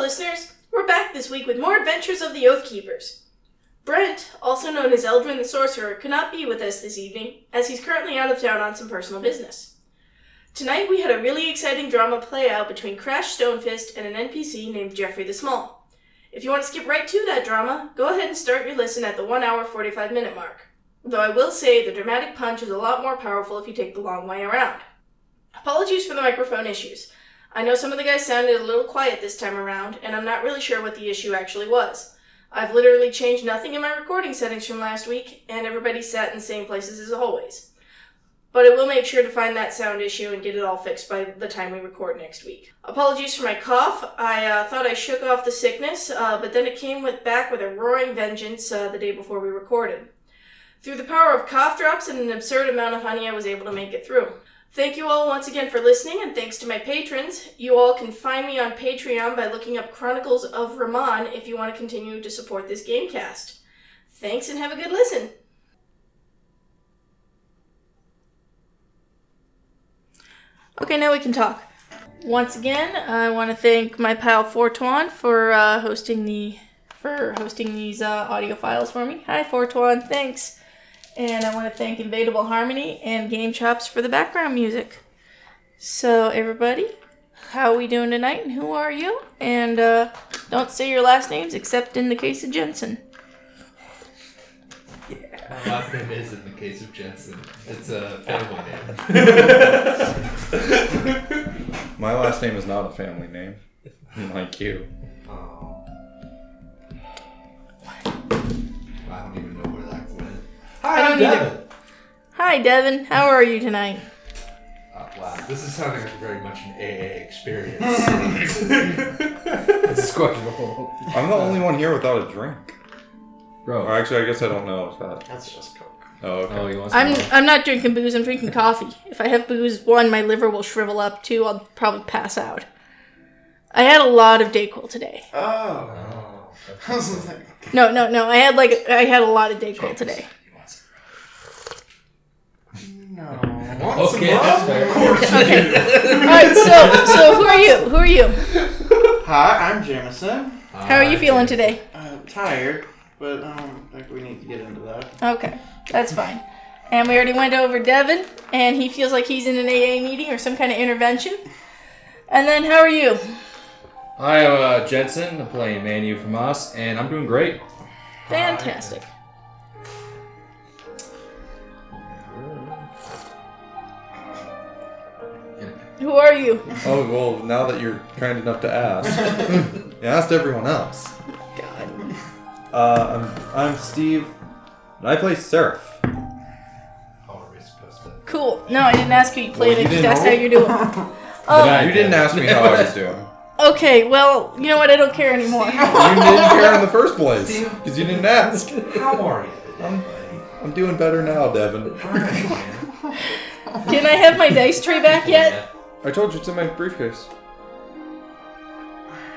listeners. We're back this week with more adventures of the Oath Keepers. Brent, also known as Eldrin the Sorcerer, could not be with us this evening, as he's currently out of town on some personal business. Tonight we had a really exciting drama play out between Crash Stonefist and an NPC named Jeffrey the Small. If you want to skip right to that drama, go ahead and start your listen at the 1 hour 45 minute mark. Though I will say the dramatic punch is a lot more powerful if you take the long way around. Apologies for the microphone issues. I know some of the guys sounded a little quiet this time around, and I'm not really sure what the issue actually was. I've literally changed nothing in my recording settings from last week, and everybody sat in the same places as always. But I will make sure to find that sound issue and get it all fixed by the time we record next week. Apologies for my cough. I uh, thought I shook off the sickness, uh, but then it came with, back with a roaring vengeance uh, the day before we recorded. Through the power of cough drops and an absurd amount of honey, I was able to make it through. Thank you all once again for listening, and thanks to my patrons. You all can find me on Patreon by looking up Chronicles of Ramon if you want to continue to support this gamecast. Thanks and have a good listen. Okay, now we can talk. Once again, I want to thank my pal Fortuan for uh, hosting the for hosting these uh, audio files for me. Hi, Fortuan. Thanks. And I want to thank Invadable Harmony and Game Chops for the background music. So, everybody, how are we doing tonight and who are you? And uh, don't say your last names except in the case of Jensen. My last name is in the case of Jensen. It's a family name. My last name is not a family name, like you. Oh. I don't even know where that went. I Hi, I'm don't either. Devin. Hi, Devin. How are you tonight? Uh, wow, this is sounding like very much an AA experience. It's squashable. I'm the only one here without a drink. Or Bro. actually, I guess I don't know if that. That's just cool. Oh, okay. Oh, you want some? I'm I'm not drinking booze. I'm drinking coffee. If I have booze, one, my liver will shrivel up. Two, I'll probably pass out. I had a lot of Dayquil today. Oh. Oh. I was like, No, no, no. I had like I had a lot of Dayquil today. no. Okay, that's fair. Okay. All right. So, so who are you? Who are you? Hi, I'm Jamison. How are you feeling today? Uh, tired, but I don't think we need to get into that. Okay, that's fine. And we already went over Devin, and he feels like he's in an AA meeting or some kind of intervention. And then, how are you? Hi, I'm uh, Jensen. I'm playing Manu from Us, and I'm doing great. Fantastic. Who are you? Oh, well, now that you're kind enough to ask, you asked everyone else. God. Uh, I'm, I'm Steve, and I play Seraph. How are we supposed to? Cool. No, I didn't ask who you played. I Well, you just didn't asked how know. you're doing. Did Um, I? You didn't ask me how I was doing. okay, well, you know what? I don't care anymore. You didn't care in the first place because you didn't ask. How are you? I'm, I'm doing better now, Devin. Alright, man. Can I have my dice tray back yet? I told you it's in my briefcase.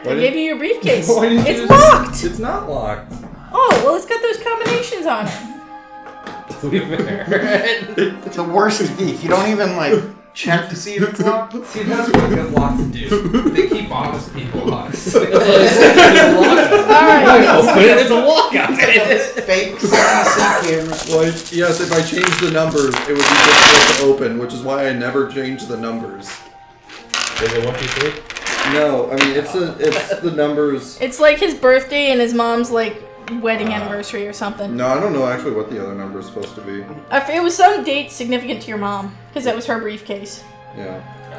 I gave you your briefcase. Why didn't you It's just- locked. It's not locked. Oh, well, it's got those combinations on it. To be fair. It's the worst thief. You don't even like check to see if it's locked. See, that's what good locks do. They keep honest people honest. All right. but it is a lock on It's it. fake CC camera. Like, yes, if I changed the numbers, it would be difficult to open, which is why I never change the numbers. Is it one, two, three? No, I mean it's a, it's the numbers. It's like his birthday and his mom's like wedding anniversary or something. No, I don't know actually what the other number is supposed to be. I f- It was some date significant to your mom because that was her briefcase. Yeah, Yeah,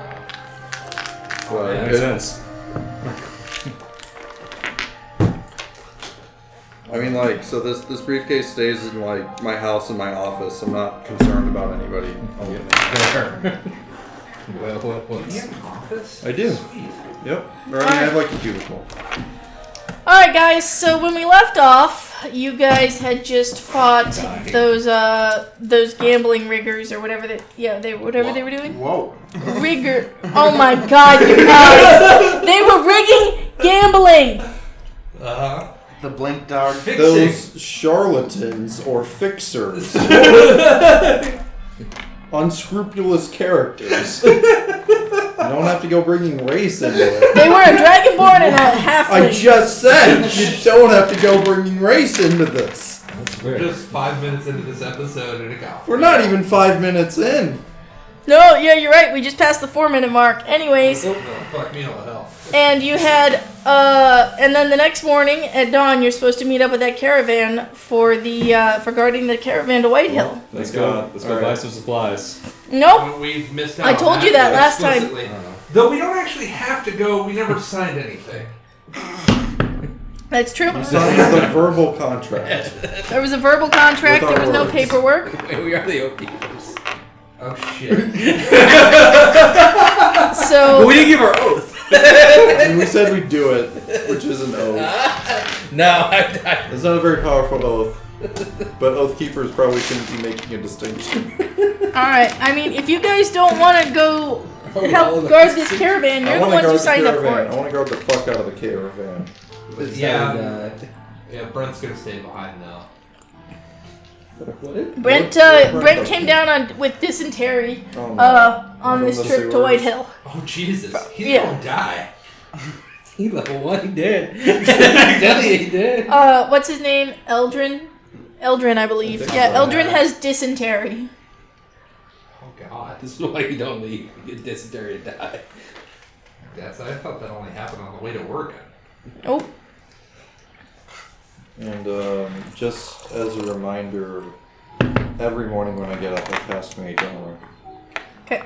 but that makes sense. I mean like so this this briefcase stays in like my house and my office. I'm not concerned about anybody opening. it. Fair. well, well, well. You have an office? I do. Sweet. Yep. Or I mean I have like a cubicle. All right, guys. So when we left off, you guys had just fought those uh those gambling riggers or whatever they yeah they whatever they were doing Whoa. rigger. Oh my God, you guys! They were rigging gambling. Uh-huh. The blink dog. Fixing. charlatans or fixers, unscrupulous characters. you don't have to go bringing race into it. They were a dragonborn and a half I just said you don't have to go bringing race into this. That's We're weird. just five minutes into this episode and it got. We're not even five minutes in. No, yeah, you're right. We just passed the four minute mark. Anyways, Oh, no, fuck me all the hell. and you had, uh, and then the next morning at dawn, you're supposed to meet up with that caravan for the, uh, for guarding the caravan to Whitehill. Let's go. Let's go All buy right. some supplies. Nope. But We've missed out. Oh. I on told you that last time. explicitly. Uh-huh. Though we don't actually have to go. We never signed anything. That's true. Signs the verbal contract. There was a verbal contract, With our there was no words. paperwork. Wait, we are the oathkeepers. Oh shit. So, we didn't give our oath. And we said we'd do it, which is an oath. no, I, I, It's not a very powerful oath, but oath keepers probably shouldn't be making a distinction. alright, I mean, if you guys don't want to go Oh, help no. guard this caravan, I you're the wanna ones guard who the signed up for caravan. it. I want to guard the fuck out of the caravan. yeah. uh, Yeah. Brent's gonna stay behind now. What? Brent, uh, Brent came down on with dysentery Oh, no. uh, on From this the trip to sewers. Whitehill. Oh Jesus. He's Yeah. gonna die. He level one. He did. Tell you he did. Uh, what's his name? Eldrin? Eldrin, I believe. I think yeah, so, Eldrin yeah. has dysentery. Oh god. This is why you don't leave. You get dysentery and die. That's. I thought that only happened on the way to work. Oh, And um, just as a reminder, every morning when I get up, I cast Mage Armor. okay.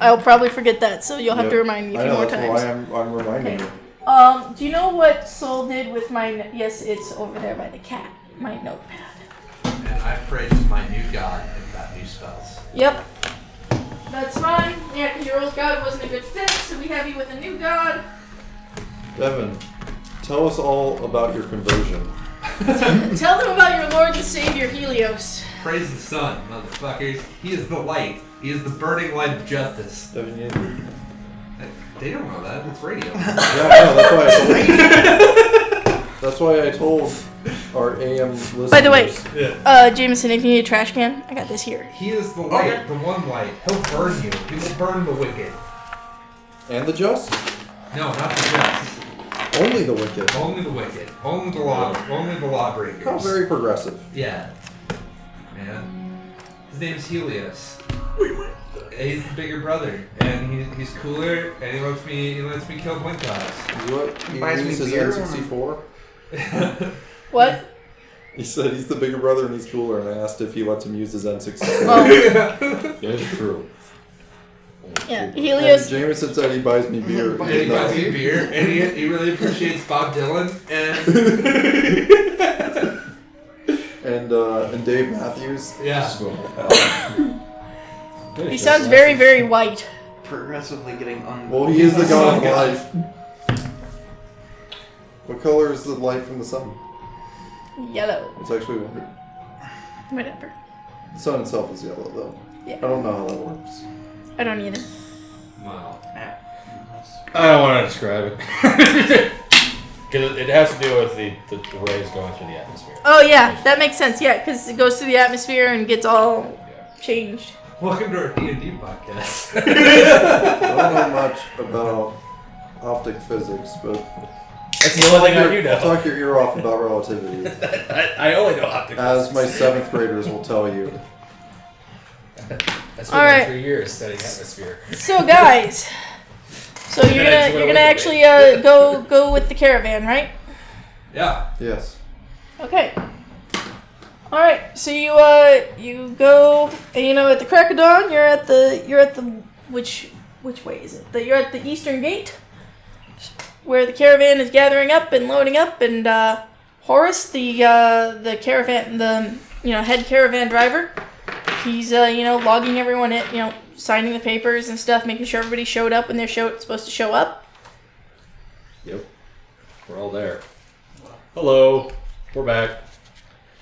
I'll probably forget that, so you'll have to Yep. remind me a I few know, more that's times. why I'm, I'm reminding you. Um, do you know what Soul did with my? Yes, it's over there by the cat. My notepad. And I prayed to my new god and got new spells. Yep. That's fine. Yeah, 'cause your old god wasn't a good fit, so we have you with a new god. Devin, tell us all about your conversion. Tell them about your Lord and Savior Helios. Praise the sun, motherfuckers. He is the light. He is the burning light of justice. Devin, you. Yeah, They don't know that. It's radio. I know, that's why I told That's why I told our AM listeners. By the way- yeah. Uh, Jameson, if you need a trash can, I got this here. He is the light, the one light. He'll burn you. He will burn the wicked. And the just. No, not the just. Only the wicked. Only the wicked. Only the law. Only the lawbreakers. How very progressive. Yeah. Man. His name's Helios. He's the bigger brother, and he, he's cooler, and he lets me he lets me kill blink eyes. Is what he Buys me means his beer. N64? What? He said he's the bigger brother and he's cooler, and I asked if he lets him use his N64. Well, That's true. yeah, Oh, And Helios. Jameson said he buys me beer. And he even though- got me beer, and he, he really appreciates Bob Dylan, and and uh, and Dave Matthews. yeah, He sounds very, very white. Progressively getting un. Well, he is the god of life. What color is the light from the sun? Yellow. It's actually white. Whatever. The sun itself is yellow, though. Yeah. I don't know how that works. I don't either. wow, I don't want to describe it. Because it has to do with the, the, the rays going through the atmosphere. Oh yeah, that makes sense. Yeah, because it goes through the atmosphere and gets all changed. welcome to our D and D podcast. I don't know much about optic physics, but That's the only thing I do I'll know. talk your ear off about relativity, I, I only know optics. as my seventh graders will tell you. That's All right. three years studying atmosphere. So guys, so you're gonna you're gonna actually uh, go go with the caravan, right? Yeah, Yes. Okay. All right. So you uh you go and you know at the crack of dawn you're at the you're at the which which way is it? That you're at the eastern gate, where the caravan is gathering up and loading up, and uh, Horace, the uh, the caravan the you know head caravan driver, he's uh you know logging everyone in, you know signing the papers and stuff, making sure everybody showed up when they're show- supposed to show up. Yep. We're all there. Hello. We're back.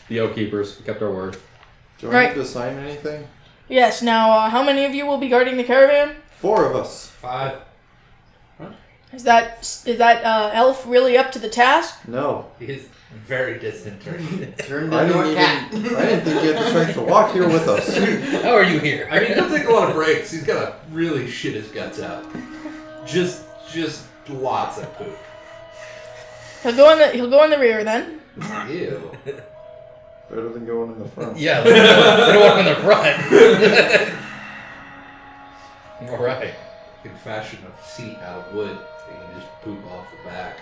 The oath keepers. We kept our word. Do I Right. have to sign anything? Yes. Now, uh, how many of you will be guarding the caravan? Four of us. five. Is that is that uh, elf really up to the task? No. He's very dysentery. Turned I into didn't a cat. even. I didn't think he had the strength to walk here with us. How are you here? I mean, he'll take a lot of breaks. He's gotta really shit his guts out. Just, just lots of poop. He'll go in the he'll go in the rear then. Ew. Better than going in the front. Yeah, they don't want him in the front. All right. You can fashion a seat out of wood and you just poop off the back.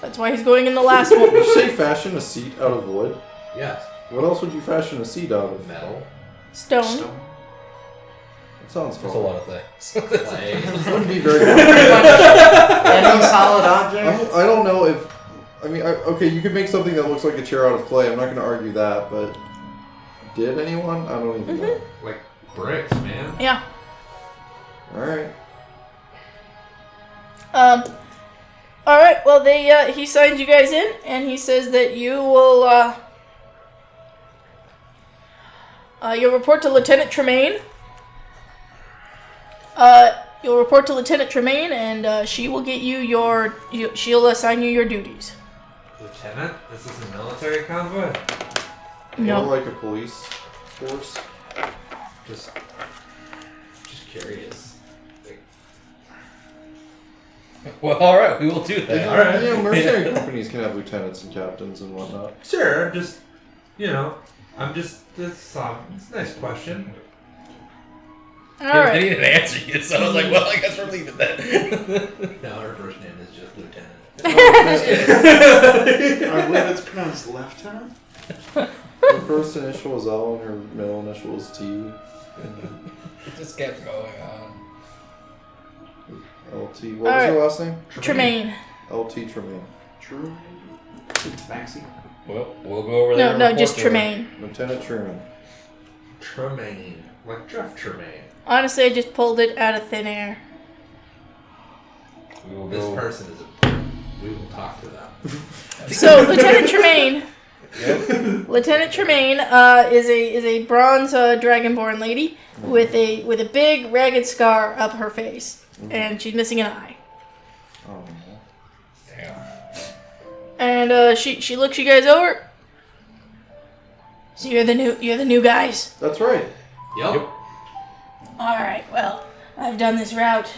That's why he's going in the last one. You say fashion a seat out of wood? Yes. What else would you fashion a seat out of? Metal. Stone. That sounds There's a cool. lot of things. Clay. Wouldn't be very. good. Any solid I object? don't- I don't know if. I mean, I, okay, you could make something that looks like a chair out of clay. I'm not going to argue that, but did anyone? I don't even know. like bricks, man. Yeah. All right. Um. All right. Well, they uh, he signs you guys in, and he says that you will. Uh, uh, you'll report to Lieutenant Tremaine. Uh, you'll report to Lieutenant Tremaine, and uh, she will get you your. You, she'll assign you your duties. Lieutenant, this is a military convoy. No. More like a police force. Just, just curious. Like, well, all right, we will do Yeah, that. right. You know, mercenary companies can have lieutenants and captains and whatnot. sure, I'm just, you know, I'm just. It's, um, it's a nice question. All They right. didn't answer you, so I was like, well, I guess we're leaving that. No, her first name is just Lieutenant. I believe it's pronounced left hand. Her first initial is L and her middle initial is T. just kept going on. L T. What was All her last name? Tremaine. L T Tremaine. True. Maxie. Well, we'll go over there. No, and no, report just to her. Tremaine. Lieutenant Truman. Tremaine, like Jeff Tremaine. Honestly, I just pulled it out of thin air. We will This go. person is important. We will talk to them. So Lieutenant Tremaine. Lieutenant Tremaine uh, is a is a bronze uh, dragonborn lady with a with a big ragged scar up her face, and she's missing an eye. Oh, Damn. And uh, she she looks you guys over. So you're the new you're the new guys. that's right. Yep. Yep. All right. Well, I've done this route.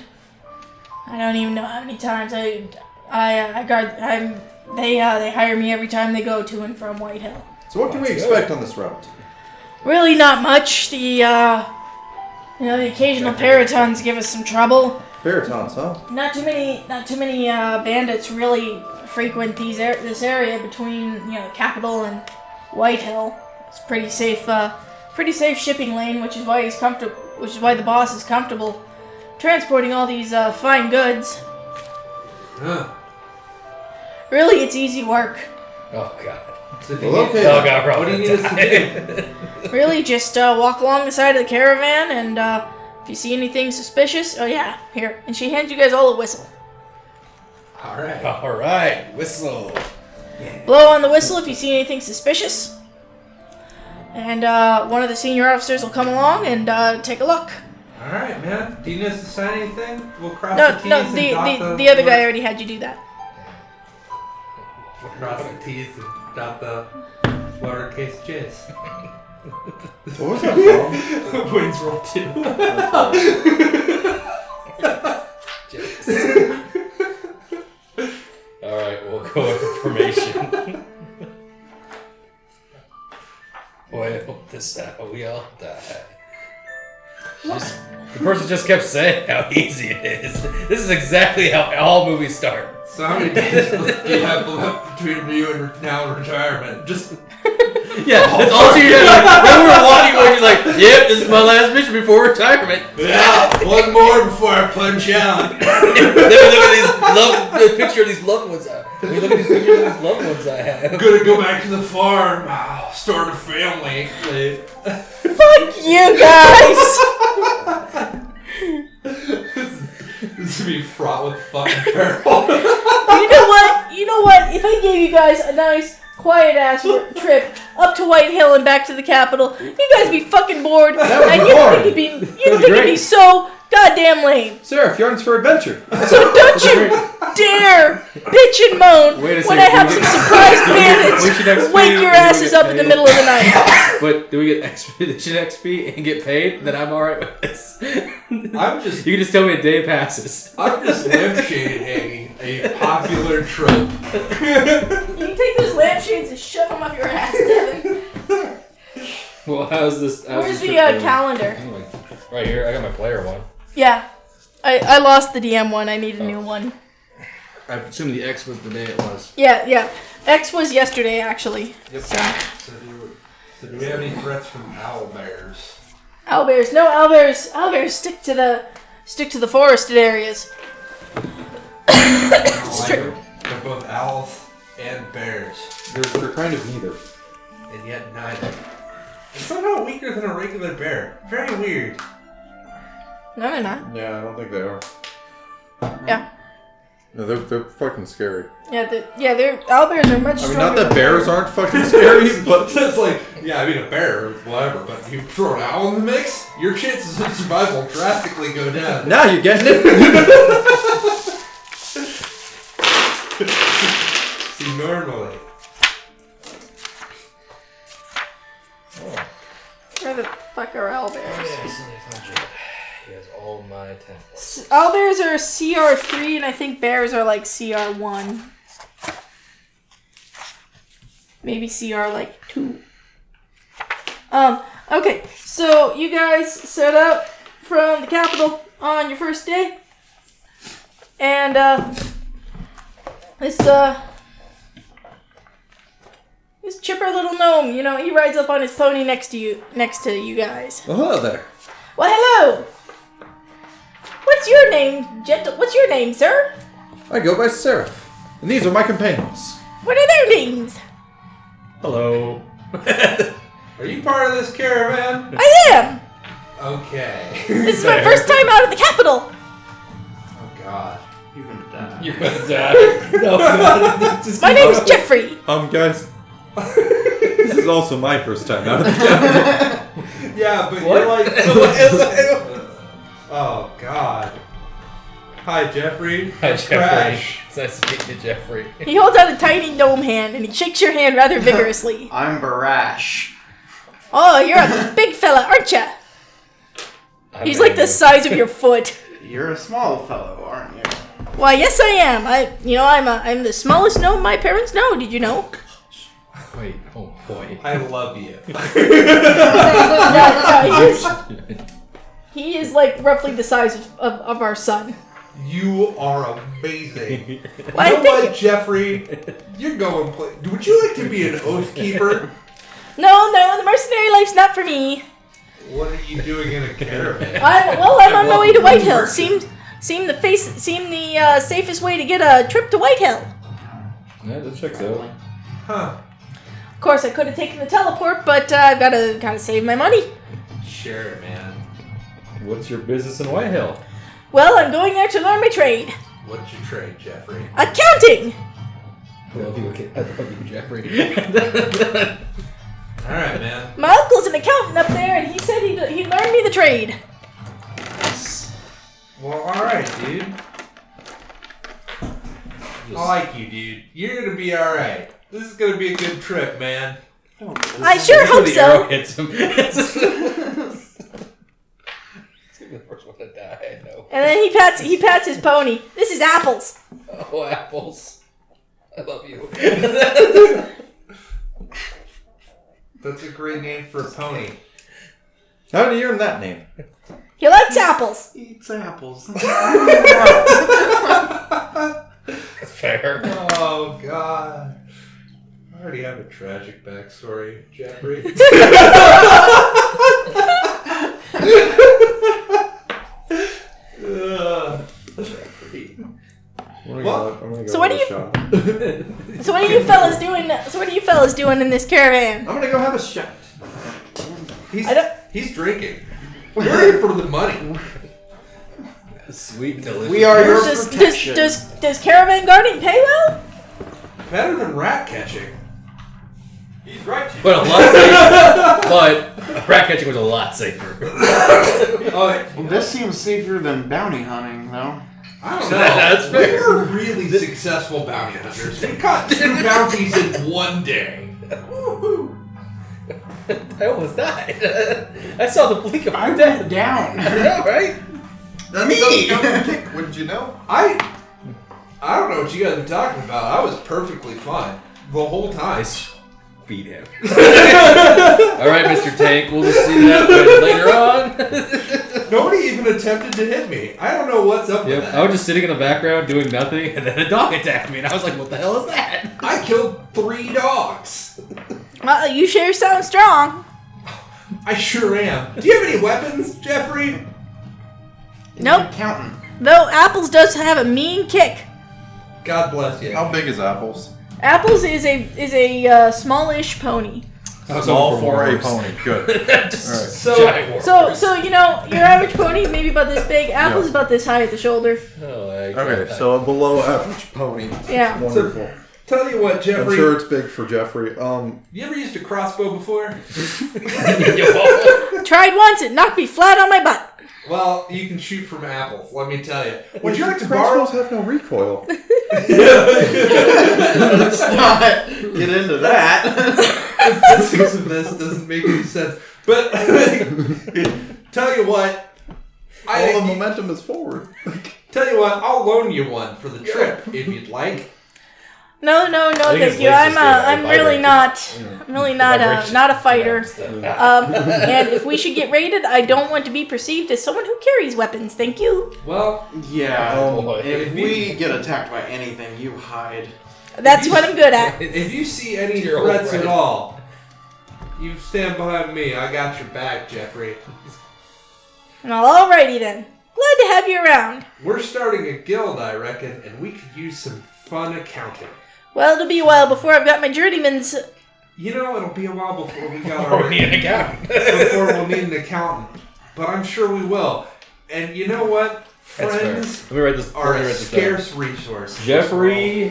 I don't even know how many times I I uh, I guard I'm they uh, they hire me every time they go to and from Whitehill. So what can we That's expect on this route? Really, not much. The uh, you know the occasional paratons give us some trouble. Peritons, huh? Not too many, not too many uh, bandits really frequent these ar- this area between you know capital and Whitehill. It's pretty safe, uh, pretty safe shipping lane, which is why he's comfortable, which is why the boss is comfortable transporting all these uh, fine goods. Huh. Really, it's easy work. Oh god. So do Well, you- okay. Oh god, What do you Robin. need us to do? Really, just uh, walk along the side of the caravan, and uh, if you see anything suspicious, oh yeah, here. And she hands you guys all a whistle. All right. All right, whistle. Blow on the whistle if you see anything suspicious. And uh, one of the senior officers will come along and uh, take a look. All right, man. Do you need us to sign anything? We'll cross No, the T's no, and the, dot the, the other guy We'll already had you do that. cross the T's and dot the lowercase J's. What was that from? Wayne's roll two. All right, we'll go with information. Boy, I hope this is how we all die. Just- the person just kept saying how easy it is. This is exactly how all movies start. So how many days do you have left between you and now and retirement? Just Yeah, that's all she did. When we were walking away, she's like, "Yep, this is my last mission before retirement." yeah, one more before I punch out. then we look at these love, the picture of these loved ones. I, we look at these pictures of these loved ones I have. Gonna go back to the farm, ah, start a family. Fuck you guys! This would be fraught with fucking peril. you know what? You know what? If I gave you guys a nice, quiet ass trip up to White Hill and back to the capital, you guys be fucking bored. That was and you'd boring. think it'd be, you'd was think it'd be great. so goddamn lame. Sarah, Fjords for Adventure. So don't you dare bitch bitch and moan Wait a when second, I have we some did- surprise we bandits should XP, wake your we asses get up in the paid. middle of the night. But do we get expedition XP and get paid? Then I'm alright with this. I'm just- You can just tell me a day passes. I'm just lampshade hanging a popular trope. You can take those lampshades and shove them up your ass, Devin. Well, how's this? How's Where's the this trip uh, going? calendar? Anyway, right here, I got my player one. Yeah. I, I lost the DM one. I need a Oh. new one. I assume the X was the day it was. Yeah, yeah. X was yesterday, actually. Yep. So, So do, so do we have any threats from owl bears? owlbears. No owlbears. Owlbears stick to the stick to the forested areas. It's true. They're both owls and bears, They're, they're kind of neither. and yet neither. And somehow weaker than a regular bear. Very weird. No, they're not. Yeah, I don't think they are. Yeah. No, they're, they're fucking scary. Yeah, the, yeah. They're owlbears are much I mean, stronger. not that than- bears aren't fucking scary, but But it's like, yeah, I mean, a bear, whatever, but you throw an owl in the mix, your chances of survival drastically go down. now you're getting it. See, normally. Where the fuck are owlbears? He has all Oh my attention. S- Owlbears are CR three, and I think bears are like CR one. Maybe CR like two. Um. Okay. So you guys set out from the capital on your first day, and uh, this uh. This chipper little gnome, you know, he rides up on his pony next to you, next to you guys. Oh, Hello there. Well, hello. What's your name, gentle? What's your name, sir? I go by Seraph, and these are my companions. What are their names? Hello. Are you part of this caravan? I am. Okay. This is my first time out of the capital. Oh, God. You're gonna die. You're gonna die. No, no. Just My keep name's on. Jeffrey. Um, guys, this is also my first time out of the cabin. Yeah, but What? you're like. oh God. Hi, Jeffrey. Hi, Jeffrey. Crash. It's nice to meet you, Jeffrey. He holds out a tiny gnome hand and he shakes your hand rather vigorously. I'm Barash. Oh, you're a big fella, aren't ya? I'm He's like the gonna- size of your foot. You're a small fellow, aren't you? Why, yes, I am. I, you know, I'm a, I'm the smallest gnome my parents know. Did you know? Wait, oh boy. I love you. Yeah, no, he is. He is like roughly the size of, of, of our son. you are amazing. Why, you know thank you. what, Jeffrey? You're going. Play- Would you like to be an oath keeper? No, no, the mercenary life's not for me. What are you doing in a caravan? I'm, well, I'm on my way to Well, White Hill. worth it. Seemed seemed the face seemed the uh, safest way to get a trip to White Hill. Yeah, that checks out. Huh? Of course, I could have taken the teleport, but uh, I've got to kind of save my money. Sure, man. What's your business in Whitehill? Well, I'm going there to learn my trade, What's your trade, Jeffrey? accounting. I love you, okay. I love you, Jeffrey. All right, man. My uncle's an accountant up there, and he said he he learned me the trade. Well, all right, dude. I like you, dude. You're gonna be all right. This is gonna be a good trip, man. I sure hope the arrow so. hits him. It's gonna be the first one to die. I know. And then he pats he pats his pony. This is apples. Oh, apples! I love you. That's a great name for a pony. How did you earn that name? He likes apples. Eats apples. Fair. Oh God! I already have a tragic backstory, Jeffrey. Ugh. I'm gonna What? I'm gonna So what do you- have a shot. So what are you fellas doing? So what are you fellas doing in this caravan? I'm gonna go have a shot. He's I don't- he's drinking. We're in for the money. Sweet, delicious. we are your Does, does, protection. does, does caravan guarding pay well? Better than rat catching. He's right. But a lot safer. but rat catching was a lot safer. Oh, Well, this seems safer than bounty hunting, though. I don't No, know. that's fair. We're really successful bounty hunters. We caught two bounties in one day. Woohoo! I almost died. I saw the blink of I my went death. down. Yeah, right? That's Me! how it comes to kick, Wouldn't you know? I I don't know what you guys are talking about. I was perfectly fine the whole time. Beat him. All right, Mr. Tank, we'll just see that later on. Nobody even attempted to hit me. I don't know what's up with yep, I that. was just sitting in the background doing nothing, and then a dog attacked me, and I was like, what the hell is that? I killed three dogs. Well, Uh, you sure sound strong. I sure am. Do you have any weapons, Jeffrey? Nope. Counting. Though Apples does have a mean kick. God bless you. How big is apples? Apples is a is a uh, smallish pony. Small for a pony. Good. All right. just So- giant war So so you know your average pony is maybe about this big. Apples is about this high at the shoulder. Oh, Okay, so a below average pony. Yeah. Wonderful. Tell you what, I'm Jeffrey. sure it's big for Jeffrey. Um, You ever used a crossbow before? Tried once, it knocked me flat on my butt. Well, you can shoot from apples. Let me tell you. Would you like to borrow? crossbows have no recoil? Let's not get into that. the physics of this doesn't make any sense. But tell you what, I All the momentum is forward. tell you what, I'll loan you one for the trip if you'd like. No, no, no, I think his thank you. I'm legs just uh, get I'm really vibrated. not. I'm really not a Vibration. not a fighter. Yeah. Um, and if we should get raided, I don't want to be perceived as someone who carries weapons. Thank you. Well, yeah. Oh, boy. If we get attacked by anything, you hide. That's what I'm good at. if you see any You're all threats at right. all, you stand behind me. I got your back, Jeffrey. Well, alrighty then. Glad to have you around. We're starting a guild, I reckon, and we could use some fun accounting. Well, it'll be a while before I've got my journeyman's. You know, it'll be a while before we got Or our we need an accountant. before we'll need an accountant, but I'm sure we will. And you know what? That's fair. Friends Let me write this. are let me a write this down. scarce resource. Jeffrey,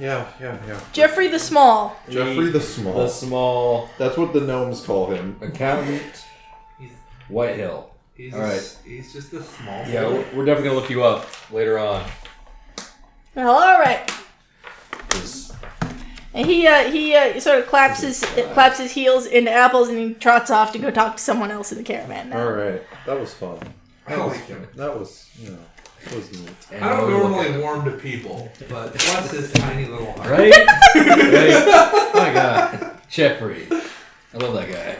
Yeah, yeah, yeah. Jeffrey the Small. Jeffrey the Small. the small That's what the gnomes call him. accountant, He's, Whitehill. he's, All right. he's just a small. Yeah, boy. we're, we're definitely gonna look you up later on. Well, alright. 'cause- And he uh, he uh, sort of claps his claps his heels into apples and he trots off to go talk to someone else in the caravan. Now. All right, that was fun. I like him. That was, you know, that was neat. and I don't we'll look normally warm to people, but bless his tiny little up- heart. Right? right? My God, Jeffrey, I love that guy.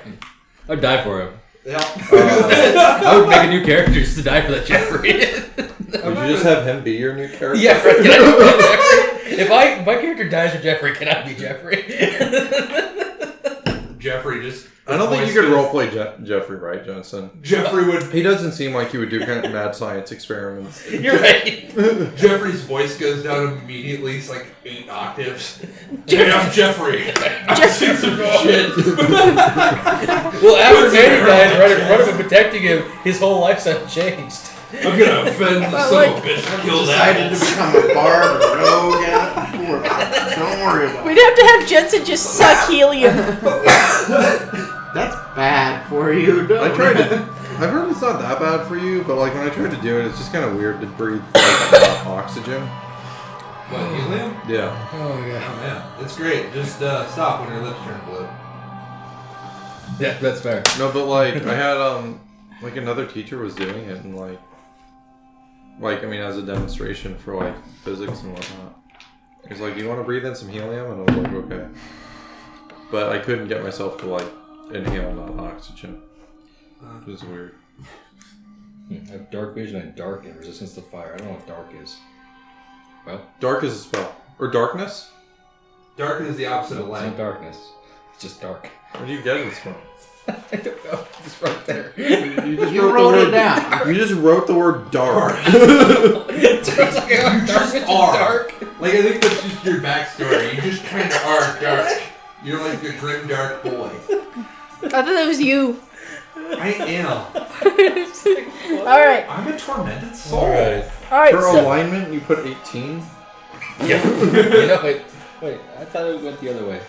I'd die for him. Uh, Yeah. I would make a new character just to die for that Jeffrey. Would you just have him be your new character? yeah, right. Can I be Jeffrey? If I if my character dies for Jeffrey, can I be Jeffrey? Jeffrey just. I don't think you could roleplay Je- Jeffrey, right, Johnson? Jeffrey would. He doesn't seem like he would do kind of mad science experiments. You're right. Jeffrey's voice goes down immediately. It's like eight octaves. Hey, I'm Jeffrey. I'm Jeffrey. some shit. Well, after Manny died right in front of him, protecting him, his whole lifestyle changed. I'm gonna offend the son of a bitch that killed Decided to apples. become a bard, a rogue. and- Don't worry about We'd have to have Jensen just suck helium. it. That's bad for you. Don't. I tried to. I've heard it's not that bad for you, but like when I tried to do it, it's just kind of weird to breathe like, without oxygen. What, helium? Yeah. Oh yeah. Oh man, it's great. Just uh, stop when your lips turn blue. Yeah, that's fair. No, but like I had um like another teacher was doing it and like like I mean as a demonstration for like physics and whatnot. He was like, "You want to breathe in some helium?" And I was like, "Okay," but I couldn't get myself to like inhale not oxygen. It was weird. Hmm, I have dark vision and dark and resistance to fire. I don't know what dark is. Well, Dark is a spell or darkness? Dark is the opposite of it's not light. darkness. It's just dark. Where do you get this from? I don't know. It's right there. You just You wrote the it word- down. You just wrote the word dark. it's like, oh, dark, just it's are. dark. Like I think that's just your backstory. You just kind of are dark. You're like the grim dark boy. I thought that was you. I am. Alright. I'm a tormented soul. All right. Alright, For so alignment, you put 18. Yeah. you know, wait, wait. I thought it went the other way.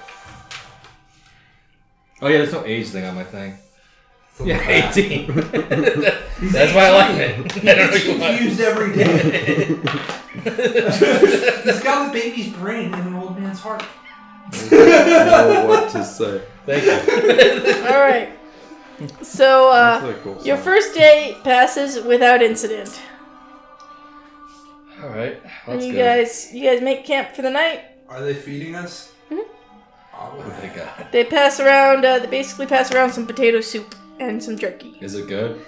Oh yeah, there's no age thing on my thing. Something Yeah, like that. 18. That's why I like it. I don't He's know why. confused every day. He's got a baby's brain and an old man's heart. know what to say. Thank you. All right. So uh, That's a cool your song. first day passes without incident. All right. And That's you good. guys, you guys make camp for the night. Are they feeding us? Oh Oh, my god. They pass around. Uh, they basically pass around some potato soup and some jerky. Is it good?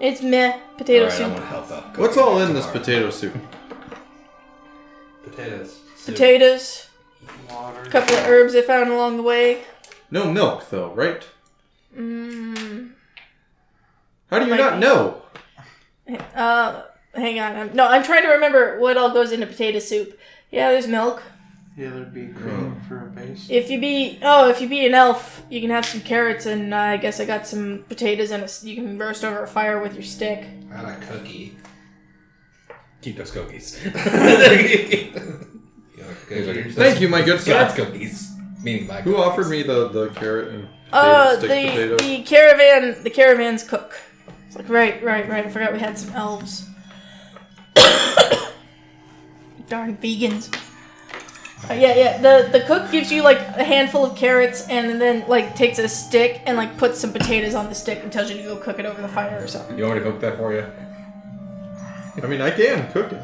It's meh potato All right, I soup. want to help out. What's all in this Tomorrow. potato soup? Potatoes. soup, Potatoes, Water. a couple of herbs they found along the way. No milk, though, right? Mm, How do you Might not be. know? uh, hang on. I'm, no, I'm trying to remember what all goes into potato soup. Yeah, there's milk. Yeah, there'd be cream for a base. If you be oh, if you be an elf, you can have some carrots and uh, I guess I got some potatoes and a s you can roast over a fire with your stick. And a cookie. Keep those cookies. God's You want a cookie? Thank you, my good sir. cookies. Meaning my Who cookies. offered me the, the carrot and potato Uh, stick the potato? the caravan the caravan's cook. It's like right, right, right. I forgot we had some elves. Darn vegans. Uh, yeah, yeah. The the cook gives you like a handful of carrots and then like takes a stick and like puts some potatoes on the stick and tells you to go cook it over the fire or something. You want me to cook that for you? I mean, I can cook it.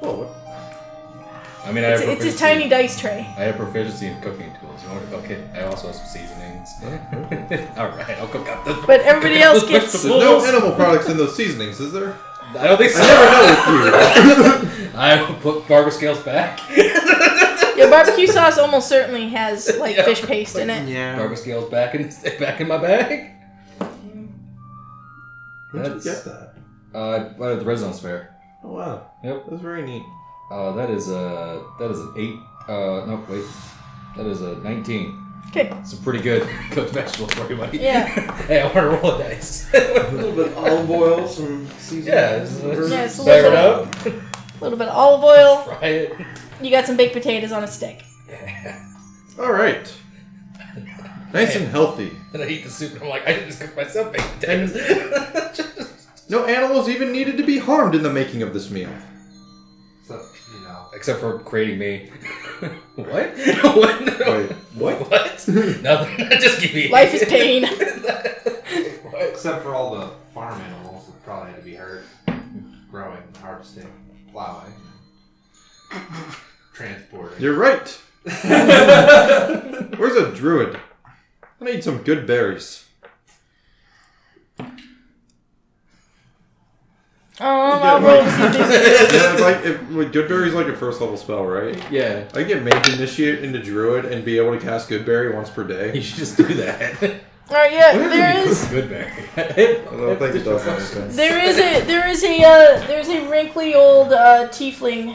Whoa, what? I mean, I It's, have it's a proficiency- tiny dice tray. I have proficiency in cooking tools. You want to cook it? I also have some seasonings. All right, I'll cook up the. But everybody else Cook up gets- the There's no vegetables. animal products in those seasonings, is there? I don't think so. I I will put barber scales back. Your barbecue sauce almost certainly has like Yeah. fish paste in it. Yeah. barber scales back in back in my bag. never know if you. Where'd you That's- get that? Uh, out of the residence fair. Oh wow. Yep. That's very neat. Uh, that is a that is an eight. Uh, no wait, that is a nineteen. Okay. It's a pretty good cooked vegetable for everybody. Yeah. hey, I want to roll a dice. A little bit olive oil, some seasoning. yeah, it's, it's, Yeah, it's a fire it little- up, A little bit of olive oil. fry it. You got some baked potatoes on a stick. All right. Nice and healthy. Then I eat the soup and I'm like, I just cooked myself baked potatoes. No animals even needed to be harmed in the making of this meal. So, you know. Except for creating me. what? what? Wait, what? What? Nothing. just give me. Life is pain. what? Except for all the farm animals that probably had to be hurt growing, harvesting, plowing, transporting. You're right. Where's a druid? I need some good berries. Um, I'll roll to see if there's- yeah, it's like if, well, good berries like a first level spell, right? Yeah. I get made to initiate into druid and be able to cast good berry once per You day. should just do that. All right, yeah, Where there did we is Good berry. I don't think it does anything. there is a there is a uh, there's a wrinkly old uh, tiefling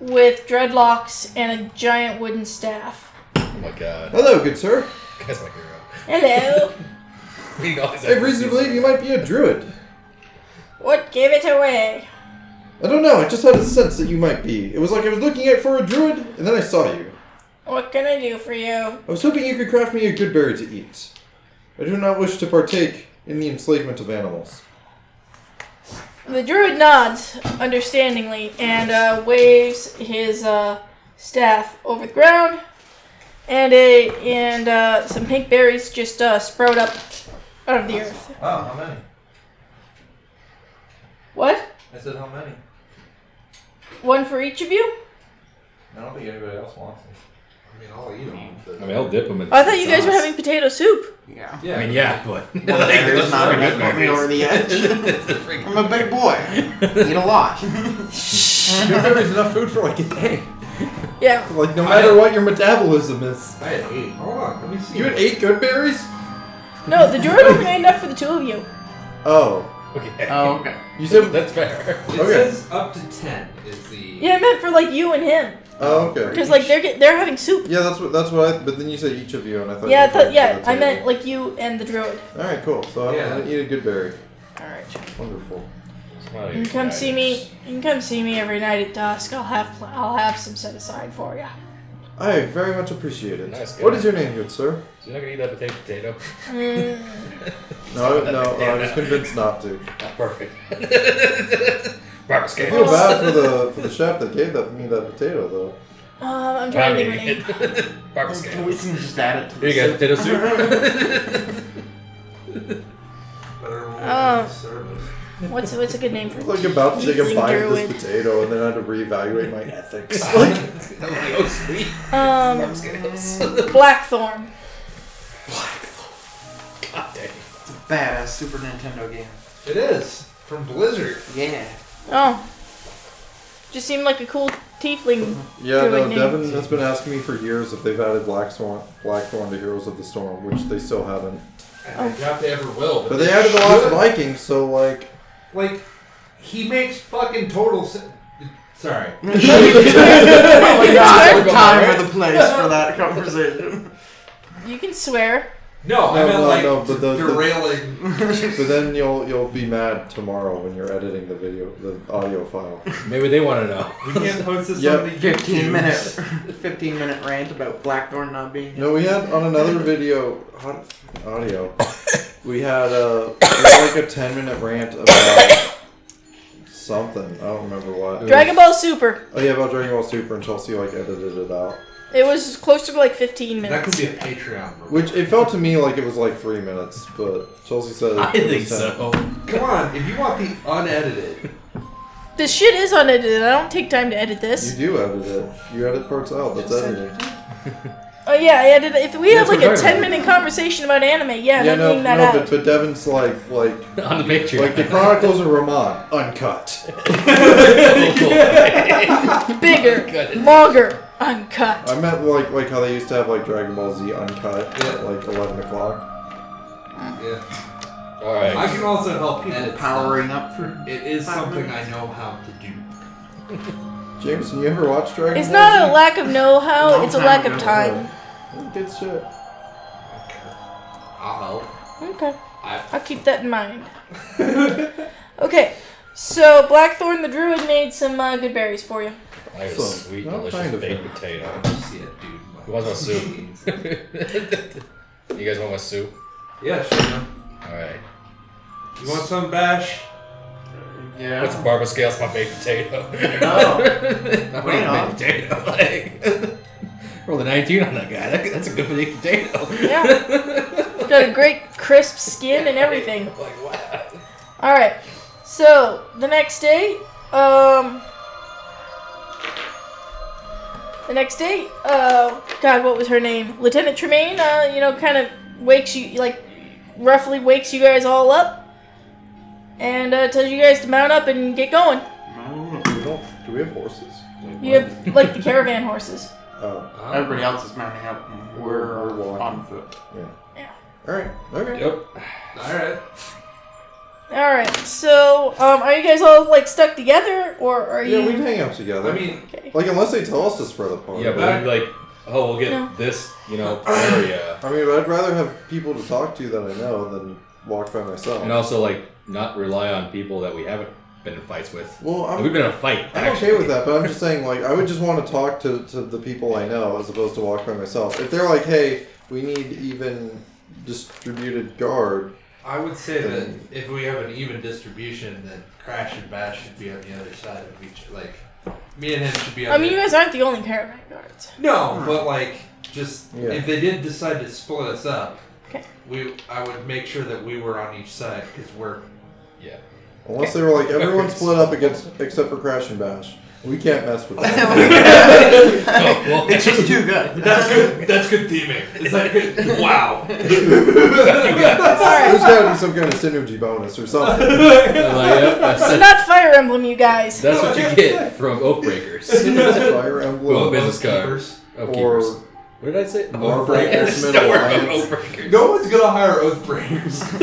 with dreadlocks and a giant wooden staff. Oh my god. Hello, good sir. That's my hero. Hello. Reading all these I have reason to believe you might be a druid. What gave it away? I don't know. I just had a sense that you might be. It was like I was looking out for a druid, and then I saw you. What can I do for you? I was hoping you could craft me a good berry to eat. I do not wish to partake in the enslavement of animals. The druid nods understandingly and uh, waves his uh, staff over the ground, and a and uh, some pink berries just uh, sprout up out of the earth. Oh, how many? What? I said how many? One for each of you? I don't think anybody else wants them. I mean, I'll eat them. but- I mean, I'll dip them in. Oh, I thought you guys were sauce. having potato soup. Yeah. Yeah. I mean, yeah, but. Well, those berries not are gonna good put me berries. over the edge. It's a freaking- I'm a big boy. Eat a lot. Oh, Good berries enough food for like a day. Yeah. Like no matter what your metabolism is. I had eight. Hold on, let me see. You had eight good berries? No, the druid only made enough for the two of you. Oh, Okay. oh, okay. you said. That's fair. It Okay. says up to ten is the. Yeah, I meant for like you and him, Oh, okay. because like they're get, they're having soup. Yeah, that's what. That's what. I, but then you said each of you, and I thought. Oh, Yeah, I you were thought yeah, talking to I the meant table. like you and the druid. All right, cool. So I'm Yeah. gonna eat a good berry. All right. Wonderful. You can come see me. You can come see me every night at dusk. I'll have pl- I'll have some set aside for you. I very much appreciate it. Nice guy. what is your name, good sir? So you're not gonna eat that potato potato. Mm. No, Stop no, that. I was convinced not to. Not perfect. Barbara I feel Oh. Scales. bad for the for the chef that gave that me that potato though. Um, I'm Try trying to me think of her name. again. Barbara Can we Scales. can just add it to Here the you go, soup? potato soup. Better rule Oh. than service. What's what's a good name for I was like about to take a Using bite of Derwin. this potato and then I had to reevaluate my ethics. Like, I'm like, oh sweet. Barbara Um, Scales. Blackthorn. God dang. It's a badass Super Nintendo game. It is from Blizzard. Yeah. Oh, just seemed like a cool tiefling. yeah, Derwin no, name. Devin has been asking me for years if they've added Black Swan, Blackthorn to Heroes of the Storm, which they still haven't. I doubt they ever will. But they added the Last should. Viking, so like, Like, he makes fucking total sense. Sorry. Oh my god, We're the going time right. or the place for that conversation. You can swear. No, I No, meant no, like no, but the- the- derailing. but then you'll you'll be mad tomorrow when you're editing the video, the audio file. Maybe they want to know. We can't post this Yep. on the 15 YouTube. minute 15 minute rant about Blackthorn not being No, we had on another video hot- audio. We had a we had like a ten minute rant about something. I don't remember what. Dragon Ball Super. Oh yeah, about Dragon Ball Super, and Chelsea like edited it out. It was closer to like 15 That minutes. could be a Patreon. rule. Which it felt to me like it was like three minutes, but Chelsea said I it was 10. think so. Come on, if you want the unedited, This shit is unedited. I don't take time to edit You this. do edit it. You edit parts out. That's editing. Oh yeah, I edited. If we have That's like what a I 10 did. minute conversation about anime, yeah, I'm yeah, no, editing no, that out. but, but Devin's like like On the picture. like the Chronicles of Ramon uncut. Bigger, Uncut. longer, uncut. I meant like like how they used to have like Dragon Ball Z uncut Yeah. at like eleven o'clock. yeah. All right. I can also help people people edit powering up for stuff. It is Five something I minutes. know how to do. Jameson, you ever watch Dragon It's Ball? not a lack of know how, Long it's a time lack of ago. time. Good shit. I'll help. Okay, I- I'll keep that in mind. Okay, so Blackthorn the Druid made some uh, good berries for you. I have a So, sweet, I'm delicious kind of baked in. I potato. don't see it, dude. My- Who wants my soup? you guys want my soup? yeah, sure. man. All right. You want some bash? Yeah. What's Barbara Scales my baked potato? No. Not Wait, my no. baked potato. Like, rolled a 19 on that guy. That- that's a good baked potato. Yeah. Got a great crisp skin and everything. Like, wow. All right. So the next day, um, the next day, uh, God, what was her name? Lieutenant Tremaine. Uh, you know, kind of wakes you, like, roughly wakes you guys all up, and uh, tells you guys to mount up and get going. We don't. Do we have horses? You have like the caravan horses. Oh, Everybody else is mounting up. and We're, We're walking. on foot. yeah. Yeah. All right. Okay. Yep. Alright. All right. So, um, are you guys all like stuck together, or are you? Yeah, we can hang out together. I mean, okay. like unless they tell us to spread apart. Yeah, but we'd be like, oh, we'll get No. this, you know, area. I mean, I'd rather have people to talk to that I know than walk by myself. And also, like, not rely on people that we haven't been in fights with. well, I'm, We've been in a fight. I'm actually. okay with that, but I'm just saying, like, I would just want to talk to, to the people I know as opposed to walk by myself. If they're like, hey, we need even distributed guard, I would say that if we have an even distribution, then Crash and Bash should be on the other side of each. Like, me and him should be on. I mean, the, you guys aren't the only caravan guards. no, but like, just Yeah. if they did decide to split us up, Okay. we I would make sure that we were on each side because we're. Yeah. unless they were like, everyone split up against except for Crash and Bash. We can't mess with them. Oh, well, It's just too good. That's good. That's good theming. It's like good. Wow. All right. There's gotta be some kind of synergy bonus or something. like, yep, that's, So it. not Fire Emblem, you guys. That's what you get from Oath Breakers. Fire Well, Emblem. business card. Keepers. Oath Or- Keepers. What did I say? Or Breakers Don't Middle worry about Alliance. Oath Breakers. No one's gonna hire Oathbreakers.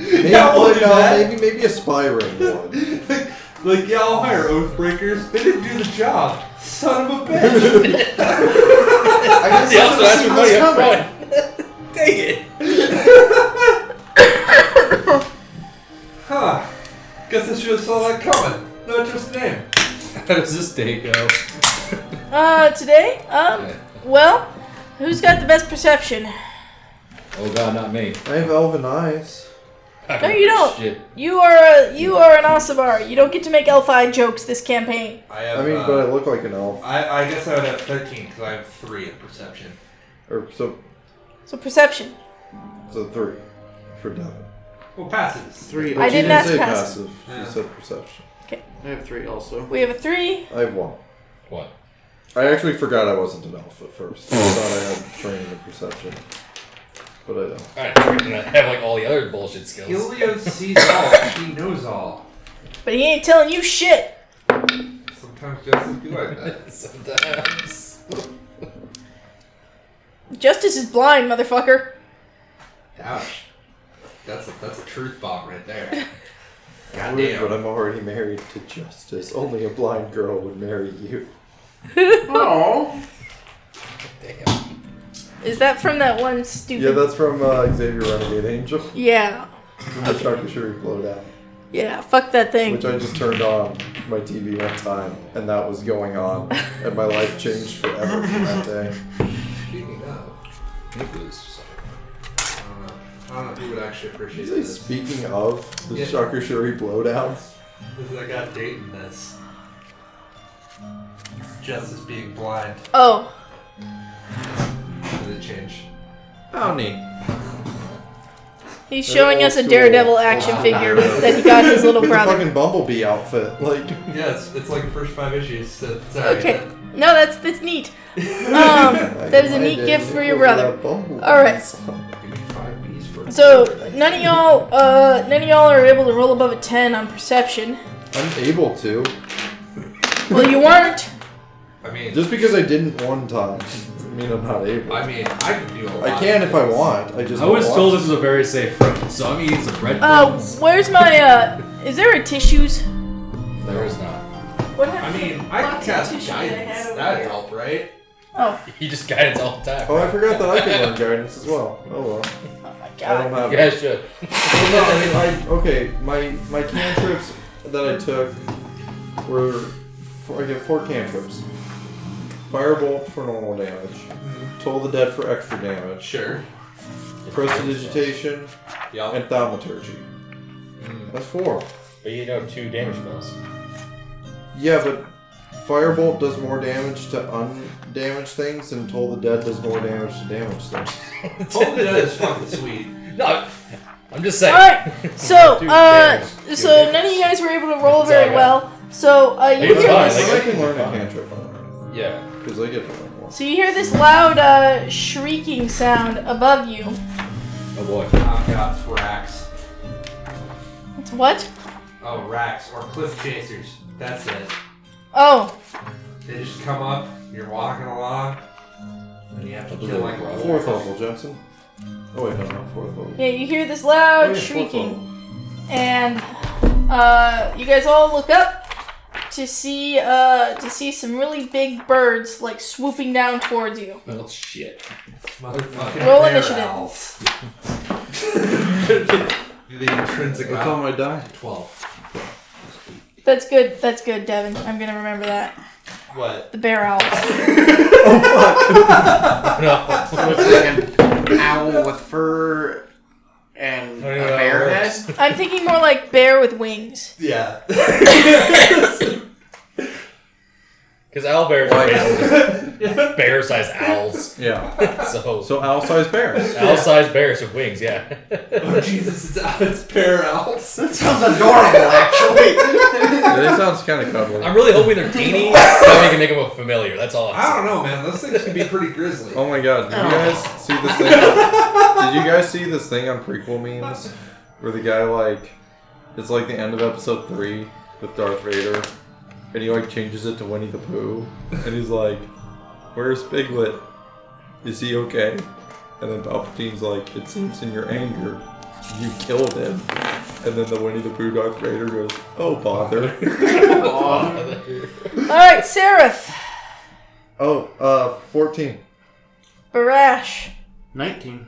Maybe, Yeah, we'll like, do no, that. maybe, maybe a spy ring one. like, yeah, I'll hire Oathbreakers. They didn't do the job. Son of a bitch. I guess They also that's asked for what's money up coming. front. Dang it. Huh. Guess I should have saw that coming. Not just name. How does this day go? Uh, today? Um, Yeah. well, who's got the best perception? Oh god, not me. I have elven eyes. No, you don't. Shit. You are a, you are an Osabar. You don't get to make elf eye jokes this campaign. I have. I mean, uh, but I look like an elf. I, I guess I would have 13 because I have 3 in perception. Or so, So perception. so three for Devin. Well, passes. Three. I She did didn't not say passive. passive. Yeah. She said perception. I have three also. We have a three. I have one. What? I actually forgot I wasn't an elf at first. I thought I had training in perception, but I don't. Alright, we're gonna have like all the other bullshit skills. Helio sees all. He knows all. But he ain't telling you shit. Sometimes justice be like that. Sometimes. Justice is blind, motherfucker. Ouch. That's a, that's a truth bomb right there. Weird, Goddamn. but I'm already married to Justice. Only a blind girl would marry you. Oh. Damn. Is that from that one stupid? Yeah, that's from uh, Xavier Renegade Angel. yeah. The Dr. Shuri blowed out, Yeah, Fuck that thing. which I just turned on my TV one time, and that was going on, and my life changed forever from that day. Speaking of, Nucleus. I don't know. I don't know if you would actually appreciate Did you say this. speaking of the E. Yeah. Dr. Shuri blowdowns? This is, I got dating this. Justice being blind. Oh, Did it change? How neat. he's They're showing all us a cool. Daredevil action Wow. figure that he got his little With a brother. fucking bumblebee outfit. Like, Yes, it's like the first five issues. So sorry. Okay. No, that's that's neat. Um, that is a I neat did gift for your Nicholas brother. without bumblebees. Alright. Give me five B's for So none of y'all, uh, none of y'all are able to roll above a ten on perception. I'm able to. Well, you weren't. I mean, Just because I didn't one time, doesn't mean I'm not able. I mean, I can do a lot. I can of if I things. want. I just. I was don't told want this was a very safe room, so I'm eating some Uh, breadcrumbs. where's my uh? Is there a tissues? There is not. What I happened? mean, I can Lots of cast tissue that guidance. I had over That'd here. help, right? Oh, You just guidance all the time. to. Oh, I forgot that I could learn guidance as well. Oh well. oh my I don't god. have. You guys should. Well, no, I mean, I, okay, my my cantrips that I took were four, I get four cantrips. Firebolt for normal damage. Toll the dead for extra damage. Sure. Prestidigitation Yeah. and thaumaturgy. That's four. But you know two damage spells. Yeah, but firebolt does more damage to undamaged things, and toll the dead does more damage to damaged things. Hold it is fucking sweet. No, I'm just saying. All right. So Dude, uh, damn. Dude, so damn. none of you guys were able to roll That's all I very got. well. So uh, you It's hear fine, this. But like- I can learn a cantrip on Yeah. because I get to learn one. So you hear this loud uh, shrieking sound above you. Oh boy. Oh god, it's racks. It's what? Oh, racks or cliff chasers. That's it. Oh, They just come up. You're walking along, and you have to kill like a Fourth level, Jensen. Oh wait, no, not fourth level. yeah. You hear this loud Oh, yeah, fourth shrieking, level. and uh, you guys all look up to see uh, to see some really big birds like swooping down towards you. Well, Oh, shit. motherfucking Roll bear initiative. owls. the intrinsic That's on my die. twelve. That's good. That's good, Devin. I'm gonna remember that. What? The bear owls. Oh, No. It's like an owl with fur and a I don't even know how it bear head. Oh, works. I'm thinking more like bear with wings. Yeah. Because owl bears are basically just bear-sized owls. Yeah. So, So owl sized bears. owl-sized bears with wings. Yeah. oh Jesus, it's, it's bear owls. That sounds adorable, actually. yeah, that sounds kind of cuddly. I'm really hoping they're teeny. so we can make them a familiar. That's all. I'm I don't know, man. Those things can be pretty grisly. Oh my god, did you guys see this thing? Did you guys see this thing on prequel memes where the guy like it's like the end of episode three with Darth Vader, and he like changes it to Winnie the Pooh, and he's like, "Where's Piglet? Is he okay?" And then Palpatine's like, "It seems in your anger, you killed him." And then the Winnie the Pooh Darth Vader goes, "Oh bother." Oh. All right, Seraph, oh, uh, fourteen. Barash, 19.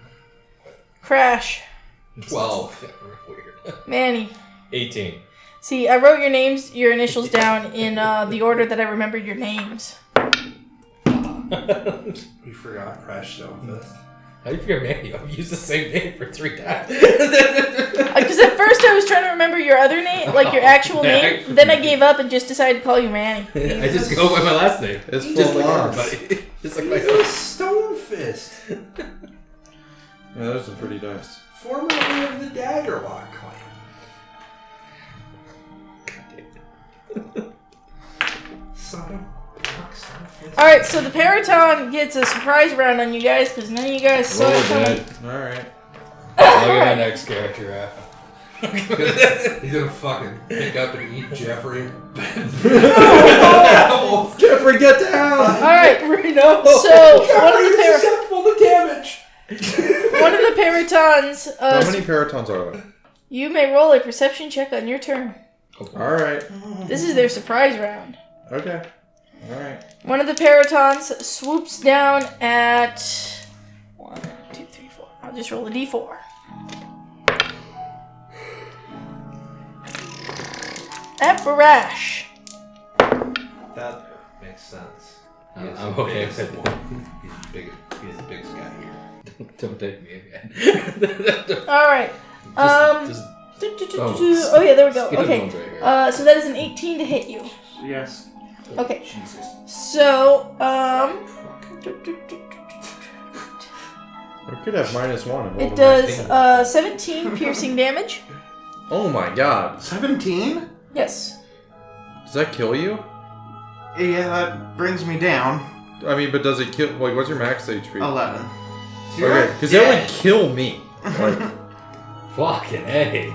Crash, Twelve. Weird. Manny. 18. See, I wrote your names, your initials down in uh, the order that I remembered your names. We forgot Crash Stonefest. How do you forget Manny? I've used the same name for three times. Because Uh, at first I was trying to remember your other name, like your actual Yeah. name. Then I gave up and just decided to call you Manny. I just go by my last name. It's full Just just like everybody. Just like my He's a stone fist, Yeah, those are pretty dice. formerly of the Daggerlock clan. Son of a fuck, son of a fist. All right, so the Paraton gets a surprise round on you guys because none of you guys saw Roll it coming. dead. Alright. I'll get my next character uh, out. He's gonna fucking pick up and eat Jeffrey. Jeffrey, get down! All right, Reno! so one of the Jeffrey is par- susceptible to damage. one of the Paratons. Uh, How many paratons are there? You may roll a perception check on your turn. Alright. This is their surprise round. Okay. Alright. One of the Paratons swoops down at one, two, three, four. I'll just roll a d4. At Barash. That makes sense. I'm- I'm okay He's the with biggest one. He's the biggest. He's the biggest guy here. Don't take me again. Just- All right. Um. just- do, do, do, do, oh, do. Oh yeah, there we go. speed of Okay. ones right here. Uh, so that is an 18 to hit you. Yes. Okay. Jesus. So um. do, do, do, do, do. We could have minus one. and roll It a does 19. uh 17 piercing damage. oh my god. 17? Yes. Does that kill you? Yeah, that brings me down. I mean, but does it kill? Like, what's your max HP? Oh, 11. Okay, because that would kill me. Like, Fucking A.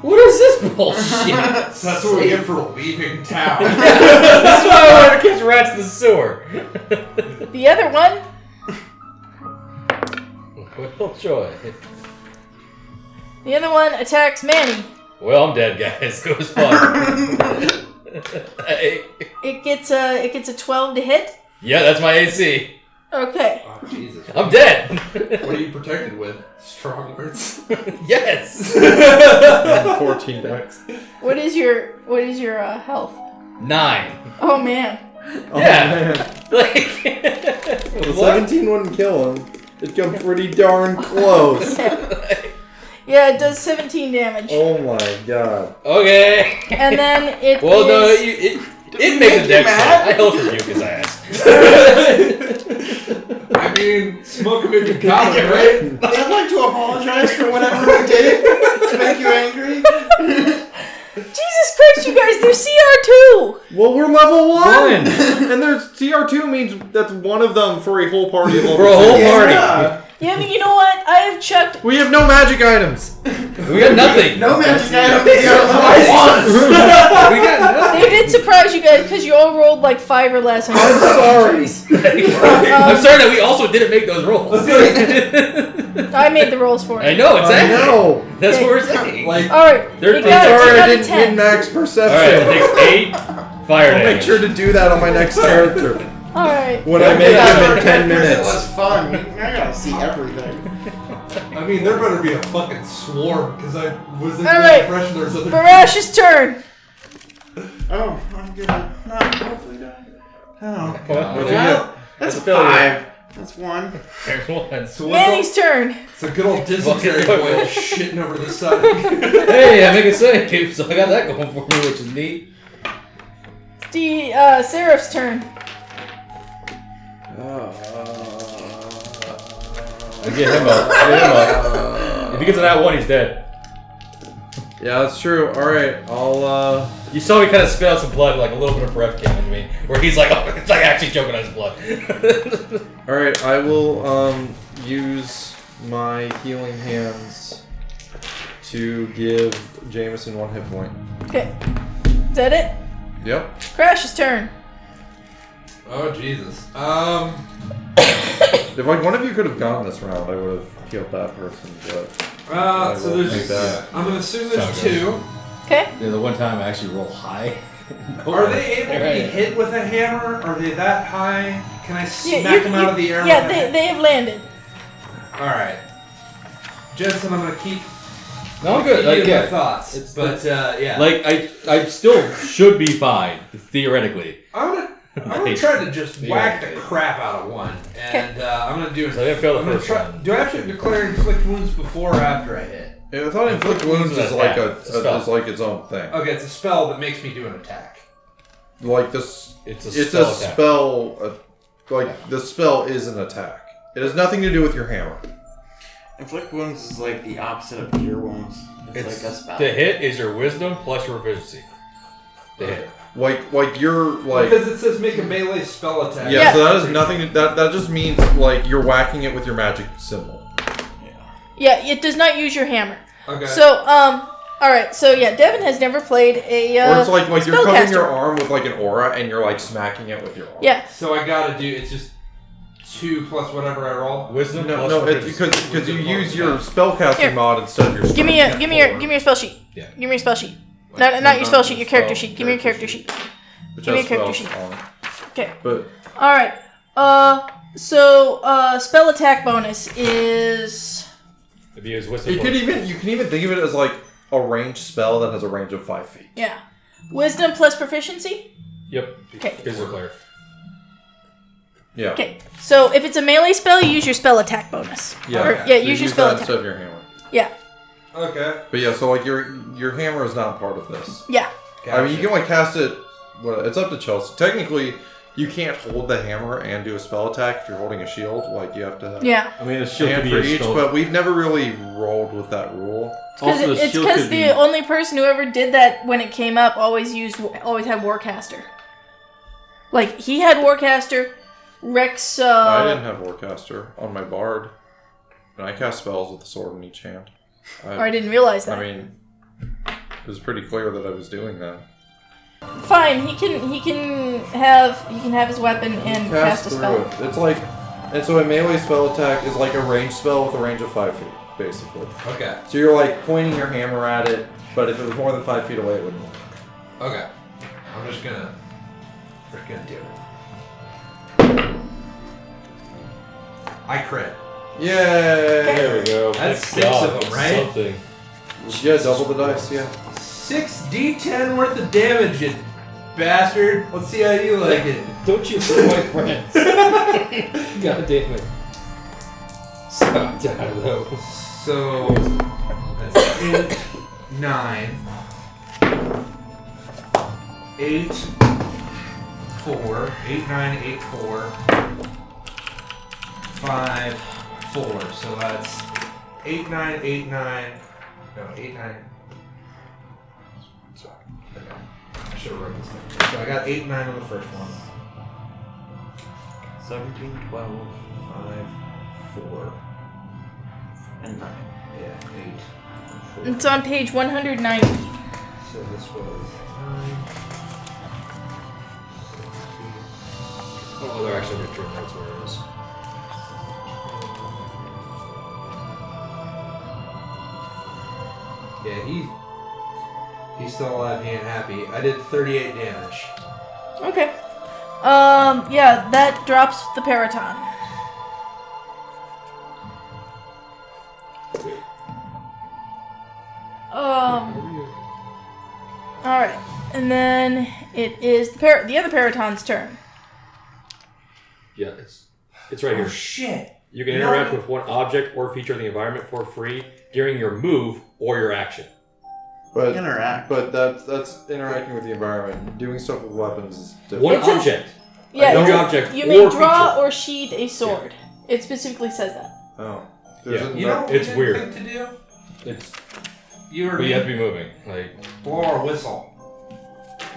What is this bullshit? So that's what we get for leaving town. That's why I want to catch rats in the sewer. The other one well, joy. The other one attacks Manny. Well, I'm dead, guys. It was fun. Hey. It gets a it gets a twelve to hit. yeah, that's my AC. Okay. oh, Jesus. What I'm dead. are you protected with? Strong words. yes. 14 decks. What is your what is your uh, health? Nine. Oh man. Yeah. Like. what? wouldn't kill him. It got pretty darn close. Yeah, it does seventeen damage. oh my god. Okay. And then it Well, no, is- you, it, it makes a deck I held for you because I asked. I mean, smoke 'em if you got 'em, right? I'd like to apologize for whatever we did to make you angry. Jesus Christ, you guys, they're CR two. Well, we're level one! One. and there's CR2 means that's one of them for a whole party of level For a whole two. party. Yeah. Yeah, I mean, you know what? I have checked. We have no magic items. We got nothing. No magic item. We got They did surprise you guys because you all rolled like five or less. I'm sorry. nothing. I'm sorry that we also didn't make those rolls. I I made the rolls for you. know, I exactly. know. That's what we're saying. All right, Like, All right. They're- it got, they're it sorry got I a didn't get 10. max it perception. takes eight fire I'll make damage. sure to do that on my next character. All right. When I make him in 10 It minutes. was fun. I gotta see everything. I mean, there better be a fucking swarm because I was under All the right. impression there was other. Barash's turn. Oh, I'm gonna not hopefully die. Oh. What'd you Well, get? that's That's a failure. five. That's one. There's one. So what's all, Manny's turn. it's a good old dysentery Fucking- boil shitting over the side. Hey, I make a save, so I got that going for me, which is neat. It's the uh, Seraph's turn. Oh. I get him up. I get him up. If he gets on that one, he's dead. Yeah, that's true. All right, I'll. uh... You saw me kind of spit out some blood, like a little bit of breath came into me, where he's like, oh, it's like actually choking on his blood. All right, I will um use my healing hands to give Jameson one hit point. Okay. Is that it? Yep. Crash's turn. oh Jesus. Um. If like one of you could have gotten this round, I would have healed that person. Uh, But I so will there's. take that. I'm gonna assume there's Sounds two. Okay. Yeah, the one time I actually roll high. Are they able to be Right. hit with a hammer? Are they that high? Can I smack you- them out of the you- air? Yeah, with a- they, they have landed. All right, Jensen, I'm gonna keep. No, I'm keep good. you Like, in my yeah. thoughts. It's but uh, yeah. Like, I, I still should be fine, theoretically. I'm gonna I'm gonna try to just whack the crap out of one, and uh, I'm gonna do. So I didn't fail the I'm gonna first try- one. Do I have to declare inflict wounds before or after I hit? Yeah, I thought inflict wounds is Yeah, like a, it's a spell. is like its own thing. Okay, it's a spell that makes me do an attack. Like this, It's a it's spell. a attack. spell. uh, like the spell is an attack. It has nothing to do with your hammer. Inflict wounds is like the opposite of cure wounds. It's, It's- like a spell. The hit is your wisdom plus your proficiency. The hit. Like like you're like because it says make a melee spell attack. yeah, So that is nothing. to- That that just means like you're whacking it with your magic symbol. Yeah, it does not use your hammer. Okay. So, um, all right. So yeah, Devin has never played a. Uh, or it's like like you're covering spellcaster. your arm with like an aura and you're like smacking it with your arm. Yeah, So I gotta do. It's just two plus whatever I roll. Wisdom No, plus no, it's proficiency. because because you use your Yeah. spellcasting Here. mod instead of your. give me strength. a, give me your, give me your spell sheet. Yeah. Give me your spell sheet. Not, not your spell sheet, your character Spell, sheet. Give me your character sheet. Which give me has a character spells sheet. on it. Okay. But All right. Uh, so uh, spell attack bonus is. If you use wisdom, you plus- could even you can even think of it as like a ranged spell that has a range of five feet. Yeah. Wisdom plus proficiency? Yep. Okay. Here's your player. Yeah. Okay. So if it's a melee spell, you use your spell attack bonus. Yeah. Or- yeah, So use you your spell that attack. instead of your hammer. Yeah. Okay. But yeah, so like your your hammer is not part of this. Yeah. I mean, you can like cast it. Well, it's up to Chelsea. Technically, you can't hold the hammer and do a spell attack if you're holding a shield. Like you have to have Yeah. I mean, a a shield could hand be for a each. spell. But we've never really rolled with that rule. Cause also, it- the it's shield because could be. the only person who ever did that when it came up always used always had Warcaster. Like he had Warcaster, Rex. I Uh, didn't have Warcaster on my bard, and I cast spells with a sword in each hand. I, or I didn't realize that. I mean, it was pretty clear that I was doing that. Fine. He can he can have he can have his weapon and cast, a through spell. it. It's like, and so a melee spell attack is like a ranged spell with a range of five feet, basically. Okay. So you're like pointing your hammer at it, but if it was more than five feet away, it wouldn't. work. Okay. I'm just gonna. We're gonna do it. I crit. Yay! There we go. go. That's Thank six God, of them, right? Something. Yeah, double the dice. Yeah. Six D10 worth of damage, you bastard. Let's see how you like it. Don't you hurt my friends? God damn it. Stop down though. So that's eight, nine, eight, four, eight, nine, eight, four, five, four. So that's eight, nine, eight, nine. No, eight, nine. Sorry. Okay. I should have wrote this down. So I got eight, nine on the first one. 17, 12, Five, four. and 9. Yeah, eight. Four. It's on page 190. So this was nine. sixteen, Oh, they're actually return notes where it is. Yeah, he he's still alive. He ain't happy. I did 38 damage. Okay. Um. Yeah. That drops the Paraton. Um. All right, and then it is the par- the other Paraton's turn. Yeah, it's it's right here. shit! You can No. interact with one object or feature in the environment for free during your move or your action. But Interact. but that's that's interacting with the environment. Doing stuff with weapons is different. One It's a- object. Yeah, no it's a- object you or may draw feature. or sheathe a sword. It specifically says that. Oh, there's Yeah. a- You know what we It's didn't weird. think to do? It's, You were but you have to be moving. Like, blow our whistle.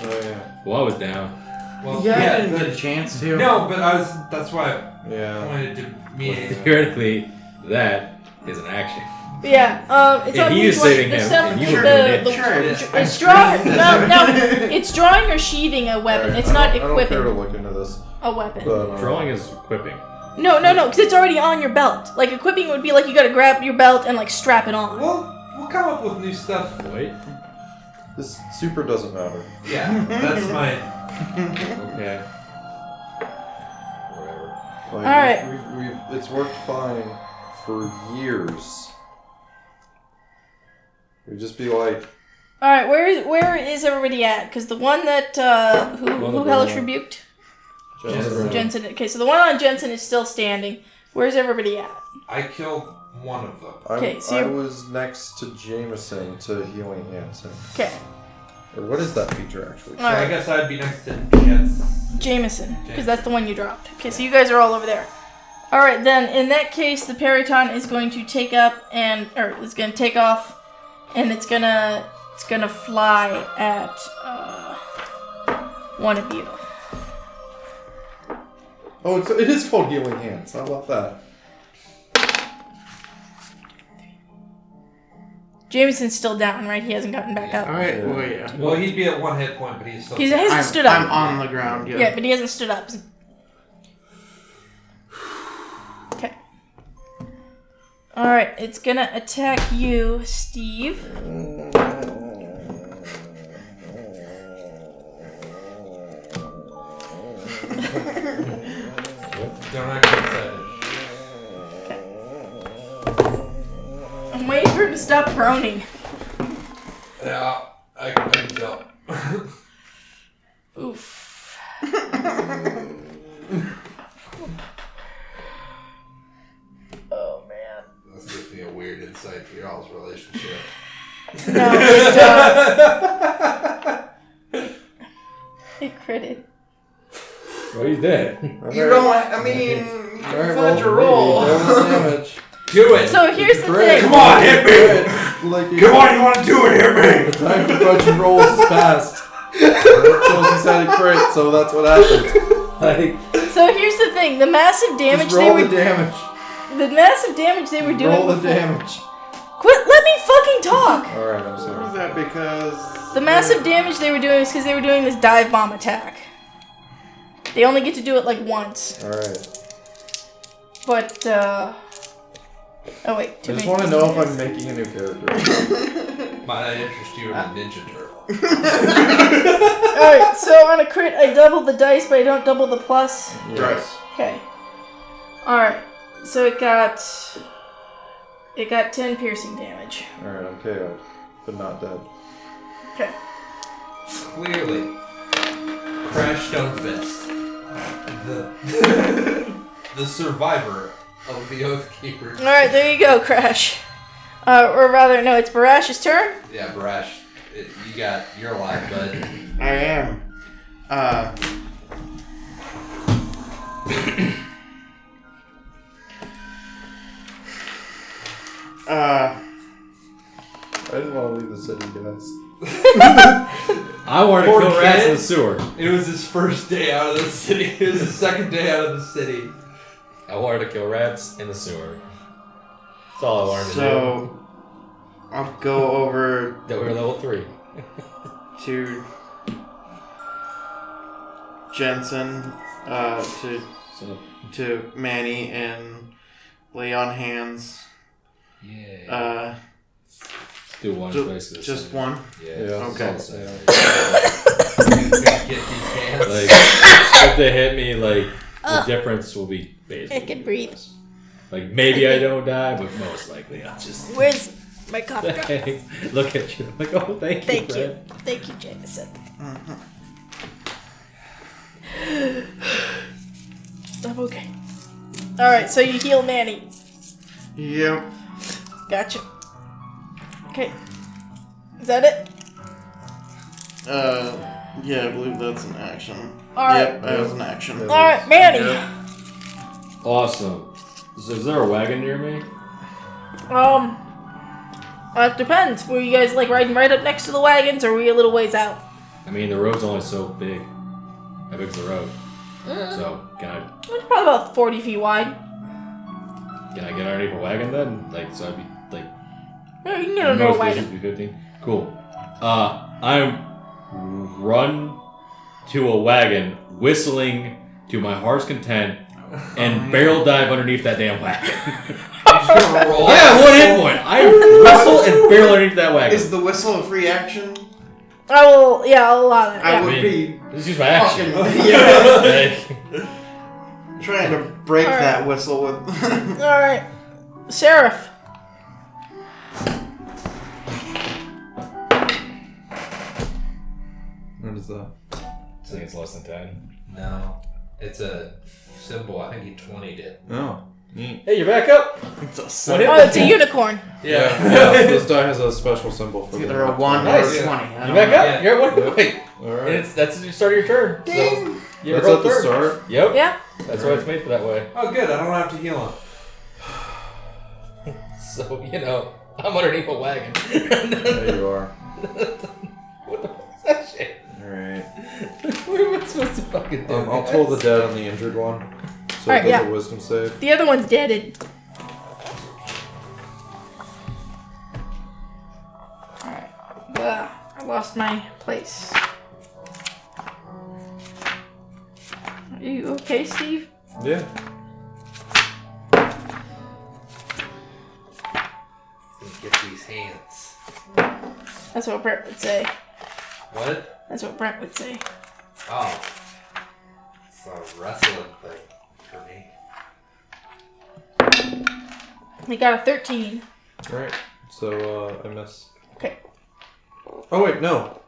Oh yeah, Well, I was down. Well, yeah, I yeah. didn't get a chance to. no, but I was. That's why I yeah. wanted to meet. Theoretically, that is an action. But yeah, um, it's Yeah, on he page is one- saving the him, stuff. and The, you were the, doing the, Sure it is. it's drawing. No, no, it's drawing or sheathing a weapon. Alright, it's I not don't- I don't care to equipping look into this, a weapon. but um, Drawing is equipping. No, no, no, because it's already on your belt. Like equipping would be like you gotta grab your belt and like strap it on. We'll we'll come up with new stuff. Wait. This super doesn't matter. Yeah, that's my. Okay. Like, whatever. Alright. We've, we've, it's worked fine for years. We just be like, All right, where is where is everybody at? Because the one that uh, who Well, who the hellish one- rebuked Jensen. Jensen. Okay, so the one on Jensen is still standing. Where's everybody at? I killed one of them. I, Okay, so I you're- was next to Jameson to healing Hansen. Okay, Or what is that feature actually? all So I right, guess I'd be next to Jens. Jameson, because that's the one you dropped. Okay, so you guys are all over there. All right, then in that case, the periton is going to take up and or it's going to take off, and it's gonna it's gonna fly at uh, one of you. Oh, it's, it is called Healing Hands. How about that? Jameson's still down, right? He hasn't gotten back up. Alright, well, yeah. Well, he'd be at one hit point, but he's still. He hasn't I'm, stood up. I'm on the ground, yeah. Yeah, but he hasn't stood up. Okay. All right, it's gonna attack you, Steve. Don't act excited. I'm waiting for him to stop groaning. Yeah, I can, I can tell. Oof. oh man. That's giving me a weird insight to your all's relationship. No, it, uh, it critted. Well, he's dead. You don't, I mean, you Alright, fudge your roll. damage. Do it! So here's the Great. thing. on, hit Good. Like Come on, you want to do it, hit me! Time for fudge and rolls is past. Kills inside a crit, so that's what happened. Like, So here's the thing. The massive damage Just they roll the were damage. the massive damage they were doing. Roll the before- damage. Quit. Let me fucking talk. Alright, I'm Is sorry. that because. The massive damage they were doing is because they were doing this dive bomb attack. They only get to do it like once, Alright. but uh. Oh wait, I too just many want to things know if this. I'm making a new character. Might I interest you in a Ninja Turtle? Alright, so on a crit, I double the dice, but I don't double the plus. Yes. Okay. Alright, so it got. It got 10 piercing damage. Alright, I'm KO'd, but not dead. Okay. Clearly. Crash Dunkfest. The, the survivor of the Oath Keeper. Alright, there you go, Crash. Uh, or rather, no, it's Barash's turn. Yeah, Barash, it, you got, you're alive, bud. I am. Uh. uh. I didn't want to leave the city, guys. I want to Poor kill rats in kid. the sewer. It was his first day out of the city. It was his second day out of the city. I wanted to kill rats in the sewer. That's all I wanted to So. I'll go over do. That we were level three. to Jensen, uh, to So, to Manny and lay on hands. yeah. Uh, Let's do one ju- place. at a just one. time. Yeah. Okay. it's all the same. He's gonna get these hands. Like, if they hit me, like, the difference will be basically. I can breathe. Like, maybe I don't die, but most likely I'll just. Where's my cough Look at you. Like, oh, thank you. Thank you. Fred. Thank you, Jameson. Mm-hmm. I'm okay. Alright, so you heal Manny. Yep. Gotcha. Okay. Is that it? Uh, yeah, I believe that's an action. Alright. Yep, that was an action. Alright, Manny. Yep. Awesome. So, is there a wagon near me? Um. Uh, it depends. Were you guys like riding right up next to the wagons or were you a little ways out? I mean, the road's only so big. How big's the road? So, can I It's probably about 40 feet wide. can I get underneath a wagon then? Like, so I'd be like Yeah, you can get under a Most wagon. dishes be 15. Cool. Uh, I'm run to a wagon, whistling to my heart's content, Oh, and barrel dive underneath that damn wagon. He's gonna roll. I have one hit point. I whistle and barrel underneath that wagon. Is the whistle a free action? I will, yeah, I'll allow that. I Yeah. would be Just use my action. fucking yeah, Like, trying to break Alright. that whistle with. Alright. Sheriff. What is that? I think it's less than ten. No. It's a symbol. I think he 20 did. Oh, neat. Hey, you're back up. It's a What seven. if- Oh, it's a unicorn. Yeah, yeah, this die has a special symbol for It's the either a one or Nice. a twenty. I You don't back know. up? Yeah. You're at one point. All And right. it's that's the start of your turn. So you're That's roll at the third. start. Yep. Yeah. That's why it's made for that way. Oh, good. I don't have to heal him. So you know, I'm underneath a wagon. There you are. what the fuck is that shit? All right. What am I supposed to fucking do? Um, I'll toll the dead on the injured one. So All it right, does yeah. a wisdom save. The other one's deaded. Alright. Ugh, I lost my place. Are you okay, Steve? Yeah. Get these hands. That's what Brent would say. What? That's what Brent would say. Oh. It's a wrestling thing for me. We got a 13. All right. So uh, I miss. Okay. Oh wait, no.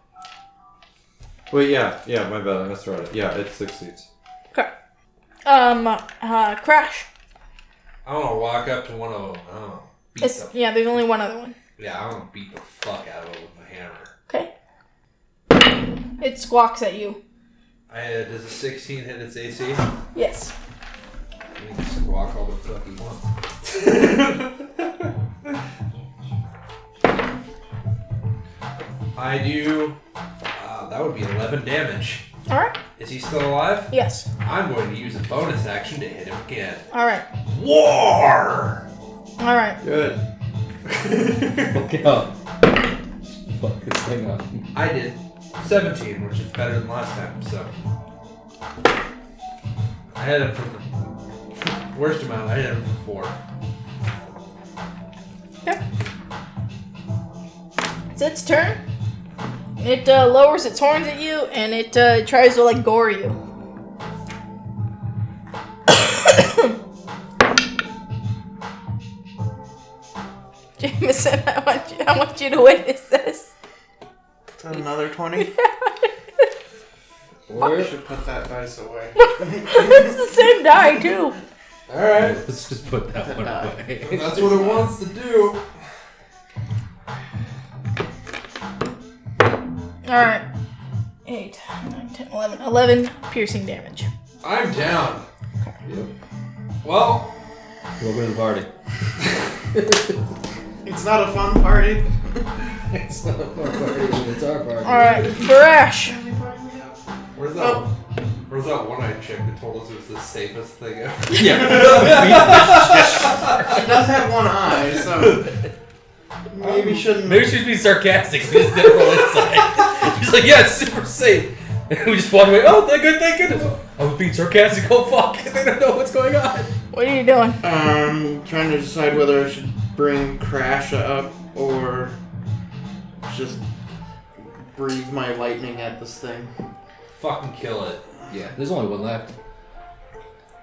Wait, yeah, yeah. My bad. I misread it. Yeah, it succeeds. Okay. Um, uh, Crash. I want to walk up to one of them. I want to beat It's, them. yeah, there's only one other one. Yeah, I want to beat the fuck out of them with my hammer. Okay. It squawks at you. I, uh, does a 16 hit its AC? You Yes. can squawk all the fuck you want. I do. Uh, that would be 11 damage. Alright. Is he still alive? Yes. I'm going to use a bonus action to hit him again. Alright. War! Alright. Good. Look it up. Fuck this thing up. I did 17, which is better than last time, so. I hit him for the worst amount, I hit him for four. It's its turn. It uh, lowers its horns at you and it uh, tries to like gore you. Jameson, I want you, I want you to witness this. It's another twenty. Where? I should put that dice away. it's the same die too. Alright, Let's just put that one away. that's what it wants to do. All right, eight, nine, ten, eleven, eleven piercing damage. I'm down. Well, Welcome to the party. It's not a fun party. It's not a fun party. but It's our party. All right, Barash. where's that? Where's that one-eyed chick that told us it was the safest thing ever? She does have one eye, so maybe shouldn't. Maybe she's being sarcastic. We just did roll inside. She's like, yeah, it's super safe. And we just walked away. Oh, thank good, thank goodness. I was being sarcastic. Oh, fuck. They don't know what's going on. What are you doing? Um, trying to decide whether I should bring Crash up or just breathe my lightning at this thing. Fucking kill it. Yeah, there's only one left.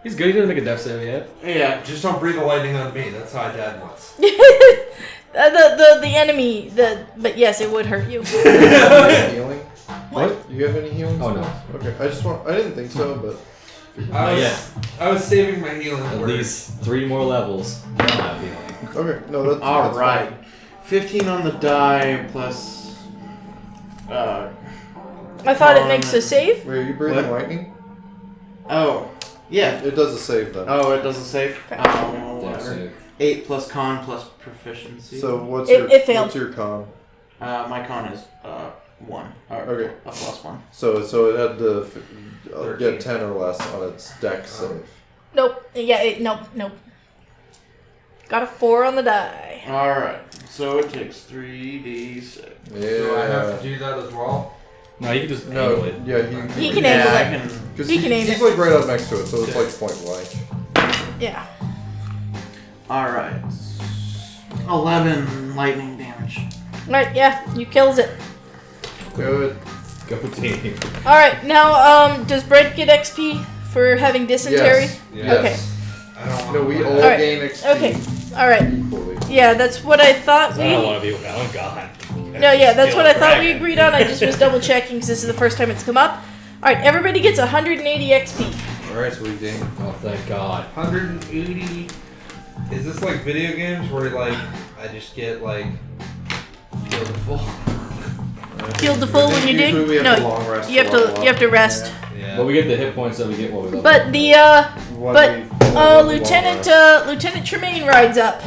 He's good. He didn't make a death save yet. Yeah. Just don't breathe the lightning on me. That's how I died once. Uh, the the the enemy. The but yes, it would hurt you. Any healing? What? Do you have any healing? Oh, no. spells? Okay. I just want. I didn't think so, but I was, yeah. I was saving my healing At word. least three more levels. I'll have healing. okay. No, that's All that's right. Fifteen on the die plus. Uh I thought it makes a save. Fine. Wait, are you breathing What? lightning? oh. Yeah. It does a save then. Oh, it doesn't save. Oh, Death whatever. save. Eight plus con plus proficiency. So what's It- your it failed. what's your con? uh, my con is uh one. Or Okay. A plus one. So so it had to f- uh, Thirteen. Uh-huh. get ten or less on its deck save. Nope. Yeah. It, nope. Nope. Got a four on the die. All right. So it takes three d six. Yeah. Do I have to do that as well? No, you can just angle no. it. Yeah. He, He can yeah, angle I it. can. 'cause he can aim He's it. like right up next to it, so it's like point blank. Yeah. All right. Eleven lightning damage. Right. Yeah. You kills it. Good. Go team. All right. Now, um, does Brent get XP for having dysentery? Yes. Yes. I don't want No, we all Alright. gain XP Okay. All right. equally. Yeah. That's what I thought I don't we. want to be with that one. God. No. Yeah. That's what I thought we Dragon. agreed on. I just was double checking because this is the first time it's come up. All right. Everybody gets 180 XP. Alright, so we gain. Oh, thank God. 180. Is this like video games where like I just get like filled full? Heal the full when you dig. Usually we have a No, long rest you have level to up. you have to rest. Yeah. But we get the hit points that we get while we level. But the uh, One but week, one uh, week, one Lieutenant rest. uh, Lieutenant Tremaine rides up,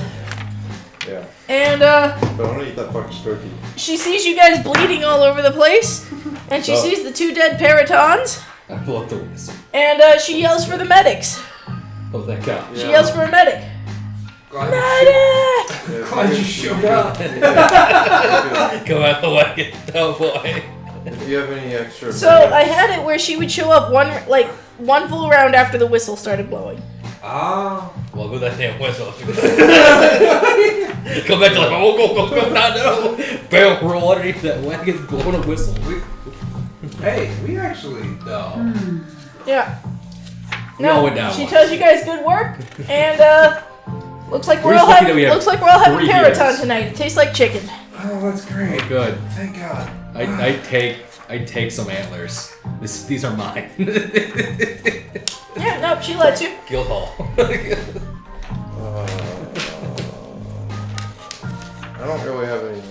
Yeah, and uh, but I'm gonna eat that fucking turkey. she sees you guys bleeding all over the place, and she Oh. sees the two dead paratons, I blew up the whistle. and uh, she yells for the medics. Oh, thank God. She yells for a medic. Glad, Medic! Yeah, glad you fucking- showed up. Come out the way, oh boy. If you have any extra. So I had it where she would show up one like one full round after the whistle started blowing. Ah. Well, with that damn whistle. Come back to like, oh, go, go, go, no, no. Barrel roll underneath that wagon, blowing a whistle. We, hey, we actually. No. Yeah. We all went down She once. tells you guys good work, and uh, looks like we're, We're just all lucky having that we have looks like we're all having three paraton heroes. tonight. It tastes like chicken. Oh, that's great. Oh, good. Thank God. I, I take I take some antlers. This, these are mine. Yeah, no, she lets you. Guildhall. Uh, I don't really have any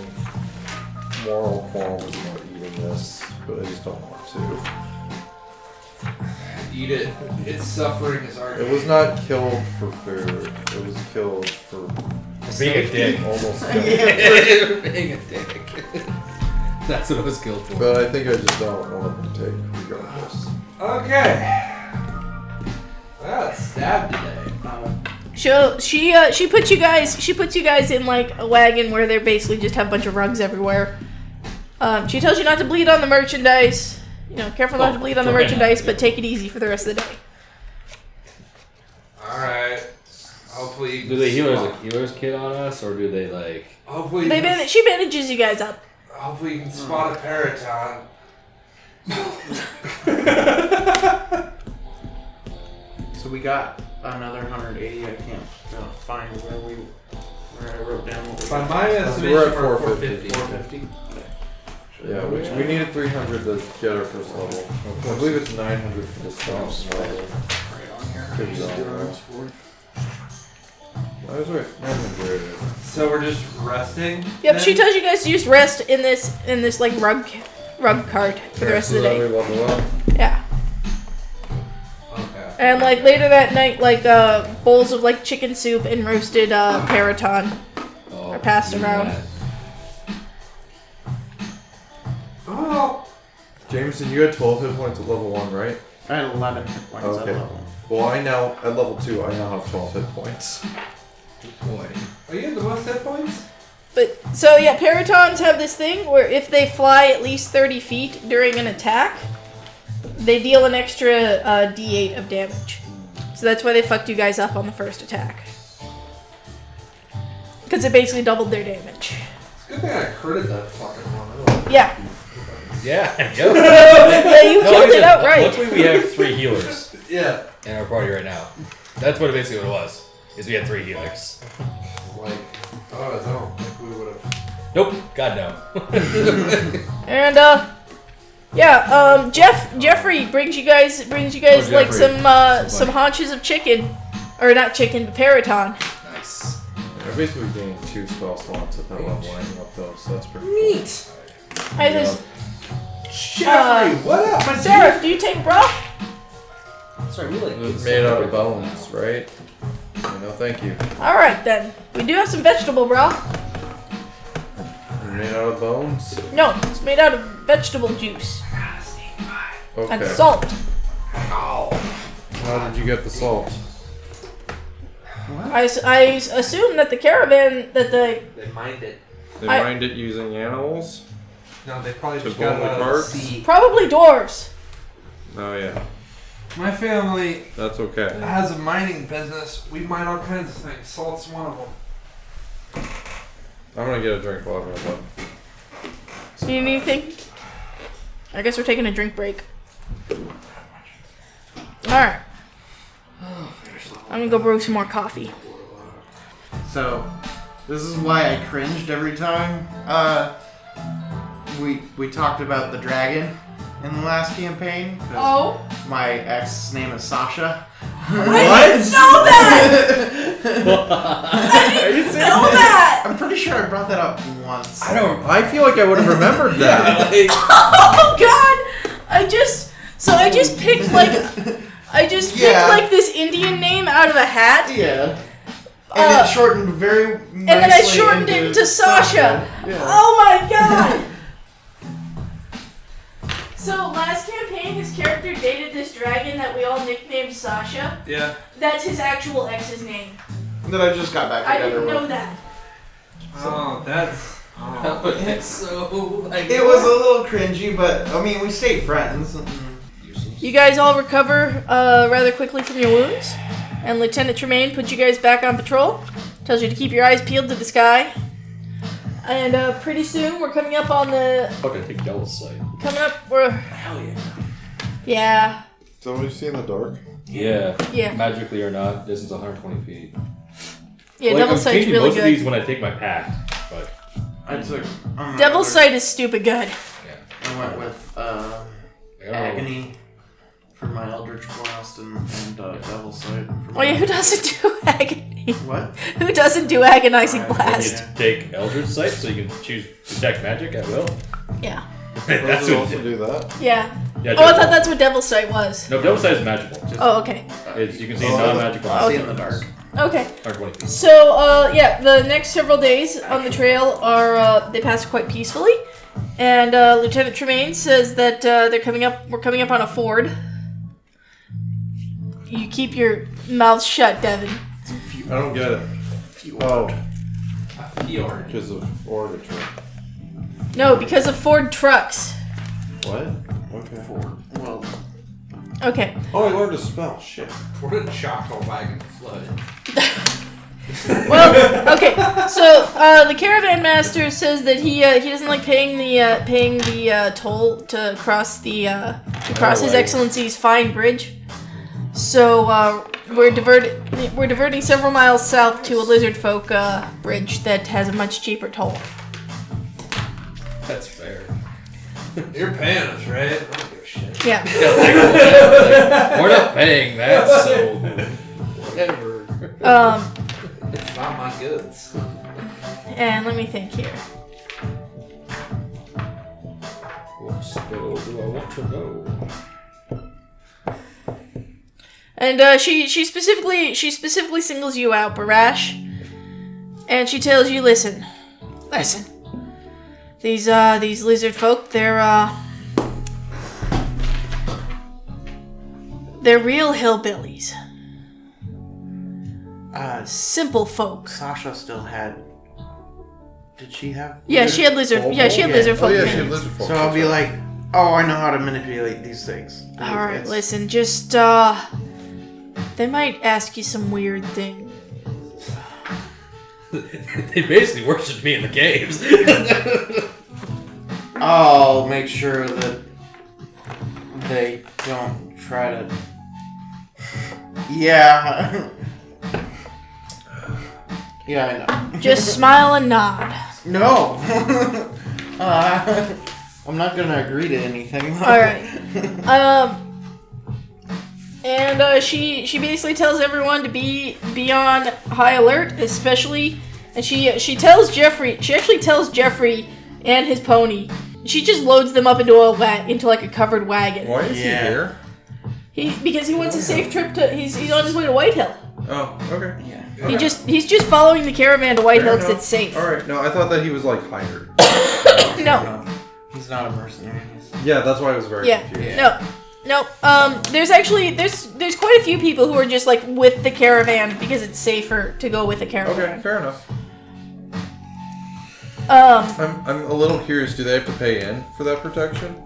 moral qualms about eating this, but I just don't want to. Eat it. Its suffering is our. It was not killed for food. It was killed for Being a dick. almost killed. Being a dick. That's what I was killed for. But I think I just don't want to take regardless. Okay. I got stabbed today. She she uh, she puts you guys she puts you guys in like a wagon where they basically just have a bunch of rugs everywhere. Um, she tells you not to bleed on the merchandise. You know, careful not to Oh, bleed on the okay. merchandise, but take it easy for the rest of the day. All right. Hopefully. you do the healers can- like healers kid on us, or do they like? Hopefully. you They can- man- she bandages you guys up. Hopefully you can spot a paraton. So we got another 180. I can't uh, find where we where I wrote down what we By got. my estimation, we're at we're at 450. 450. 450. Yeah, which we needed 300 to get our first level. Oh, I believe it's 900 for the second level. Right on here. Could be on there. I was right. 900. So we're just resting. Yep, then? she tells you guys to just rest in this in this like rug rug cart for the rest of the So day. then we level up. Yeah. Okay. And like later that night, like uh bowls of like chicken soup and roasted uh periton. Oh, Are passed around. Oh. Jameson, you had 12 hit points at level 1, right? I had 11 hit points at Okay. level. Well, I now, at level 2, I now have 12 hit points. Boy. Are you at the most hit points? But so yeah, peritons have this thing where if they fly at least thirty feet during an attack, they deal an extra uh, d8 of damage. So that's why they fucked you guys up on the first attack. Because it basically doubled their damage. It's a good thing I critted that fucking one. Yeah, Yeah. Yep. yeah, you killed it outright. Luckily, we have three healers. Yeah. In our party right now. That's what basically what it was. Is we had three healers. Like, oh, I don't think we would have. Nope. God no. And uh yeah, um Jeff Jeffrey brings you guys brings you guys Oh, like Jeffrey. some uh Somebody. some haunches of chicken. Or not chicken, but periton. nice. I basically gained two spell slots at that level. I ended up though, so that's pretty cool. Meat. I just Uh, Jeffrey, what up? My Seraph, do you take broth? Sorry, we like. It's made out of bones, right? No, thank you. Alright then. We do have some vegetable broth. Made out of bones? No, it's made out of vegetable juice Okay. and salt. How did you get the salt? I, s- I s- assume that the caravan that the They mined it. They I- mined it using animals? No, they probably To just got bone it the out of the carts? sea. probably dwarves. Oh yeah, My family that's okay. has a mining business. We mine all kinds of things. Salt's one of them. I'm gonna get a drink while I'm done. Do you need anything? I guess we're taking a drink break. Alright. I'm gonna go brew some more coffee. So, this is why I cringed every time. Uh, we we talked about the dragon in the last campaign. 'cause Oh. My ex's name is Sasha. I didn't know that! I didn't know that! I'm pretty sure I brought that up once. I don't. I feel like I would have remembered that. Oh god! I just. So I just picked like. I just picked Yeah. like this Indian name out of a hat. yeah. And Uh, it shortened very And then I shortened it to Sasha. Yeah. Oh my god! So last campaign, his character dated this dragon that we all nicknamed Sasha. Yeah. That's his actual ex's name. That I just got back I together didn't with. know that. Oh, that's. Oh. It's so. Like, It was a little cringy, but I mean, we stayed friends. You guys all recover uh, rather quickly from your wounds, and Lieutenant Tremaine puts you guys back on patrol. Tells you to keep your eyes peeled to the sky. And uh, pretty soon we're coming up on the Fuck, I think yellow sight. coming up. We're Hell yeah. yeah Is that what you see in the dark? Yeah. yeah Magically or not, distance 120 feet. yeah. Like, Devil I'm sight's changing really most good. of these when I take my pack. I took. Um, Devil sight is stupid good. I went with uh, I don't know. Agony for my Eldritch Blast and, and uh, Devil Sight. For my- Wait, Oh, who doesn't do agony? What? Who doesn't do agonizing You blast? Oh. take Eldritch Sight, so you can choose detect magic at will. Yeah. that's Does it what. also do that? Yeah. Yeah, Oh, I thought that's what devil sight was. No, Devil Sight is magical. Oh, okay. It's, you can see Oh, non-magical. I'll see in the dark. Okay. Or 20 feet. So, uh, yeah, the next several days on the trail are, uh, they pass quite peacefully. And, uh, Lieutenant Tremaine says that, uh, they're coming up, we're coming up on a ford. You keep your mouth shut, Devin. I don't get it. Oh, A fjord. because of orbital. No, because of Ford trucks. What? Okay. Well, Okay. Oh, I learned a spell. Shit. What a chocolate wagon flood. Well, okay. So, uh, the caravan master says that he, uh, he doesn't like paying the, uh, paying the, uh, toll to cross the, uh, to cross His Highway. Excellency's fine bridge. So uh, we're divert we're diverting several miles south to a lizard folk uh, bridge that has a much cheaper toll. That's fair. You're paying us, right? I don't give a shit. Yeah. We're not paying that, so whatever. Um, It's not my goods. and let me think here. What spell do I want to know? And uh, she she specifically she specifically singles you out, Barash, and she tells you, listen, listen. These uh these lizard folk, they're uh they're real hillbillies, uh, simple folk. Sasha still had. Did she have? Yeah, she had lizard. yeah, she had yeah. lizard Oh folk. yeah, she names. had lizard folk. So I'll be like, oh, I know how to manipulate these things. All right, It's- listen, just uh, they might ask you some weird thing. they basically worshipped me in the caves. I'll make sure that they don't try to. Yeah. yeah, I know. Just smile and nod. No. uh, I'm not gonna agree to anything. All right. Um, and uh, she she basically tells everyone to be be on high alert, especially. And she she tells Jeffrey. She actually tells Jeffrey and his pony. She just loads them up into a wa- into like a covered wagon. Why is Yeah. he here? He because he wants a safe trip to. He's he's on his way to Whitehill. Oh, okay. He just he's just following the caravan to Whitehill because enough. it's safe. All right. No, I thought that he was like hired. No. No, he's not a mercenary. He's- Yeah, that's why I was very Yeah. confused. No, no. Um, there's actually there's there's quite a few people who are just like with the caravan because it's safer to go with the Okay, caravan. fair enough. Um, I'm, I'm a little curious. Do they have to pay in for that protection?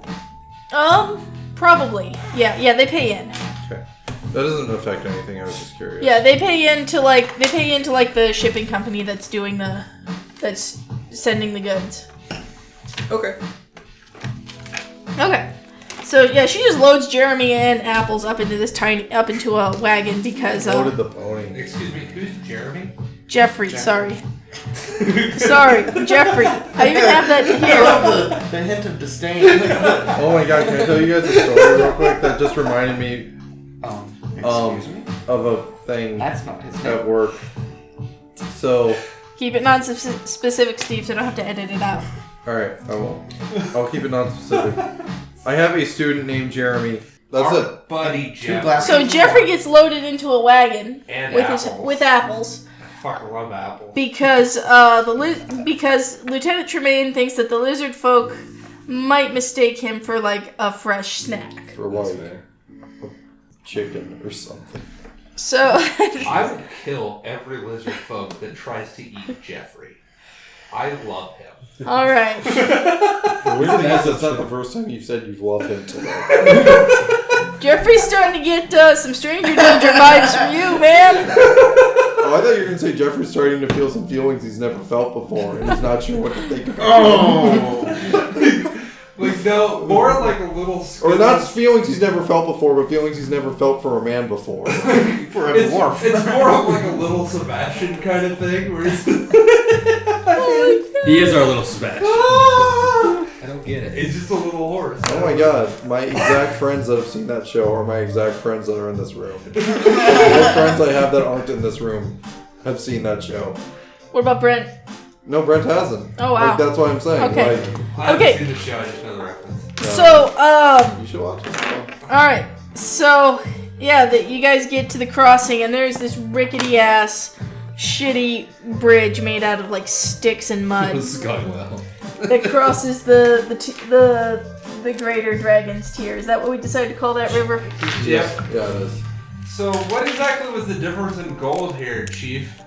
um, probably. Yeah, yeah. They pay in. Okay. That doesn't affect anything. I was just curious. Yeah, they pay in to like they pay in to like the shipping company that's doing the that's sending the goods. Okay. Okay. So yeah, she just loads Jeremy and apples up into this tiny up into a wagon because uh, Loaded the pony. Excuse me, who's Jeremy? Jeffrey, Sorry. Sorry, Jeffrey. I even have that I here. love the, the hint of disdain. Oh my god, can I tell you guys a story real quick that just reminded me um, Um, excuse oh. me. of a thing That's not his name. at work? So, Keep it non-specific, Steve, so I don't have to edit it out. alright, I won't. I'll keep it non specific. I have a student named Jeremy. That's Our it. Buddy Two Jeff. glasses. So Jeffrey gets loaded into a wagon And with apples. his with apples Fuck, I love apple. because uh, the li- because Lieutenant Tremaine thinks that the lizard folk might mistake him for like a fresh snack. For like chicken or something. So I would kill every lizard folk that tries to eat Jeffrey. I love him. all right, The weird thing is, that's not the first time you've said you've loved him today. Jeffrey's starting to get uh, some stranger danger vibes from you, man. Oh, I thought you were going to say Jeffrey's starting to feel some feelings he's never felt before, and he's not sure what to think about. Oh, Like no, more like a little. Or not feelings he's never felt before, but feelings he's never felt for a man before. Oh for a It's, dwarf. it's more of like a little Sebastian kind of thing where it's. He is our little smash. I don't get it. It's just a little horse. Oh my god, my exact friends that have seen that show are my exact friends that are in this room. the friends I have that aren't in this room have seen that show. What about Brent? No, Brent hasn't. Oh, wow. Like, that's what I'm saying. Okay. Like, I haven't Okay. seen the show. I just know the reference. uh, So um. you should watch it. All right, so yeah, that you guys get to the crossing, and there's this rickety ass, shitty bridge made out of like sticks and mud This is going well. that crosses the the t- the the Greater Dragon's Tear. Is that what we decided to call that river? Yep. Yeah, it is. So what exactly was the difference in gold here, Chief?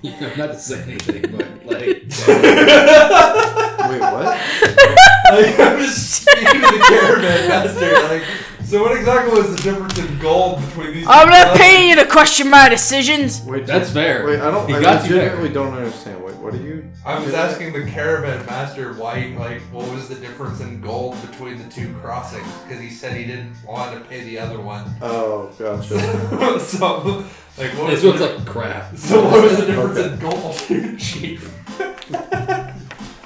You know, not to say anything, but like, Wait, what? Like, I'm just speaking to the caravan master. Like, so what exactly was the difference in gold between these? I'm two not brothers? paying you to question my decisions. Wait, That's fair. Wait, I don't. He I got you there. legitimately don't understand. Wait, what are you? I was asking the caravan master why, like, what was the difference in gold between the two crossings? Because he said he didn't want to pay the other one. Oh, gotcha. so, like, what was this the, one's like crap. so what was the difference Okay. in gold here, Chief?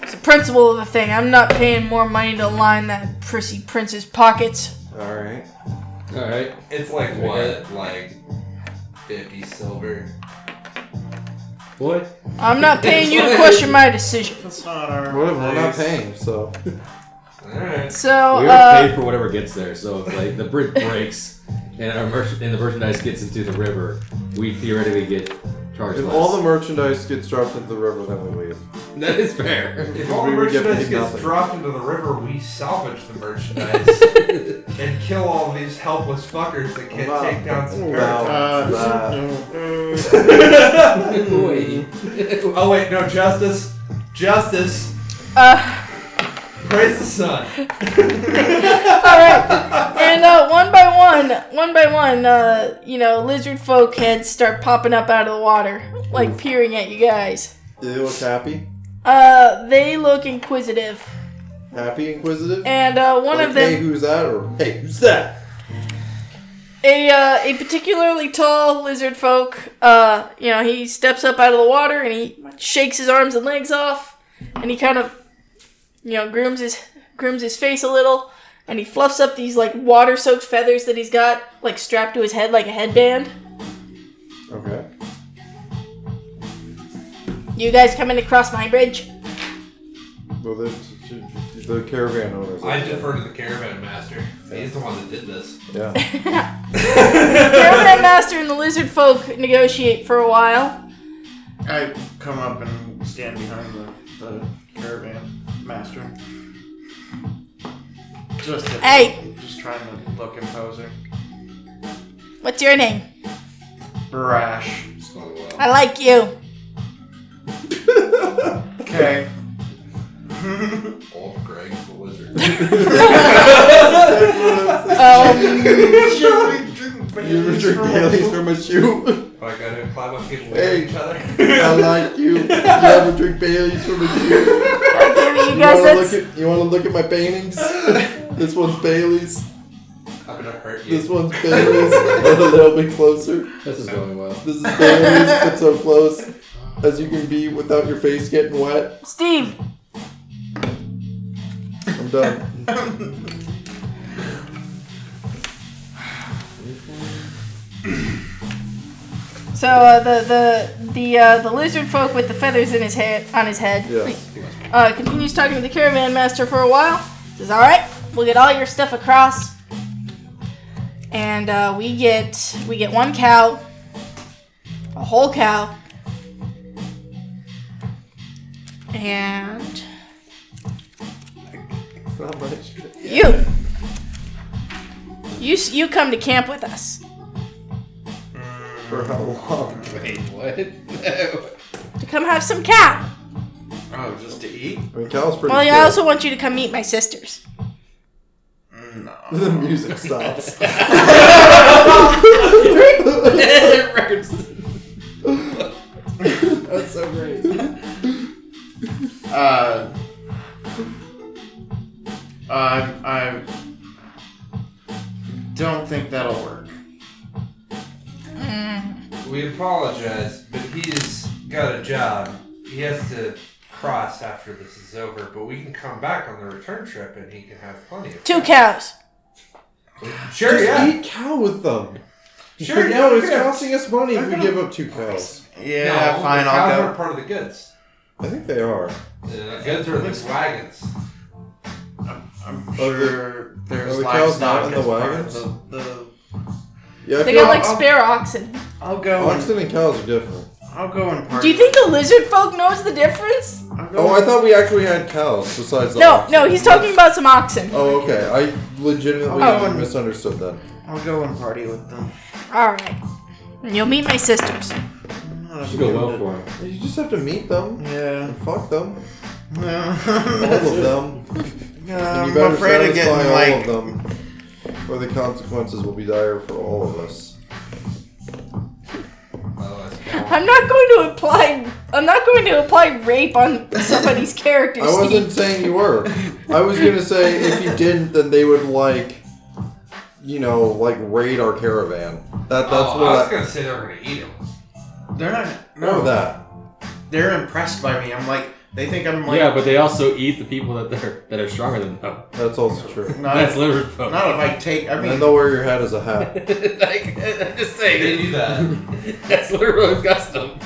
It's the principle of the thing. I'm not paying more money to line that prissy prince's pockets. All right. All right. It's like what, like, fifty silver. Boy. I'm not paying you to question my decisions. That's not our. Whatever. We're not Nice. paying, so All right. So We uh, would pay for whatever gets there. So if like the bridge breaks and our merch- and the merchandise gets into the river, we theoretically get charged if less. all the merchandise gets dropped into the river, then we leave. that is fair. If all the We would get merchandise paid gets nothing. dropped into the river, we salvage the Hmm. merchandise and kill all these helpless fuckers that can't Wow. take down some Wow. Uh, Nah. no, uh, Boy. Oh wait, no, justice, justice. uh, Praise the sun. All right, and uh, one by one, one by one, uh, you know, lizard folk heads start popping up out of the water, like peering at you guys. It was happy, Uh, they look inquisitive, happy, inquisitive. and uh, one Like, of Hey, them, who's that? Or hey, who's that? a uh, a particularly tall lizard folk, uh, you know, he steps up out of the water and he shakes his arms and legs off, and he kind of, you know, grooms his grooms his face a little, and he fluffs up these like water soaked feathers that he's got like strapped to his head like a headband. Okay. You guys coming across my bridge? Well, the, the caravan owners. I defer to the caravan master. He's the one that did this. Yeah. Caravan Master and the lizard folk negotiate for a while. I come up and stand behind the, the caravan master. Just to- Hey. Just trying to look imposing. What's your name? Brash. It's going well. I like you. Okay. Old Greg the lizard. Um, You were drinking Bailey's from a shoe. like I didn't climb up people Hey. hey. each other. I like you. You ever drink Bailey's from a shoe? you You guys, wanna that's look at you wanna look at my paintings? this one's Bailey's. I I'm gonna hurt you. This one's Bailey's and a little bit closer. This is going well. This is Bailey's, but so close as you can be without your face getting wet. Steve, I'm done. So uh, the the the uh, the lizard folk with the feathers in his head on his head Yeah. uh, continues talking to the caravan master for a while. Says, "All right, we'll get all your stuff across, and uh, we get we get one cow, a whole cow, and It's not much. you you s- you come to camp with us." For how long? Wait, what? To come have some cow. Oh, just to eat? I mean, Cal's pretty Well, good. I also want you to come meet my sisters. the music stops. Records. That's so great. Uh, uh, I, I don't think that'll work. We apologize, but he's got a job. He has to cross after this is over, but we can come back on the return trip and he can have plenty of Two cows. Sure, yeah. eat cow with them. Sure, yeah. no, we it's can have- costing us money if we gonna- give up two cows. No, the cows aren't part of the goods. I think they are. The goods are the wagons. I'm Sure, Are there's the cows livestock not in the as part wagons? of The, the, Yeah, I They feel got like spare oxen. I'll go. And, oxen and cows are different. I'll go and part. Do you think the lizard folk knows the difference? I'll go Oh, I thought we actually had cows besides the No, oxen. no, he's talking about some oxen. Oh, okay. I legitimately Oh. misunderstood that. I'll go and party with them. All right. You'll meet my sisters. I'm not Should go immune well to- for him. You just have to meet them. Yeah. and Fuck them. All No. of them. And you I'm better afraid of satisfy getting all of like. them, or the consequences will be dire for all of us. Oh, that's cow. I'm not going to apply. I'm not going to apply rape on somebody's character. I wasn't saying you were. I was gonna say if you didn't, then they would like, you know, like raid our caravan. That that's oh, I was what. I, gonna say they're gonna eat him. They're not. no, No, that. they're impressed by me. I'm like, they think I'm like. Yeah, but they also eat the people that they're that are stronger than them. That's also true. Not, That's lizard folk. not if I take. I mean, And they'll wear your hat as a hat. like, I'm just They do saying. that. That's literal custom.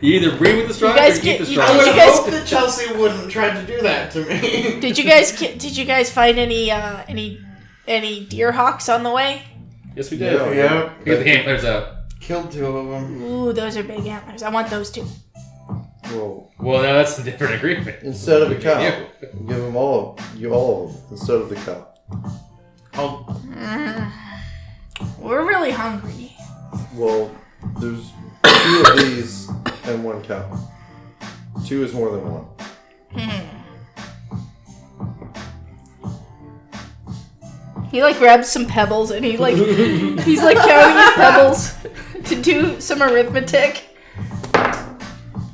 You either breed with the strong or guys you get- eat the you- I strong. would Did you guys- hope that Chelsea wouldn't try to do that to me. Did you guys ki- did you guys find any uh, any any deer hawks on the way? Yes, we did. Yeah. Yep. Get the antlers out. Killed two of them. Ooh, those are big antlers. I want those two. Well, Well, now that's a different agreement. instead of a cow, You. give them all of you all of them instead of the cow. I'll, We're really hungry. Well, there's two of these and one cow. Two is more than one. He like grabs some pebbles and he like he's like counting his pebbles to do some arithmetic.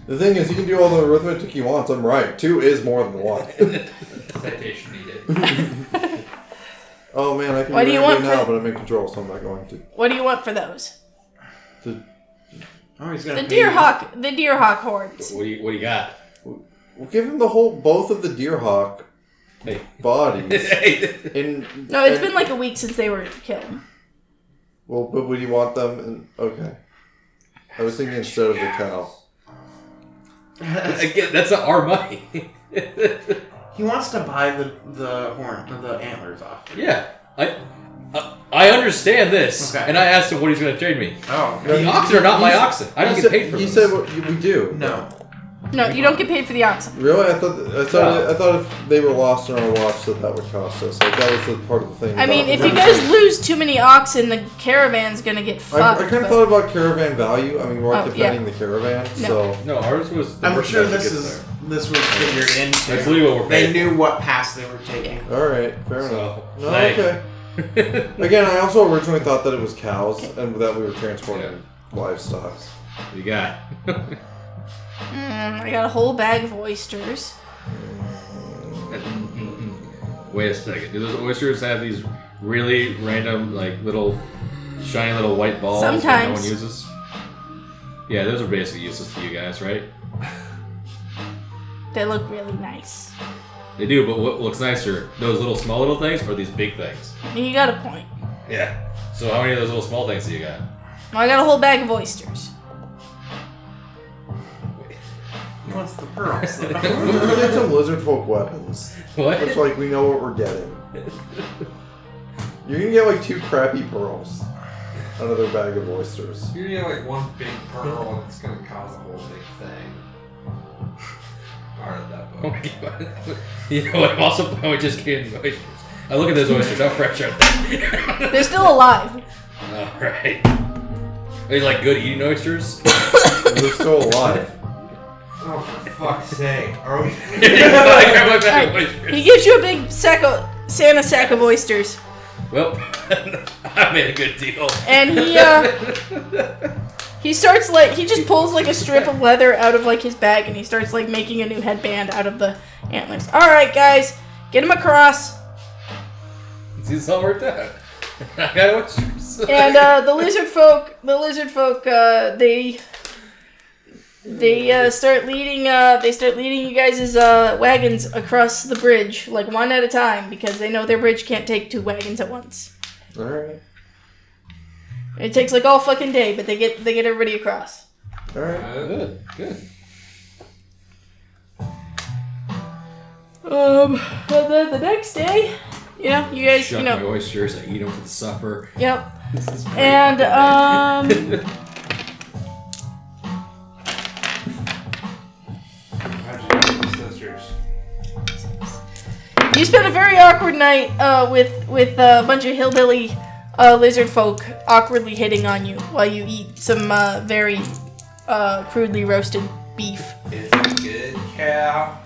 The thing is, you can do all the arithmetic you want. I'm right. Two is more than one. Citation needed. oh man, I can What do you want now, for- but I'm in control, so I'm not going to. What do you want for those? oh, he's The gonna pay deer me. hawk, the deer hawk horns. What do you What do you got? We'll give him the whole, both of the deer hawk Hey. bodies. Hey, in, No, it's and- been like a week since they were killed. Well, but would you want them? In, okay. I was thinking instead of the cow. Again, that's not our money. He wants to buy the the horn, the antlers off. yeah, I, I I understand this, Okay. and I asked him what he's going to trade me. Oh. No, The you- oxen are not my you- oxen. I don't you said- get paid for You those. said what you, we do. No. No, you don't get paid for the oxen. Really? I thought I thought I thought if they were lost on our watch that that would cost us. Like that was the part of the thing. I mean, about- if you guys lose too many oxen, the caravan's gonna get I, fucked. I kind of but- thought about caravan value. I mean, we're Oh, defending the caravan, No. so No, ours was. The I'm sure merchandise this that gets is there. this was figured into. That's literally what we're paying. They knew what pass they were taking. all right, fair enough. So, No, like- okay. Again, I also originally thought that it was cows and that we were transporting livestock. What do you got? Mm, I got a whole bag of oysters. Wait a second. Do those oysters have these really random, like little shiny little white balls that no Sometimes. one uses? Yeah, those are basically useless to you guys, right? They look really nice. They do, but what looks nicer, those little small little things or these big things? And you got a point. Yeah. So how many of those little small things do you got? Well, I got a whole bag of oysters. What's the pearls? Get some lizard folk weapons. It's What? like we know what we're getting. You're gonna get like two crappy pearls out of their bag of oysters. You're gonna get like one big pearl and it's gonna cause a whole big thing. I read that Oh book. my god. You know what? I'm also I was just kidding. I look at those oysters. How fresh are they? They're still alive. All right. Are these like good eating oysters? They're still alive. Oh, for fuck's sake. Are we. Like, I look at the oysters. He gives you a big sack of Santa sack of oysters, Well, I made a good deal. and he uh, he starts like he just pulls like a strip of leather out of like his bag, and he starts like making a new headband out of the antlers. All right, guys, get him across. It's all worked out. I got oysters. and uh, the lizard folk, the lizard folk, uh, they they uh, start leading. Uh, they start leading you guys' uh, wagons across the bridge, like one at a time, because they know their bridge can't take two wagons at once. Alright. It takes like all fucking day, but they get they get everybody across. Alright. good, good. Um, but then the next day, you know, you guys, Shut you my know, oysters. I eat them for the supper. yep. And um, How'd you get these sisters? you spent a very awkward night uh, with with a bunch of hillbilly uh, lizard folk awkwardly hitting on you while you eat some uh, very uh, crudely roasted beef. Is it good, cow?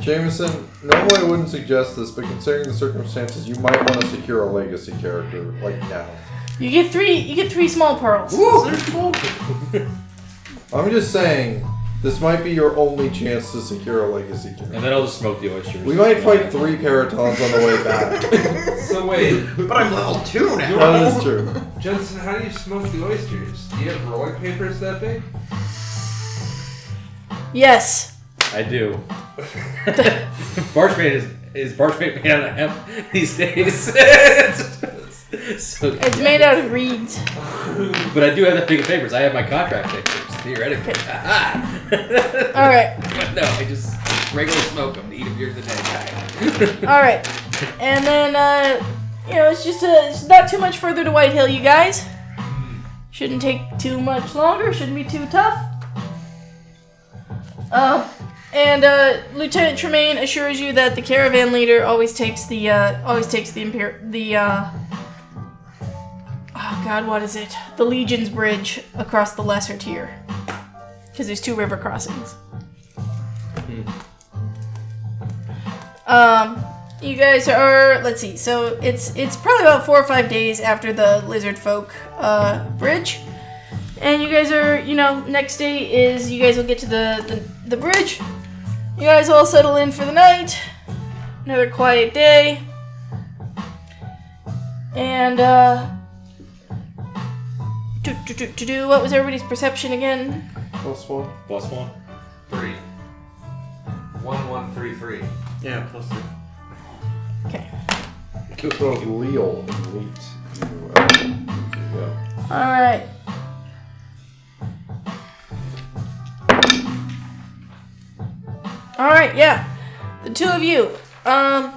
Jameson, normally I wouldn't suggest this, but considering the circumstances, you might want to secure a legacy character, like now. You get three. You get three small pearls. I'm just saying, this might be your only chance to secure a legacy And character. then I'll just smoke the oysters. We might fight three paratons on the way back. So, wait, but I'm level two now. that is true. Jensen, how do you smoke the oysters? Do you have rolling papers that big? Yes. I do. Barchmate is is barchmate made out of hemp these days. so, It's made out of reeds. but I do have that big of papers. I have my contract papers theoretically. Aha! All right. but no, I just regular smoke them to eat them during the day. All right. And then uh, you know, it's just uh it's not too much further to White Hill, you guys. Shouldn't take too much longer. Shouldn't be too tough. Uh, and uh, Lieutenant Tremaine assures you that the caravan leader always takes the uh, always takes the imper- the uh, oh god, what is it? The Legion's bridge across the lesser tier because there's two river crossings. Um, you guys are let's see. So it's it's probably about four or five days after the lizard folk uh, bridge, and you guys are you know next day is you guys will get to the the, the bridge. You guys all settle in for the night. Another quiet day. And uh, do do do do do. What was everybody's perception again? Plus one. Plus one. Three. One, one, three, three. Yeah, plus three. Okay. So Leal and Leet. You, uh, yeah. All right. All right, yeah. The two of you. Um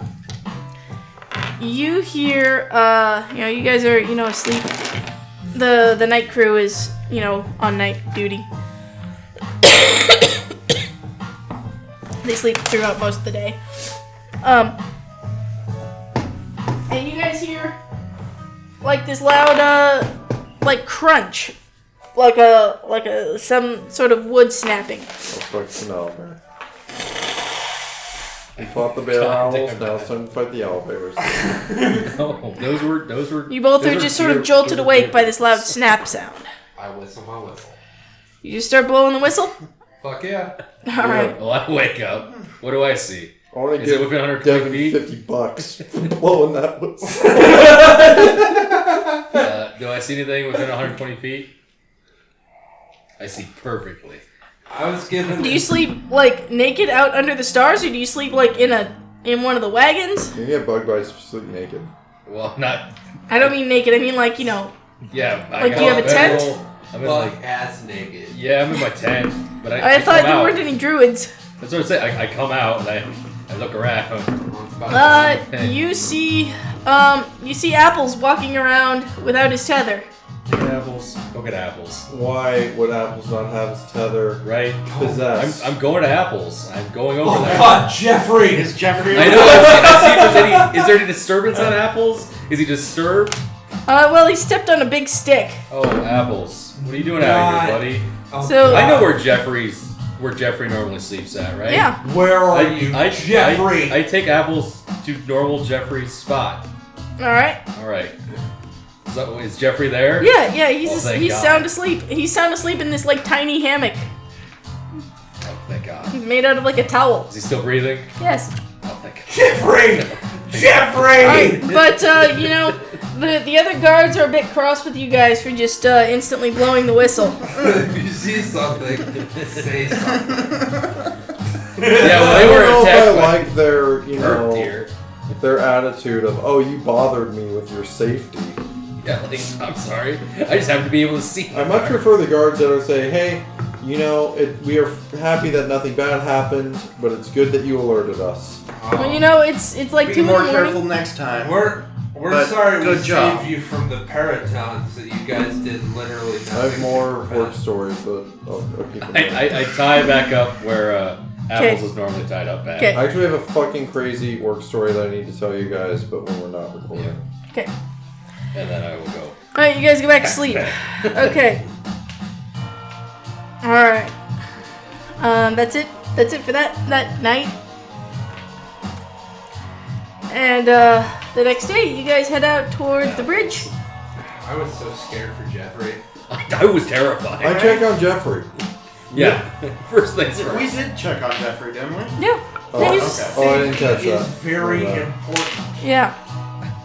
you hear uh you know, you guys are, you know, asleep. The the night crew is, you know, on night duty. they sleep throughout most of the day. Um and you guys hear like this loud uh like crunch, like a like a some sort of wood snapping. Fuck some owlbear. We fought the bear God owls, damn. now it's time to fight the owlbears. oh, Those were those were. You both those are just sort of deer- jolted those are awake deer by this loud birds. snap sound. I whistle my whistle. You just start blowing the whistle. Fuck yeah. Oh, All right. Well, I wake up. What do I see? I want to Is it give within 120 Devin feet? fifty bucks for blowing that whistle. Uh, do I see anything within 120 feet? I see perfectly. I was given. Do you sleep like naked out under the stars, or do you sleep like in a in one of the wagons? You can get bug bites if you sleep naked. Well, not. I don't mean naked. I mean like you know. Yeah. I Like, got do you have a bed tent? roll. I'm in Buck like. ass naked. Yeah, I'm in my tent. But I. I thought come there out. weren't any druids. That's what I'm saying. I, I come out and I, I look around. Uh, you see, um, you see apples walking around without his tether. Apples. Go get apples. Why would apples not have his tether? Right. I'm, Possessed. I'm going to apples. I'm going over Oh there. God, Jeffrey! Is Jeffrey? I know. I see, I see if there's any, is there any disturbance on apples? Is he disturbed? Uh, well, he stepped on a big stick. Oh, apples. What are you doing out here, God. buddy? Oh, So- I know where Jeffrey's, where Jeffrey normally sleeps at, right? Yeah. Where are I, you, I, Jeffrey? I, I take apples to normal Jeffrey's spot. All right. All right. So is Jeffrey there? Yeah, yeah. He's Oh, just- thank he's God. sound asleep. He's sound asleep in this like tiny hammock Oh, thank God. made out of like a towel. Is he still breathing? Yes. Oh, thank God. Jeffrey! Jeffrey! Alright, but uh, you know, the the other guards are a bit cross with you guys for just uh, instantly blowing the whistle. if you see something, say something. Yeah, well, they I were don't know attacked if I by like their, you Earth know, deer. their attitude of, oh, you bothered me with your safety. Yeah, like, I'm sorry. I just happen to be able to see. I much prefer the guards that would say, hey, you know, it, we are happy that nothing bad happened, but it's good that you alerted us. Well, you know, it's it's like Be two in the more morning. careful next time. We're we're But sorry we good job. saved you from the paratons that you guys did literally nothing. I have more about. work stories, but oh, I'll, I'll keep them. I, I, I tie back up where uh, apples Okay. is normally tied up at. 'Kay. I actually have a fucking crazy work story that I need to tell you guys, but when we're not recording. Okay. All And then I will go. right, you guys go back to sleep. Okay. All right. Um, that's it. That's it for that that night. And uh, the next day, you guys head out towards the bridge. I was so scared for Jeffrey. I, I was terrified. I check on Jeffrey. yeah. First things We first. did check on Jeffrey, didn't we? Yeah. Oh, He's- okay. Oh, I didn't catch Safety is that. very Well, uh, important. Yeah.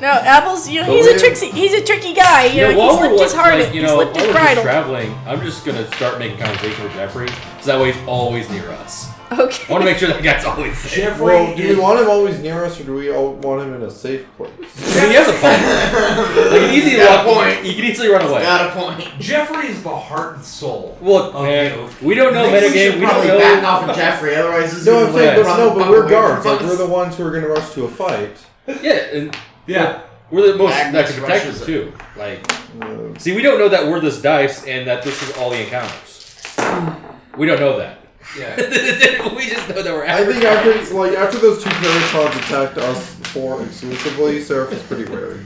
No, Apple's. You know, But he's a we- tricksy. He's a tricky guy. You know, he slipped his heart. like, you know, he slipped while his we're just bridle. traveling, I'm just gonna start making conversation with Jeffrey, so that way he's always near us. I Okay. want to make sure that guy's always safe. Jeffrey Well, do we is want him always near us, or do we all want him in a safe place? I mean, he has a phone. like, an easy Got a walk point. He can easily run away. Got a point. Jeffrey is the heart and soul. Look, Oh, man, no. we don't know I think we should metagame. We don't probably know. back off of Jeffrey, otherwise this No, is I'm Yeah. saying, gonna but run no, the but fuck we're away guards. from Like us. we're the ones who are gonna rush to a fight. Yeah, and Yeah. we're the most that Magnus can protect rushes us it. too. Like, Uh, see, we don't know that we're this dice and that this is all the encounters. We don't know that. Yeah. we just know that we're. I think after- after like after those two paratons attacked us four exclusively, Seraph is pretty wary.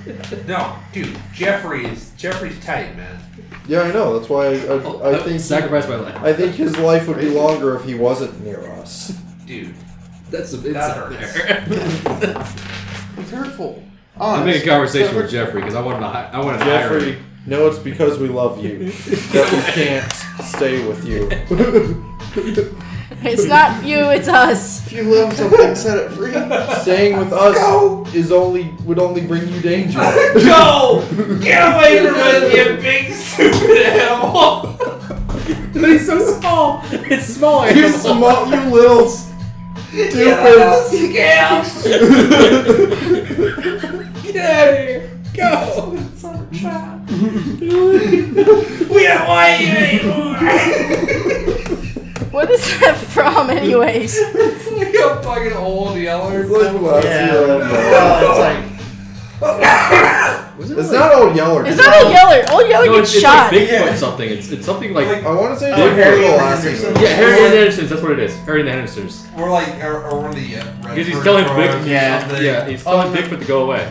No, dude, Jeffrey is Jeffrey's tight, man. Yeah, I know. That's why I, I, I Oh, think sacrifice my life. I think his life would be longer if he wasn't near us. Dude. That's some That insight hurts. there. It's hurtful. I'm Honest. making a conversation with Jeffrey because I wanted to. hi- I wanted to hire Jeffrey, him. no, it's because we love you that we can't stay with you. It's not you. It's us. If you love something, set it free. Staying with us is only would only bring you danger. Go! Get away from us, you big stupid animal! But he's so small. It's small. You animal. small, you little stupid. Yeah. Go. We don't want you anymore! What is that from, anyways? it's like a fucking old yeller. It's like last Yeah. year. on the- Well, it's like It's not old Yeller. It's not a yeller. Old yeller No, gets it's, it's shot. like Bigfoot something. It's it's something like. I want to say it's Oh, like Harry Harry Anderson. Anderson. yeah, Harry and the Hendersons. That's what it is. Harry and the Hendersons. We're like, or, or one of the. uh, Because he's Redford telling Brothers Bigfoot. or Yeah, something. Yeah, he's telling Bigfoot to go away.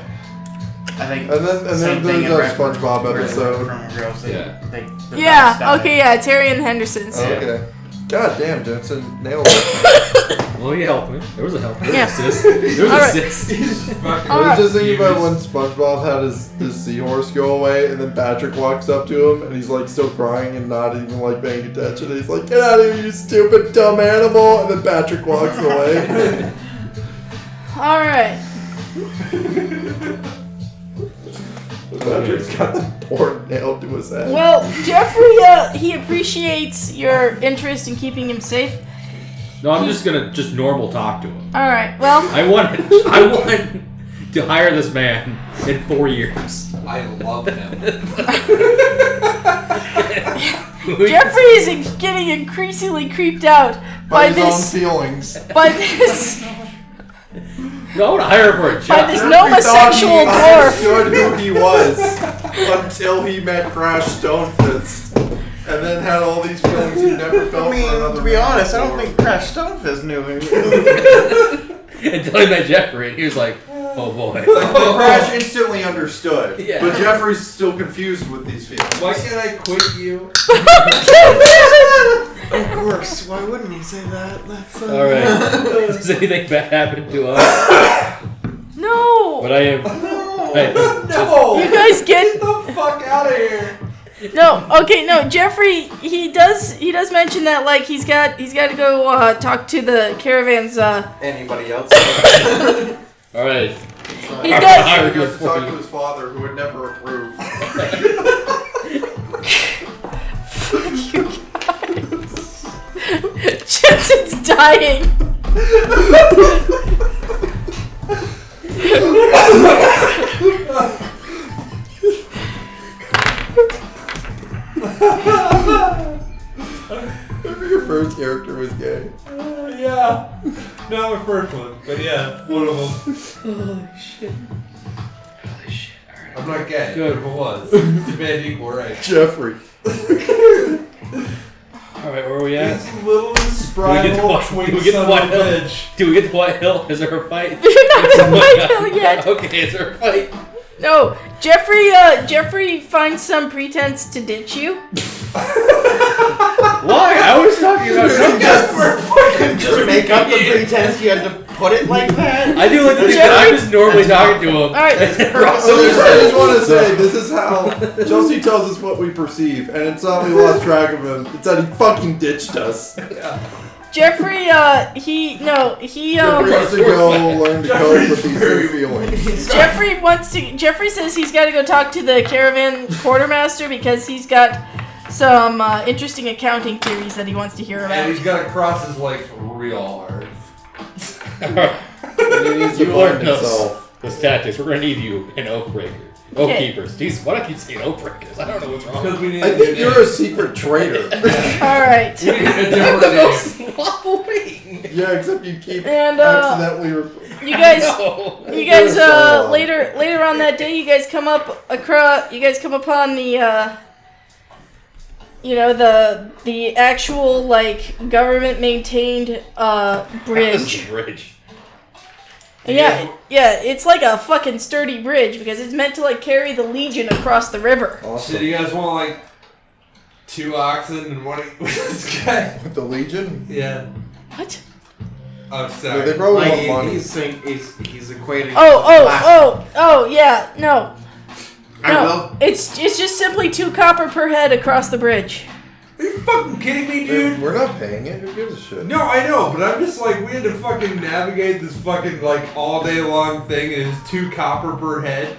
I think. And then, and then same thing there's in that Redford SpongeBob Redford episode. From girls, they, Yeah. They, they Yeah. stomach. Okay. Yeah. It's Harry and the Hendersons. Oh, okay. God damn, Jensen nailed it. Well, he helped me. There was a help. There was Yeah. an assist. There was an Alright. assist. Fucking- I Alright. was just thinking about when SpongeBob had his, his seahorse go away, and then Patrick walks up to him, and he's like still crying and not even like paying attention. And he's like, "Get out of here, you stupid dumb animal!" And then Patrick walks away. Uh. All right. Patrick's got the board nailed to his head. Well, Jeffrey, uh, he appreciates your interest in keeping him safe. No, I'm just gonna just normal talk to him. All right. Well, I want I want to hire this man in four years. I love him. Jeffrey is in- getting increasingly creeped out by, by his this own feelings. by this No, I want to hire him for a by job. this He nomosexual thought dwarf. he understood who he was until he met Crash Stonefist, and then had all these feelings he never felt. I mean, for another to be man honest, I don't before. think Crash Stonefist knew him. Until he met Jeffrey, and he was like, "Oh boy." Like, but Crash instantly understood, Yeah. but Jeffrey's still confused with these feelings. Why can't I quit you? of course, why wouldn't he say that? That's uh, All right. Does anything bad happen to us? No, But I am. No. Hey, you No, guys get the fuck out of here. no. Okay, no. Jeffrey, he does he does mention that like he's got he's got to go uh, talk to the caravan's. Uh, Anybody else? All right. he All right, does. He has to for talk you. to his father, who would never approve. Jensen's dying. Remember your first character was gay. yeah. Not my first one, but yeah, one of them. Holy shit. All right. I'm not gay. Good. If it was. It's a bad equal, right? Jeffrey. All right. Where are we at? little spry Do we get to little watch- do we twink get to son of watch a him? bitch. Do we get to White Hill? Is there a fight? You're not in White Oh my Hill God. yet. Okay, is there a fight? No, Jeffrey. Uh, Jeffrey finds some pretense to ditch you. Why? I was talking about Just make up the pretense you had to put it like that. I do like to think that I'm just normally talking to him. All right. So I just, I just want to say, this is how Chelsea tells us what we perceive, and it's not we lost track of him. It's that he fucking ditched us. Jeffrey. Uh, he no. He Jeffrey um. has to go learn to cope with these new feelings. Jeffrey wants to. Jeffrey says he's got to go talk to the caravan quartermaster because he's got some uh, interesting accounting theories that he wants to hear And about. he's gotta cross his legs real hard. He needs to You've learned find those- himself. those tactics. We're gonna need you in Oathbreaker. Okay. Oathkeepers. Jeez, why do I keep saying Oathbreakers? I don't know what's wrong. Because we need I a think new you're a secret traitor. All right. name. We need a different name. Waffle wing. yeah, except you keep And, uh, accidentally. Re- You guys. No. You guys. You're so Uh, wrong. later. Later on that day, you guys come up across. You guys come upon the. Uh, you know the the actual like government maintained uh bridge. Bridge. Yeah, yeah, it's like a fucking sturdy bridge because it's meant to like carry the legion across the river. So do awesome. you guys want like two oxen and one with this guy? With the Legion? Yeah. What? I'm Yeah, they sorry. probably Like, want money. he's, saying, he's, he's equating. Oh, oh, oh, oh, yeah, no, I no. It's it's just simply two copper per head across the bridge. Are you fucking kidding me, dude? We're not paying it. Who gives a shit? No, I know, but I'm just like we had to fucking navigate this fucking like all day long thing, and it's two copper per head.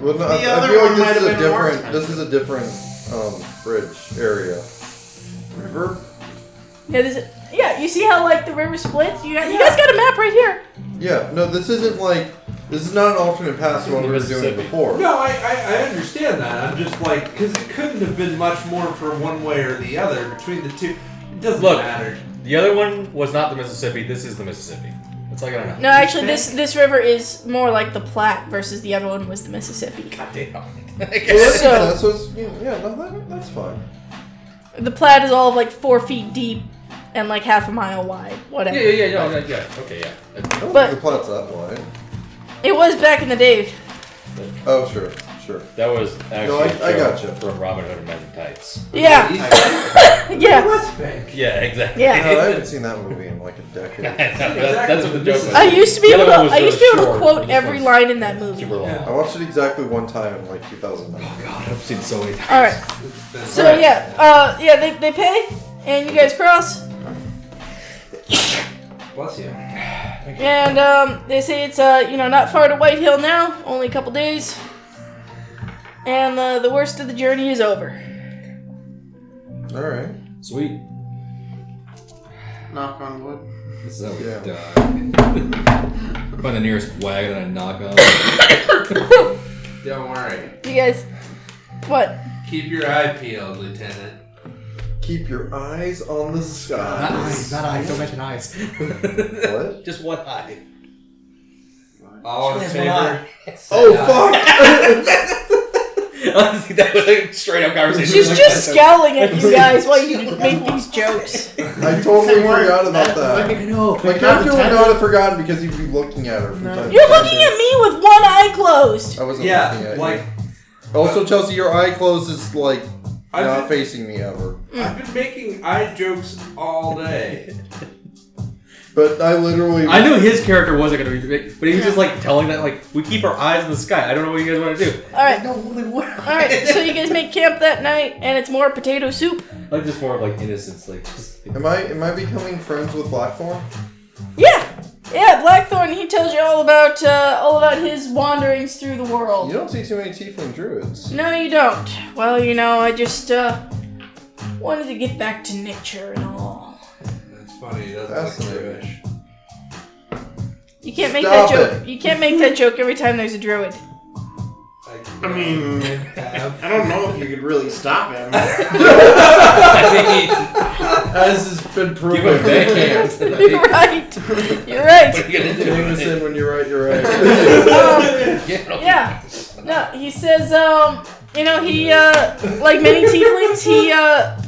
Well, no, The I, I other feel one like might this is a have been more different. This is a different um, bridge area. River? Yeah, this is, yeah. You see how like the river splits? You guys, you guys got a map right here. Yeah. No, this isn't like. This is not an alternate pass to what we were doing Mississippi. before. No, I, I, I understand that. I'm just like because it couldn't have been much more for one way or the other between the two. It doesn't Look. matter. The other one was not the Mississippi. This is the Mississippi. That's all I gotta know. No, actually, this this river is more like the Platte versus the other one was the Mississippi. God damn. I guess. Well, that makes So- sense. So it's, yeah, yeah, no, that, that's fine. The Platte is all of like four feet deep and like half a mile wide, whatever. Yeah, yeah, yeah, no, no, yeah. Okay, yeah. I don't But- think the plot's that wide. It was back in the day. Oh, sure, sure. That was actually No, I- a I joke gotcha. from Robin Hood and Men in Tights. Yeah, yeah. West Bank. Yeah, exactly. Yeah. No, I haven't seen that movie in like a decade. That- that's what the joke was. I used to be The other able to. one was I used to be able really to short, quote this every one's line in that movie. Super long. Yeah. I watched it exactly one time in like 2009. Oh, God, I've seen so many times. All right. So yeah, uh, yeah, they, they pay, and you guys cross. Bless you. And um, they say it's uh, you know not far to Whitehill now, only a couple days. And uh, the worst of the journey is over. All right. Sweet. Knock on wood. This is how we Yeah. die. Find the nearest wagon and I knock on. it. Don't worry. You guys, what? Keep your eye peeled, Lieutenant. Keep your eyes on the Not sky. eyes, not eyes. Don't mention eyes. What? Just one eye. All She in has one eye. favor? Oh fuck! Honestly, that was a straight up conversation. She's just scowling at you guys while you make these jokes. I totally forgot about that. I know. My character would not have forgotten because he'd be looking at her from time You're to time. looking at me with one eye closed. I wasn't looking Yeah, at like, you. Also, Chelsea, your eye closed is like I've not been- facing me ever. I've been making eye jokes all day. But I literally. I knew his character wasn't gonna be big, but he was just like telling that like we keep our eyes in the sky. I don't know what you guys want to do. All right, No, holy what? all right. So you guys make camp that night, and it's more potato soup. I Like just more of like innocence, like just Am I am I becoming friends with Blackthorn? Yeah, yeah. Blackthorn. He tells you all about uh, all about his wanderings through the world. You don't see too many tiefling druids. No, you don't. Well, you know, I just uh, wanted to get back to nature and all. That's funny. He doesn't look Fascinating. Jewish. You can't make Stop that joke. You can't make that joke every time there's a druid. I mean, have. I don't know if you could really stop him. I As has been proven, Give him they backhand. can't. You're right. You're right. mean, what are you gonna do? Jameson, when you're right, you're right. Um, Yeah. yeah. No, he says, um, you know, he, uh, like many tieflings, he, uh,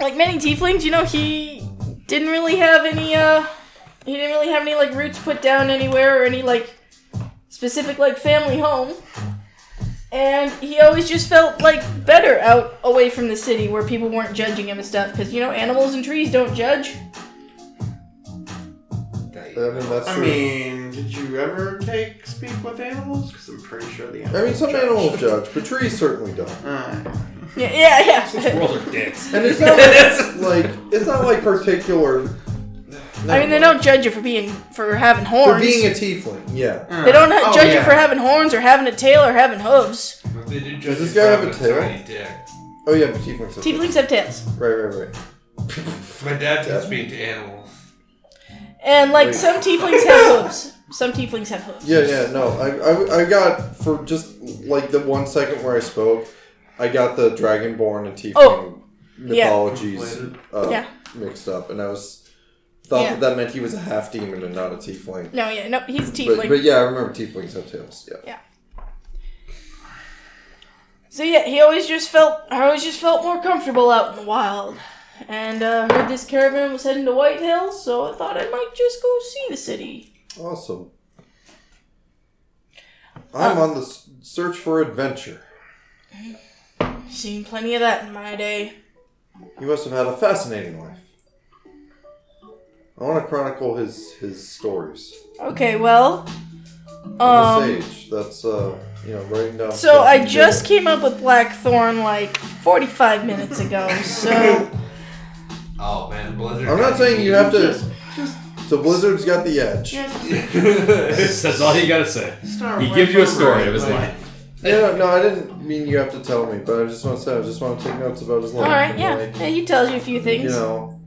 like many tieflings, you know, he didn't really have any, uh, he didn't really have any, like, roots put down anywhere or any, like, specific, like, family home. And he always just felt, like, better out away from the city where people weren't judging him and stuff. Because, you know, animals and trees don't judge. I mean, that's I true. mean, did you ever take speak with animals? Because I'm pretty sure the animals. I mean, some judge. animals judge, but trees certainly don't. Alright. Yeah, yeah, yeah. Squirrels are dicks. And it's not like, like it's not like particular. I mean, they Never mind. don't judge you for being, for having For horns. being a tiefling, yeah. They don't Oh, judge you yeah. for having horns or having a tail or having hooves. But they do Does judge this you guy for have a tail? Tiny dick. Oh yeah, but tieflings. have- Tieflings have tails. Right, right, right. My dad does speak to animals. And like Wait. some tieflings have hooves. Some tieflings have hooves. Yeah, yeah. No, I, I, I got for just like the one second where I spoke, I got the dragonborn and tiefling Oh, yeah. mythologies uh, Yeah. mixed up, and I was thought Yeah. that that meant he was a half demon and not a tiefling. No, yeah, no, he's a But, tiefling. but yeah, I remember tieflings have tails. Yeah. so yeah, he always just felt I always just felt more comfortable out in the wild. And uh, heard this caravan was heading to White Hills, so I thought I might just go see the city. Awesome. I'm on the s- search for adventure. Seen plenty of that in my day. You must have had a fascinating life. I want to chronicle his his stories. Okay, well, Um, um, sage. That's uh, you know, writing down. So stuff I you just did. came up with Blackthorn like 45 minutes ago. So Oh man, Blizzard. I'm not saying you have to. So Blizzard's got the edge. Yeah, that's all you gotta say. Start He right gives you a over story it, of his like- life. no, no, I didn't mean you have to tell me, but I just want to say I just want to take notes about his all life. right, and, yeah, like, yeah, he tells you a few You things. know,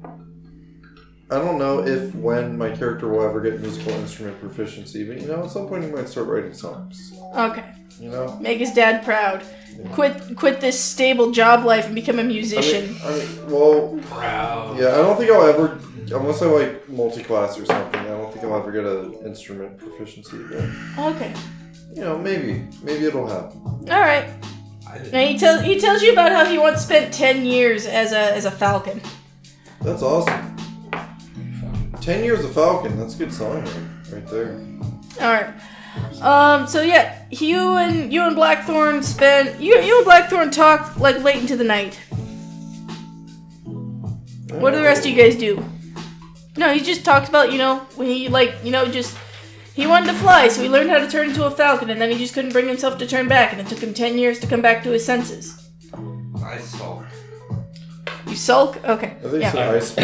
I don't know if when my character will ever get musical instrument proficiency, but you know, at some point he might start writing songs. Okay, You know, make his dad proud. Quit quit this stable job life and become a I musician. mean, I mean, well, Proud. Yeah, I don't think I'll ever, unless I like multi-class or something. I don't think I'll ever get an instrument proficiency. But okay, you know, maybe, maybe it'll happen. all right. I didn't- Now he tells he tells you about how he once spent 10 years as a as a falcon. That's awesome. Ten years of Falcon. That's a good song right, right there. All right. Um. So yeah, you and you and Blackthorn spent you you and Blackthorn talked like late into the night. What do the rest of you guys do? No, he just talks about you know when he like you know just he wanted to fly, so he learned how to turn into a falcon, and then he just couldn't bring himself to turn back, and it took him ten years to come back to his senses. I saw. You sulk? Okay. I think Yeah. it's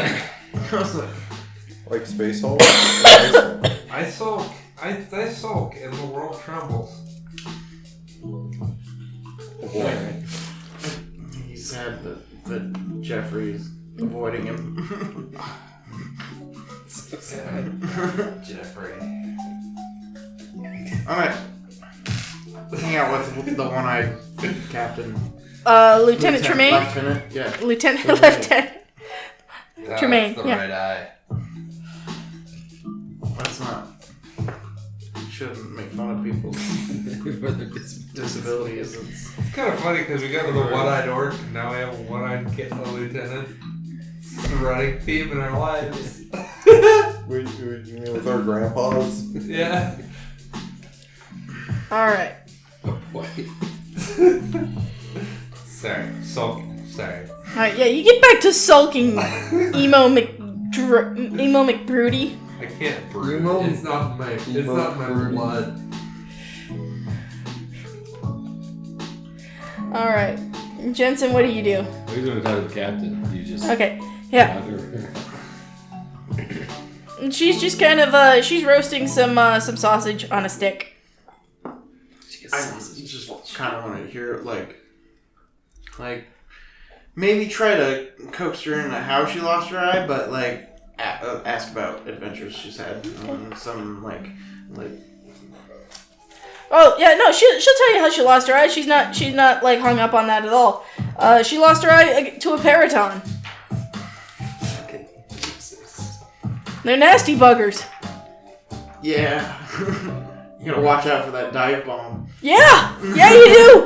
ice. like space hole. Ice hole. I sulk. I, I sulk, and the world trembles. Oh, Boy. He said that, that Jeffrey's avoiding him. Jeffrey. All right. Hang out with the one-eyed captain. Uh, Lieutenant Tremaine. Lieutenant, yeah. Lieutenant Tremaine. Lieutenant. That's Tremaine, the yeah. right eye. That's not. Shouldn't make fun of people's disabilities. It's, It's kind of funny because we got the one-eyed orc, and now we have a one-eyed kid, a lieutenant. It's a running theme in our lives. We, we, you mean with our grandpas? yeah. All right. Oh, boy. Sorry, sulk. Sorry. All right. Yeah, you get back to sulking, emo Mc Dr- emo McBroody. I can't breathe. Emo- It's not my. It's emo not my brooding. blood. All right, Jensen, what do you do? What are you going to talk to the captain? Do you just. Okay. Yeah, she's just kind of uh, she's roasting some uh, some sausage on a stick. I just kind of want to hear like, like, maybe try to coax her into how she lost her eye, but like, a- uh, ask about adventures she's had, um, some like, like Oh yeah, no, she she'll tell you how she lost her eye. She's not she's not like hung up on that at all. Uh, she lost her eye uh, to a periton. They're nasty buggers. yeah. you gotta watch out for that dive bomb. Yeah, yeah, you do.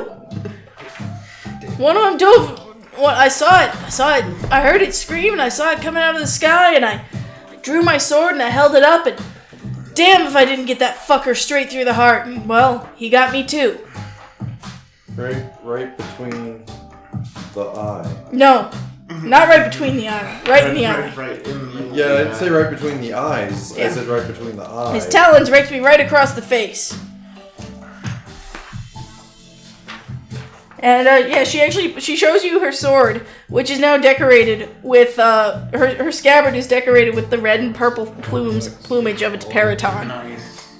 One of them dove. What I saw it, I saw it. I heard it scream, and I saw it coming out of the sky, and I drew my sword and I held it up, and damn if I didn't get that fucker straight through the heart. And, well, he got me too. Right, right between the eye. No, not right between the eye, right in the right, eye. right in the middle of Yeah, the I'd say eye. right between the eyes. Yeah. I said right between the eyes. His talons raked me right across the face. And uh, yeah, she actually she shows you her sword, which is now decorated with uh, her her scabbard is decorated with the red and purple plumes plumage of its periton. Nice.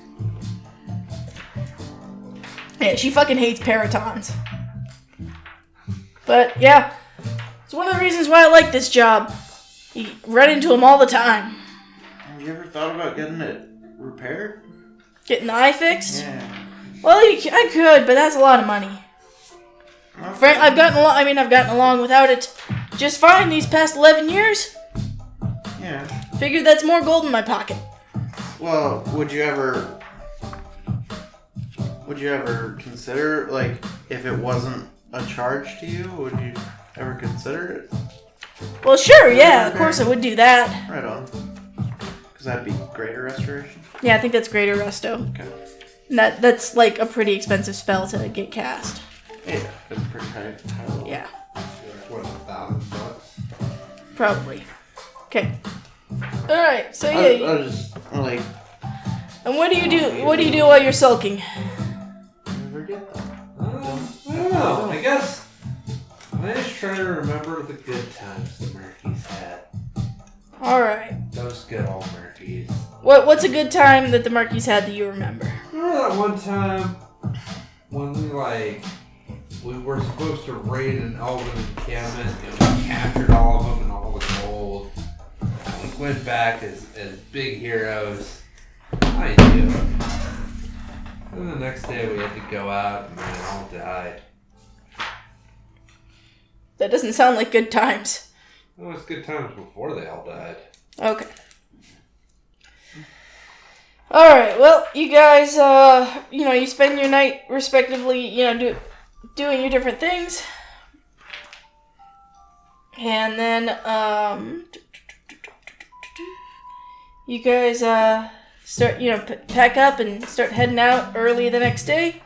Yeah, she fucking hates peritons. But yeah, it's one of the reasons why I like this job. You run into them all the time. Have you ever thought about getting it repaired? Getting the eye fixed. Yeah. Well, you, c- I could, but that's a lot of money. Frank, I've gotten along. I mean, I've gotten along without it just fine these past eleven years. Yeah. Figured that's more gold in my pocket. Well, would you ever would you ever consider like if it wasn't a charge to you, would you ever consider it? Well, sure, yeah, of course I would do that. Right on. Cuz that'd be greater restoration. Yeah, I think that's greater resto. Okay. And that that's like a pretty expensive spell to get cast. Yeah, that's pretty high. high level. Yeah, What a thousand bucks. probably. Okay. All right. So I, yeah. I was just like And what do you do? What do you do while you're sulking? never get that. Um, I don't know. I guess I'm just trying to remember the good times the Murphys had. All right. Those good old Murphys. What what's a good time that the Marquis had that you remember? Remember that one time when we like we were supposed to raid an elven encampment and we captured all of them and all the gold. We went back as, as big heroes. I do. Then the next day we had to go out and they all died. That doesn't sound like good times. It was good times before they all died. Okay. All right. Well, you guys, uh, you know, you spend your night respectively, you know, do, doing your different things, and then um, you guys uh, start, you know, p- pack up and start heading out early the next day.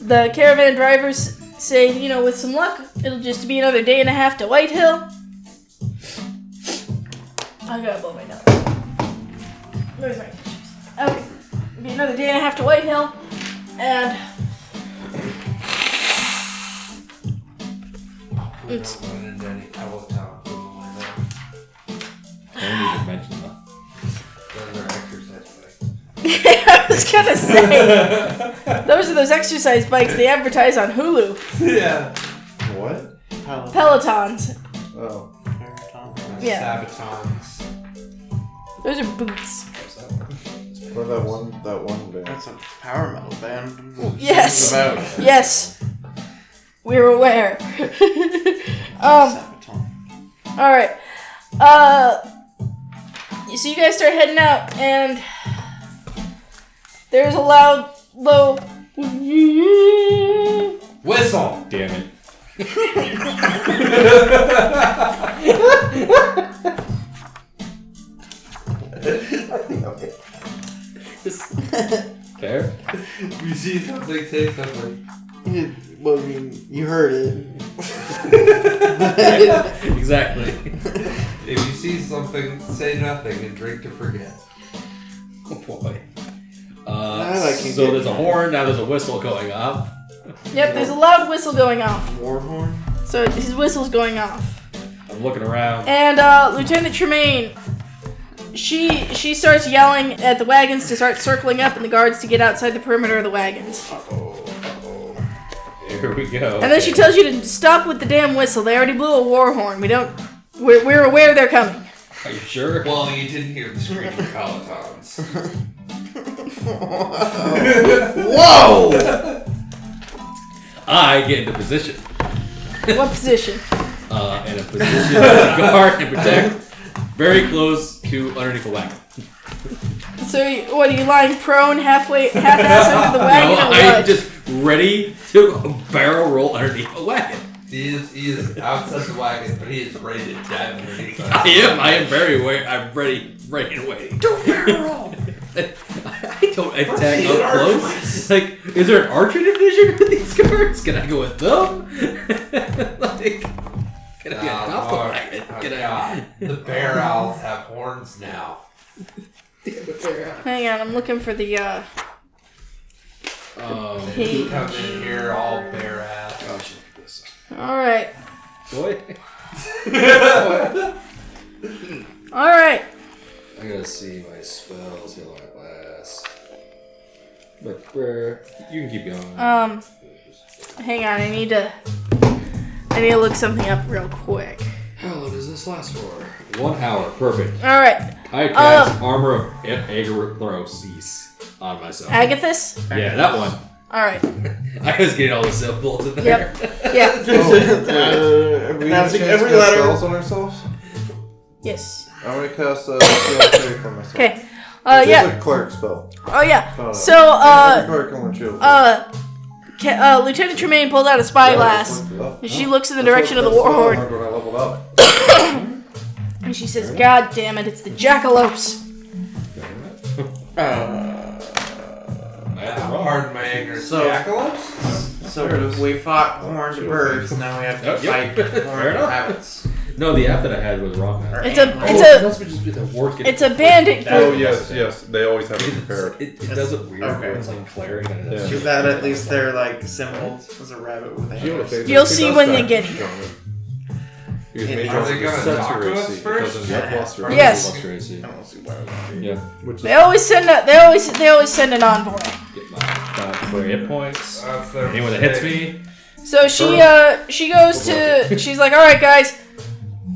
The caravan drivers say, you know, with some luck, it'll just be another day and a half to Whitehill. I gotta blow my nose. Where's my tissues? Okay. It'll be another day and a half to Whitehill. And We It's- don't run into any Peloton people like that. I don't even mention that. Those are exercise bikes. I was gonna say those are those exercise bikes they advertise on Hulu. yeah. What? Pelotons. Oh. Yeah. Sabatons. Those are boots. What that one that one band? That's a power metal band. Yes. About Yes. We're aware. um. Sabaton. All right. Uh, so you guys start heading out, and there's a loud, low. Whistle. Damn it. Fair? You see something, say something. Well, I mean, you heard it. exactly. If you see something, say nothing and drink to forget. Oh boy. I Uh, like you so getting there's a that. horn. Now there's a whistle going off. Yep, there's a loud whistle going off. Warhorn. So his whistle's going off, I'm looking around. and uh, Lieutenant Tremaine, she she starts yelling at the wagons to start circling up, and the guards to get outside the perimeter of the wagons. Oh. Here we go. And then she tells you to stop with the damn whistle. They already blew a war horn. We don't. We're, we're aware they're coming. Are you sure? Well, you didn't hear the screaming pelotons. Whoa! I get into position. What position? Uh, in a position to guard and protect. Very close to underneath the wagon. So you- what are you lying prone halfway half ass under the wagon or No, I'm what? just ready to barrel roll underneath a wagon. he is he is outside the wagon, but he is ready to dive underneath. us. I am. I am very aware. I'm ready, ready and waiting. Don't barrel roll. I don't attack up close. Like, is there an archer division with these cards? Can I go with them? like, can I be on Oh, top Lord. of it? Oh, Can I? God. The bear owls have horns now. Hang on, I'm looking for the uh Um, page. Come in here all bear ass. Alright. boy, Alright. I gotta see my spells. How long it lasts. But where you can keep going. Um hang on, I need to I need to look something up real quick. How long does this last for? One hour. Perfect. Alright. I cast Armor of Agarosis on myself. Agathis? yeah, that one. Alright. I was getting all the symbols in there. Yep. Yeah. Oh, Oh. Uh, are we Now, gonna see, change every cast letter- spells on ourselves? Yes. I'm gonna cast uh, Heal Faith on myself. Okay. Uh This yeah. is a cleric spell. Oh yeah. Uh, So uh Every cleric on the shield. uh ca- uh, Lieutenant Tremaine pulled out a spyglass, Oh. and she looks in the That's direction of the what- that's what I warhorn, learned When I leveled up. and she says, "God damn it, it's the jackalopes." Uh, I had the wrong. Pardon my anger. So- Jackalopes? So we fought horned birds. Now we have to Yep, yep. fight Fair horned enough. rabbits. No, the app that I had was wrong. Or It's a antlers. it's Oh, a it must be just be the worst It's a bandit That- Oh yes, yes. They always have it prepared. It, it does it weird. Okay. where It's like glaring. And it does- Is that at least their like symbols? Is a rabbit with Heal antlers. Faith, You'll it see does when that. they get here. Because It- Mage Are Armor they gonna is talk to sensory us AC. It first? doesn't have plus or Yes. Plus your AC. I don't see why. Yeah. Which They is always send a they always they always send an envoy. Get my uh, for hit points. That's their Anyone that hits me, So she uh she goes to she's like, all right guys,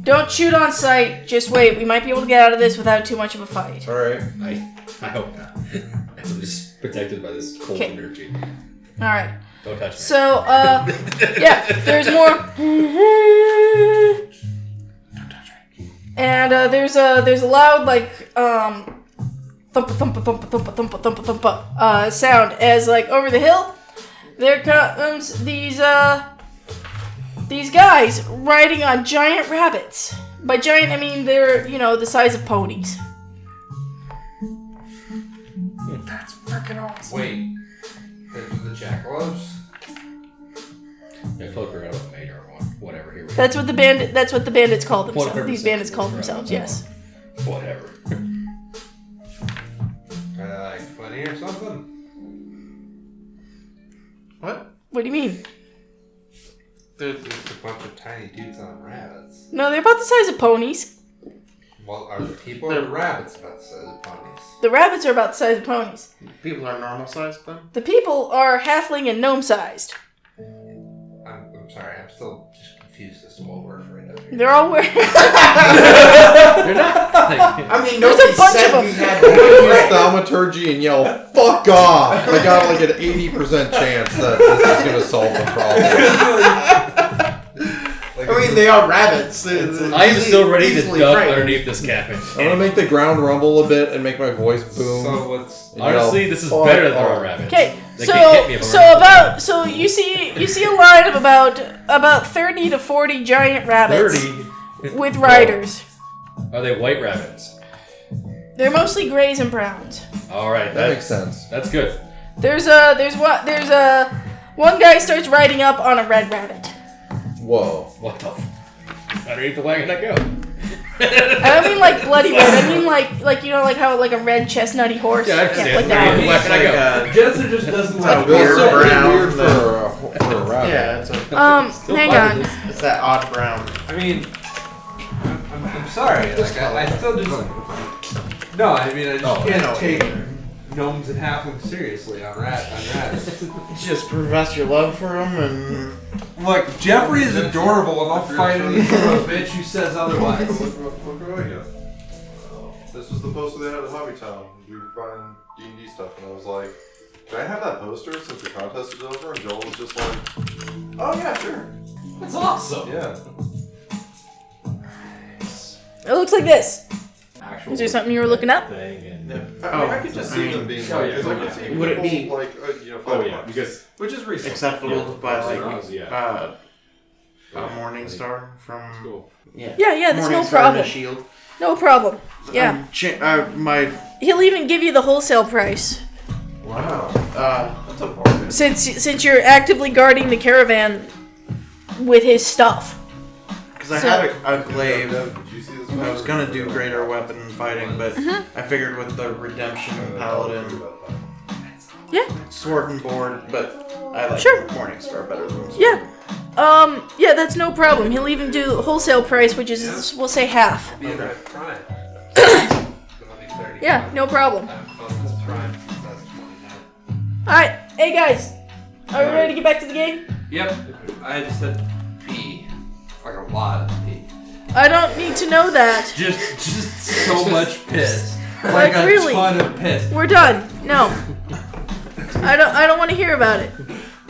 don't shoot on sight. Just wait. We might be able to get out of this without too much of a fight. All alright. I, I hope not. I'm just protected by this cold Okay. energy. right. Don't touch me. So uh yeah, there's more. And uh, there's a there's a loud like um thumpa thumpa thumpa thumpa thumpa thumpa thumpa uh, sound as like over the hill there comes these uh these guys riding on giant rabbits. By giant I mean they're you know the size of ponies. Wait. They're the jackalopes? yeah, cloak around with made or one. Whatever. Here we go. That's what the bandit that's what the bandits call themselves. 100% These bandits call themselves. Yes. Whatever. Are they Uh, like funny or something? What? What do you mean? There's Just a bunch of tiny dudes on rabbits. No, they're about the size of ponies. Well, are the people or the rabbits about the size of ponies? The rabbits are about the size of ponies. People are normal sized then? The people are halfling and gnome sized. I'm, I'm sorry, I'm still just confused as to what works right up here. They're all wearing. They're not. Like, I mean, There's a nobody bunch said of we them. had I'm gonna use thaumaturgy and yell "fuck off." I got like an eighty percent chance that this is gonna solve the problem. Like, I mean, they are rabbits. It's I am easy- still ready to easily duck frightened. underneath this capping. I'm gonna make the ground rumble a bit and make my voice boom. so what's and yell, Honestly, this is "Fuck better than off." our rabbit. Okay, They so could hit me if I so were- about so you see you see a line of about about thirty to forty giant rabbits Thirty. with riders. Are they white rabbits? They're mostly grays and browns. All right, That that's, makes sense. That's good. There's a there's one there's a one guy starts riding up on a red rabbit. Whoa. What the? F- underneath the wagon I go. I don't mean like bloody red. I mean like like you know like how like a red chestnutty horse. Yeah, I understand. like that. Underneath the wagon I Like, go. uh, Jensen just doesn't like like Well, it's weird so pretty brown. weird for a, for a rabbit. yeah, it's, a, Um, Still hang fine on. with this. it's that odd brown. I mean, I'm, I'm, I'm sorry. Like, I, I still just. No, I mean, I just Oh, can't no. take gnomes and halflings seriously on rat on rabbits. Just profess your love for them Look, Jeffrey is adorable, and I'll fight any son of a bitch who says otherwise. This was the poster they had at Hobby Town. We were buying D and D stuff, and I was like, "Can I have that poster since the contest is over?" And Joel was just like, "Oh yeah, sure, that's awesome. yeah." It looks like this. Actual Is there something you were looking up? thing and- I, mean, I could just I see mean, them being oh, like, yeah, 'cause I could yeah. see Would it people be- like, uh, you know, Oh five yeah, bucks. because which is and reasonable. acceptable Yeah. by like Browns, yeah. uh, a Yeah. morning star It's from cool. yeah. Yeah, yeah. There's no Morningstar and a problem. Shield. No problem. Yeah. Um, cha- uh, my He'll even give you the wholesale price Wow, uh, that's a bargain. since since you're actively guarding the caravan with his stuff. because I So- had a, a glaive. Dev, did you see this? I was poster? Uh, gonna do greater weapon fighting, but Mm-hmm. I figured with the redemption paladin sword and board, but I like Sure. Morningstar better than sword. Yeah. Um. Yeah, that's no problem. He'll even do wholesale price, which is we'll say half. Be in that prime. It'll be 30. Yeah, no problem. I'm focused prime since I was 29. All right. Hey guys, are we ready to get back to the game? Yep, I just said pee. Like a lot of pee. I don't need to know that. Just, just so much piss. Like, a really? ton of piss. We're done. No. I don't. I don't want to hear about it.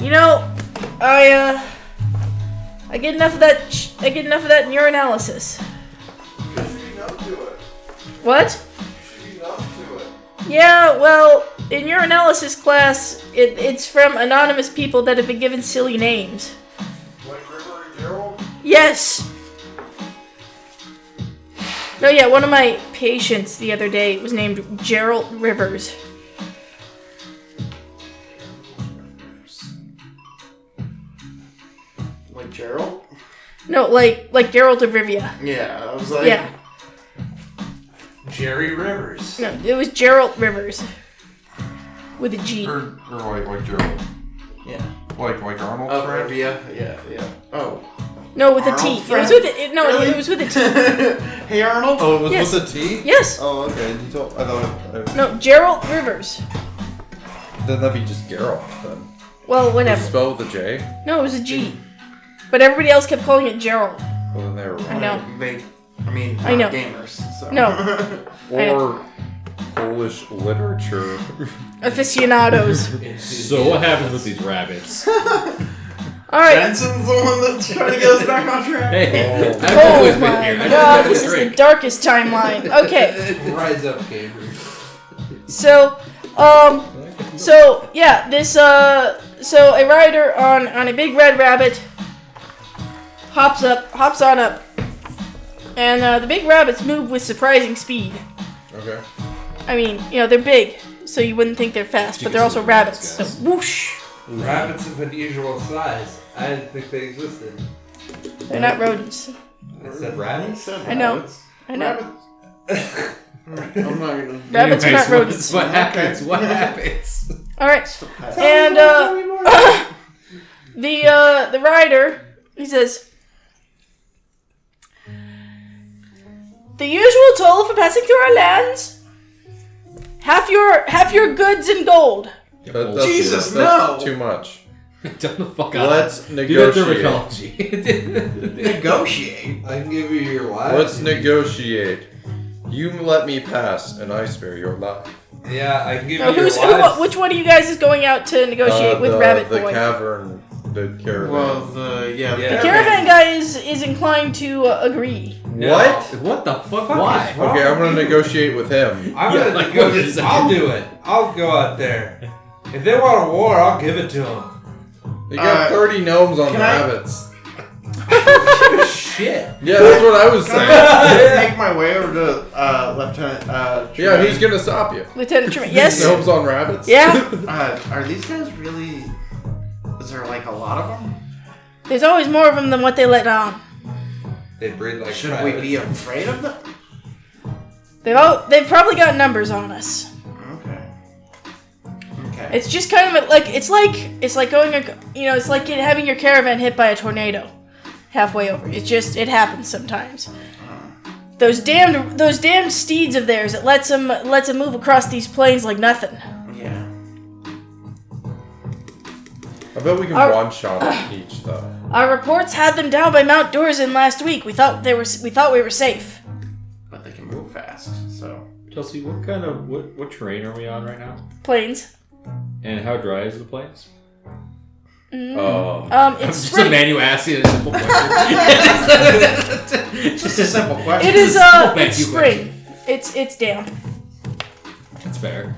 You know, I uh, I get enough of that. Sh- I get enough of that in your analysis. What? Yeah, well, in your analysis class, it, it's from anonymous people that have been given silly names. Yes. No, yeah, one of my patients the other day was named Gerald Rivers. Like Gerald? No, like like Gerald of Rivia. Yeah, I was like, Yeah. Jerry Rivers. No, it was Gerald Rivers. With a G. Or, or like like Gerald, yeah. like like Arnold's Oh, friend. Rivia, yeah, yeah. Oh. No, with a Arnold T. It Friend? was with a, it, no, Really? it was with a T. hey Arnold. Oh, it was Yes. with a T. Yes. Oh, okay. You told I thought it, No, Gerald Rivers. I, then that'd be just Gerald then. Well, Is it whatever. spelled with a J? No, it was a G. But everybody else kept calling it Gerald. Well, then they were I wrong. know. They, I mean, I not know. gamers. So. No. I Or Polish literature. Aficionados. So what happens with these rabbits? All right. Benson's the one that's trying to get us back on track. Hey, I've Oh always been here. my I just god, got this a is the drink. darkest timeline. Okay. Rise up, Gabriel. So, um, so yeah, this uh, so a rider on on a big red rabbit hops up, hops on up, and uh, the big rabbits move with surprising speed. Okay. I mean, you know, they're big, so you wouldn't think they're fast, but they're also rabbits. So whoosh, Rabbits of unusual size. I didn't think they existed. they're not rodents. I said rabbits. I know, I know. I'm not gonna. Rabbits are Anyways, not what- rodents. What happens? What happens? All right. And uh, the uh, the rider he says, The usual toll for passing through our lands. Half your half your goods in gold. That- that's- Jesus, that's no! Too much. Don't the fuck out. Let's do the negotiate. dermatology. Negotiate. I can give you your life. Let's negotiate. You let me pass, and I spare your life. Yeah, I can give Now, you who's your who? life. Which one of you guys is going out to negotiate Uh, with the, Rabbit the Boy? cavern, the caravan. Well, the yeah, Yeah. the caravan guy is, is inclined to uh, agree. what? What the fuck? Why? Okay, I'm gonna negotiate with him. I'm Yeah, gonna like, go. wait a second. I'll do it. I'll go out there. If they want a war, I'll give it to them. You got Uh, 30 gnomes on can I- rabbits. Shit. Yeah, that's what I was saying. make my way over to uh, Lieutenant. Uh, Yeah, Tremaine. who's gonna stop you? Lieutenant Tremaine. Yes. Gnomes on rabbits? Yeah. Uh, are these guys really? Is there like a lot of them? There's always more of them than what they let on. They breed like Should we be afraid of them? They've all, they've probably got numbers on us. Okay. Okay. It's just kind of like it's like it's like going a, you know it's like it- having your caravan hit by a tornado halfway over. It just it happens sometimes. Those damned those damned steeds of theirs it lets them lets them move across these plains like nothing. yeah. I bet we can Our- one shot each, though. Our reports had them down by Mount Dorzin last week. We thought they were s- we thought we were safe. But they can move fast, so. Chelsea, what kind of what what terrain are we on right now? Plains. And how dry is the place? Oh. Um, I'm it's just spring. a man who asks you a simple question. Just a simple question. It is It's a uh, small it's vacuum spring. It's it's damp. That's fair.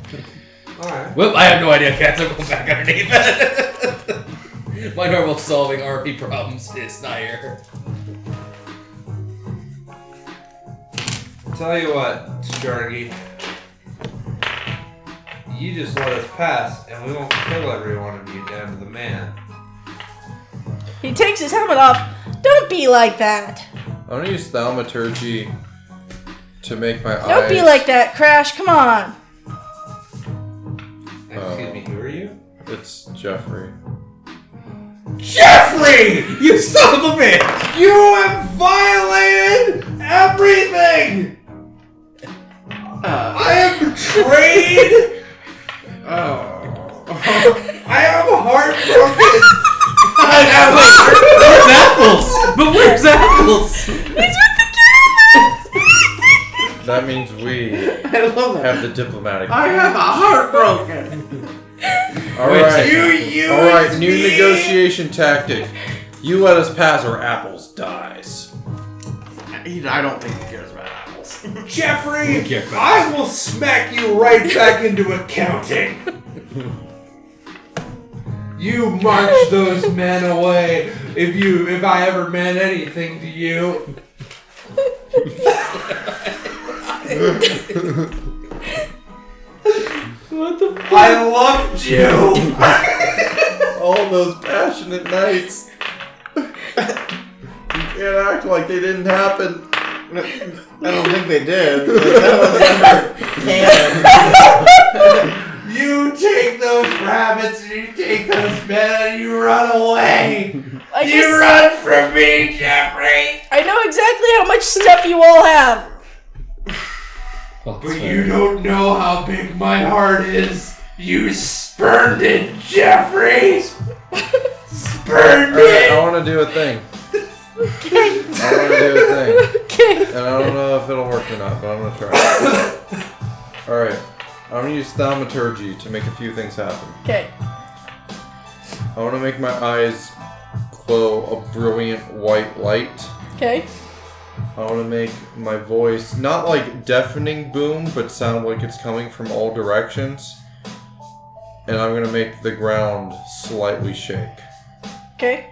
Alright. Well, I have no idea, cats. I'm going back underneath it. My normal solving RP problems is not here. Tell you what, Sharky. You just let us pass, and we won't kill every one of you down to the man. He takes his helmet off. Don't be like that. I'm gonna use thaumaturgy to make my eyes. Don't be like that, Crash. Come on. Excuse me, who are you? It's Jeffrey. Jeffrey! You son of a bitch! You have violated everything! Uh, I have betrayed! oh. I am heartbroken! Where's apples? But where's apples? That means we I love that. have the diplomatic. I have a heartbroken. Wait a Alright. second. Alright, new negotiation tactic. You let us pass or apples dies. He- I don't think he cares about apples. Jeffrey, care about I will smack you right back into accounting. you march those men away if you if I ever meant anything to you. what the fuck? I loved you. All those passionate nights. you can't act like they didn't happen. I don't think they did. Like, that was under canon. You take those rabbits and you take those men and you run away. I just, You run from me, Jeffrey. I know exactly how much stuff you all have. But you don't know how big my heart is. You spurned it, Jeffrey. spurned Alright, I it. wanna do a thing. I wanna do a thing. Okay. And I don't know if it'll work or not, but I'm gonna try. Alright. I'm gonna use thaumaturgy to make a few things happen. Okay. I want to make my eyes glow a brilliant white light. Okay. I want to make my voice not like deafening boom, but sound like it's coming from all directions. And I'm going to make the ground slightly shake. Okay.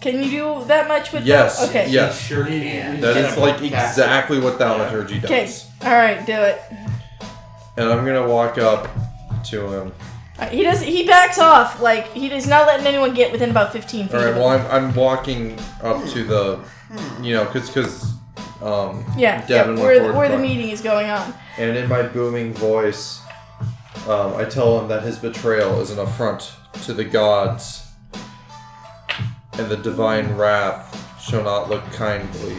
Can you do that much with? Yes. Okay. Yes. Sure can. That is like Yeah. exactly what thaumaturgy Okay. does. All right. Do it. And I'm going to walk up to him. All right, Uh, He does. He backs off. Like he is not letting anyone get within about 15 feet. All right. of him. Well, I'm, I'm walking up to the, you know, because, because, um, yeah. yeah Devin went where forward where the front. meeting is going on. and in my booming voice, um, I tell him that his betrayal is an affront to the gods, and the divine wrath shall not look kindly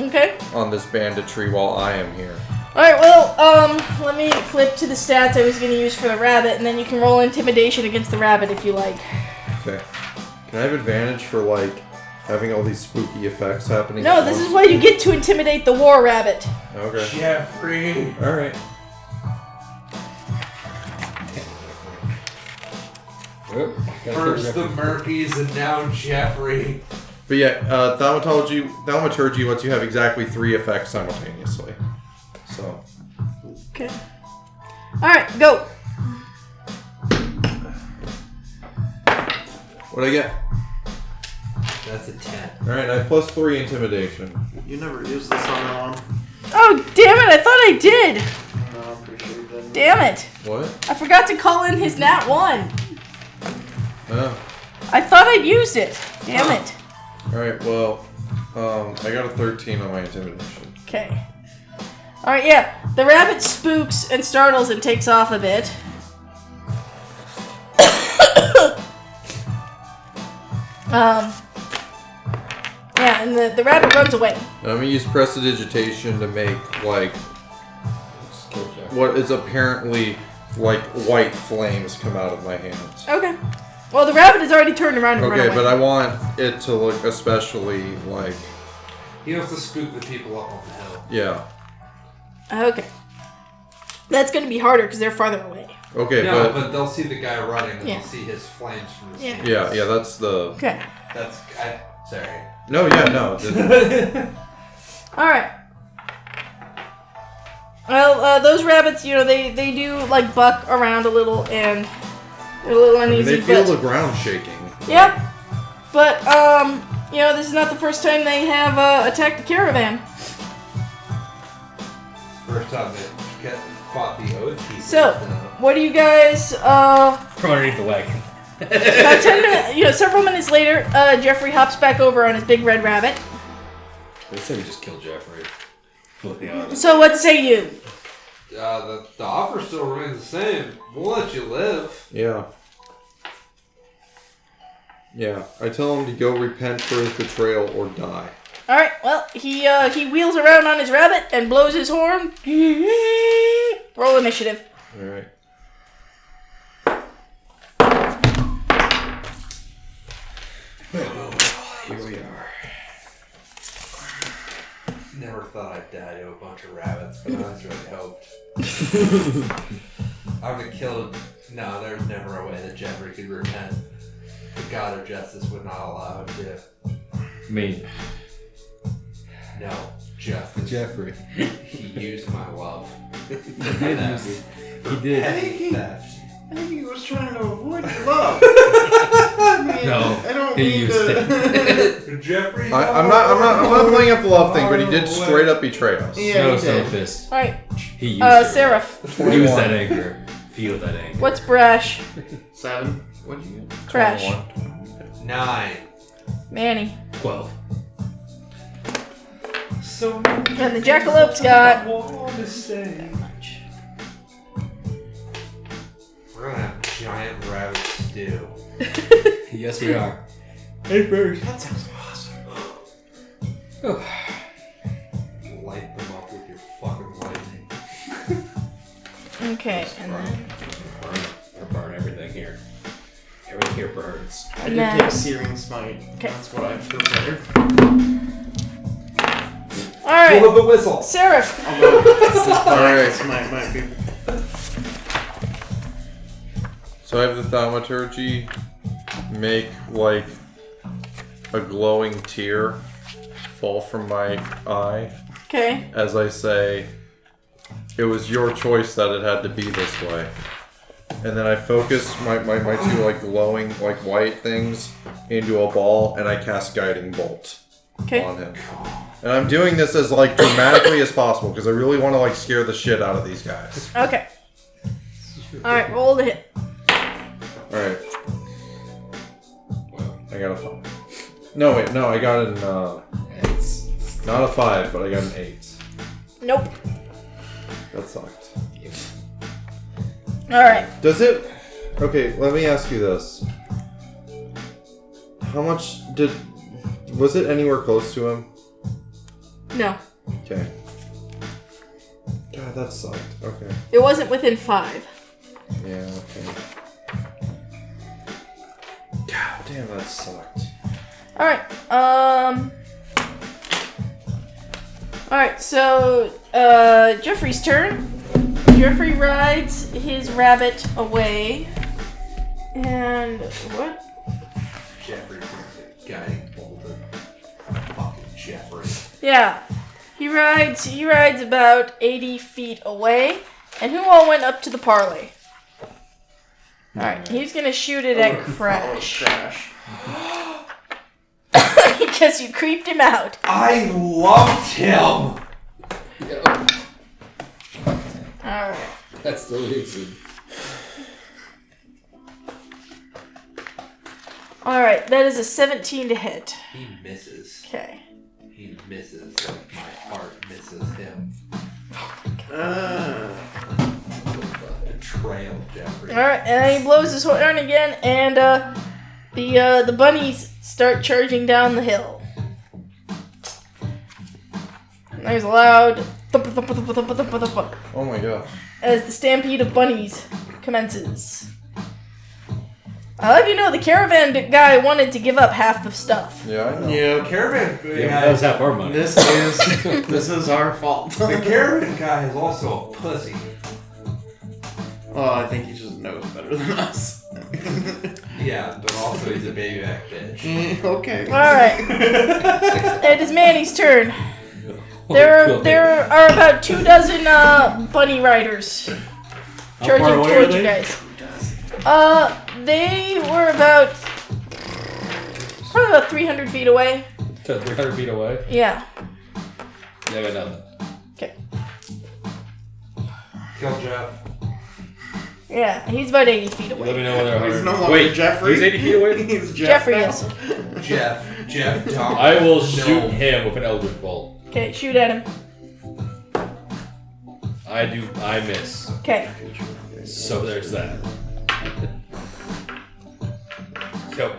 Okay. on this banditry while I am here. All right. Well, um, let me flip to the stats I was gonna use for the rabbit, and then you can roll intimidation against the rabbit if you like. Okay. Can I have advantage for like having all these spooky effects happening? No, at this is once? why you get to intimidate the war rabbit. Okay. Jeffrey. All right. First the Murphys and now Jeffrey. But yeah, uh, thaumatology, thaumaturgy lets you have exactly three effects simultaneously. So Okay. All right. Go. what I get? That's a 10. All right, I have plus three intimidation. You never used this on that one. Oh damn it! I thought I did. No, I'm pretty sure you didn't. Damn it! What? I forgot to call in his nat one. Oh. I thought I'd used it. Damn it. All right. Well, um, I got a thirteen on my intimidation. Okay. All right. Yeah. The rabbit spooks and startles and takes off a bit. um. Yeah, and the, the rabbit runs away. And I'm gonna use prestidigitation to make like what is apparently like white flames come out of my hands. Okay. Well, the rabbit has already turned around and Oh, run Okay, away. but I want it to look especially like He wants to spook the people up on the hill. yeah. Okay. That's going to be harder because they're farther away. Okay, no, but, but, they'll see the guy running and Yeah. they'll see his flames from his Yeah. hands. yeah, yeah, that's the Okay. That's I, sorry. no, yeah, no. the- All right. Well, uh, those rabbits, you know, they, they do like buck around a little and they're a little I mean, uneasy. they feel but- the ground shaking. Yep. But um, you know, this is not the first time they have uh, attacked the caravan. First time they get, fought the oath keepers. So, though. what do you guys? Uh, From underneath the wagon. about ten minutes, you know, several minutes later, uh, Jeffrey hops back over on his big red rabbit. They said we just killed Jeffrey. Completely honest. So, what say you? Uh, the, the offer still remains the same. We'll let you live. Yeah. Yeah, I tell him to go repent for his betrayal or die. All right. Well, he uh, he wheels around on his rabbit and blows his horn. Roll initiative. All right. Here we are. Never thought I'd die to a bunch of rabbits, but I was really hoped. I'm gonna kill. No, there's never a way that Jeffrey could repent. The God of Justice would not allow him to. I mean, No, Jeff. Jeffrey. He used my love. He did use it. He did. Hey, Theft. I think he was trying to avoid love. I mean, No, I don't he mean used to. Jeffrey. I, I'm not. I'm not. I'm not playing up the love thing, but he did straight up betray us. yeah, no he did. selfish. All right. He used Uh, it. Seraph. Use that anger. Feel that anger. What's brash? Seven. What'd you get? Crash. 21. Nine. Manny. Twelve. So And the jackalope's got. We're gonna have giant rabbit stew. Yes, we are. Light them up with your fucking lightning. Okay. And then. Burn, burn everything here. Everything here burns. I did Nah. take searing smite. That's what I feel better. All right. the whistle. Seraph. All right. Smite might be. So I have the thaumaturgy make like a glowing tear fall from my eye Okay. as I say, it was your choice that it had to be this way. And then I focus my, my, my two like glowing like white things into a ball and I cast guiding bolt Okay. on him. And I'm doing this as like dramatically as possible because I really want to like scare the shit out of these guys. Okay. All right. Roll the hit. Alright. Well, I got a five. No wait, no, I got an uh not a five, but I got an eight. Nope. That sucked. All right. Does it? Okay, let me ask you this. How much did was it anywhere close to him? No, Okay. God, that sucked. Okay. it wasn't within five. Yeah, okay. God damn, that sucked. All right. Um. All right. So, uh, Jeffrey's turn. Jeffrey rides his rabbit away, and what? Jeffrey, the guy who pulled it. Fucking Jeffrey. Yeah, he rides. He rides about eighty feet away. And who all went up to the parley? All right. He's gonna shoot it at Crash Crash. because you creeped him out. I loved him. All right. That's the reason. All right. That is a seventeen to hit. He misses. Okay. He misses. Like my heart misses him. Uh, Betrayal, Jeffrey. All right, and he blows his horn again, and uh, the uh, the bunnies start charging down the hill. And there's a loud thump, thump, thump, thump, thump, thump, thump, Oh my god. as the stampede of bunnies commences. I'll have you know the caravan d- guy wanted to give up half the stuff. Yeah, I know. Yeah, caravan. Yeah, that was half our money. This is this is our fault. The caravan guy is also a pussy. well, Oh, I think he just knows better than us. Yeah, but also he's a baby back bitch. okay. All right, it is Manny's turn. There are there are about two dozen uh, bunny riders How far charging away are towards they? you guys. Uh, they were about probably about 300 feet away. To 300 feet away. Yeah. Yeah, I got nothing. Kill Jeff. Yeah, he's about 80 feet away. Let me know when they're 100. He's no longer Wait, Jeffrey. he's 80 feet away? He's Jeff Jeffrey now. is. Jeff. Jeff. Dom. I will No. shoot him with an Eldritch Bolt. Okay, shoot at him. I do. I miss. Okay. So there's that. Coke.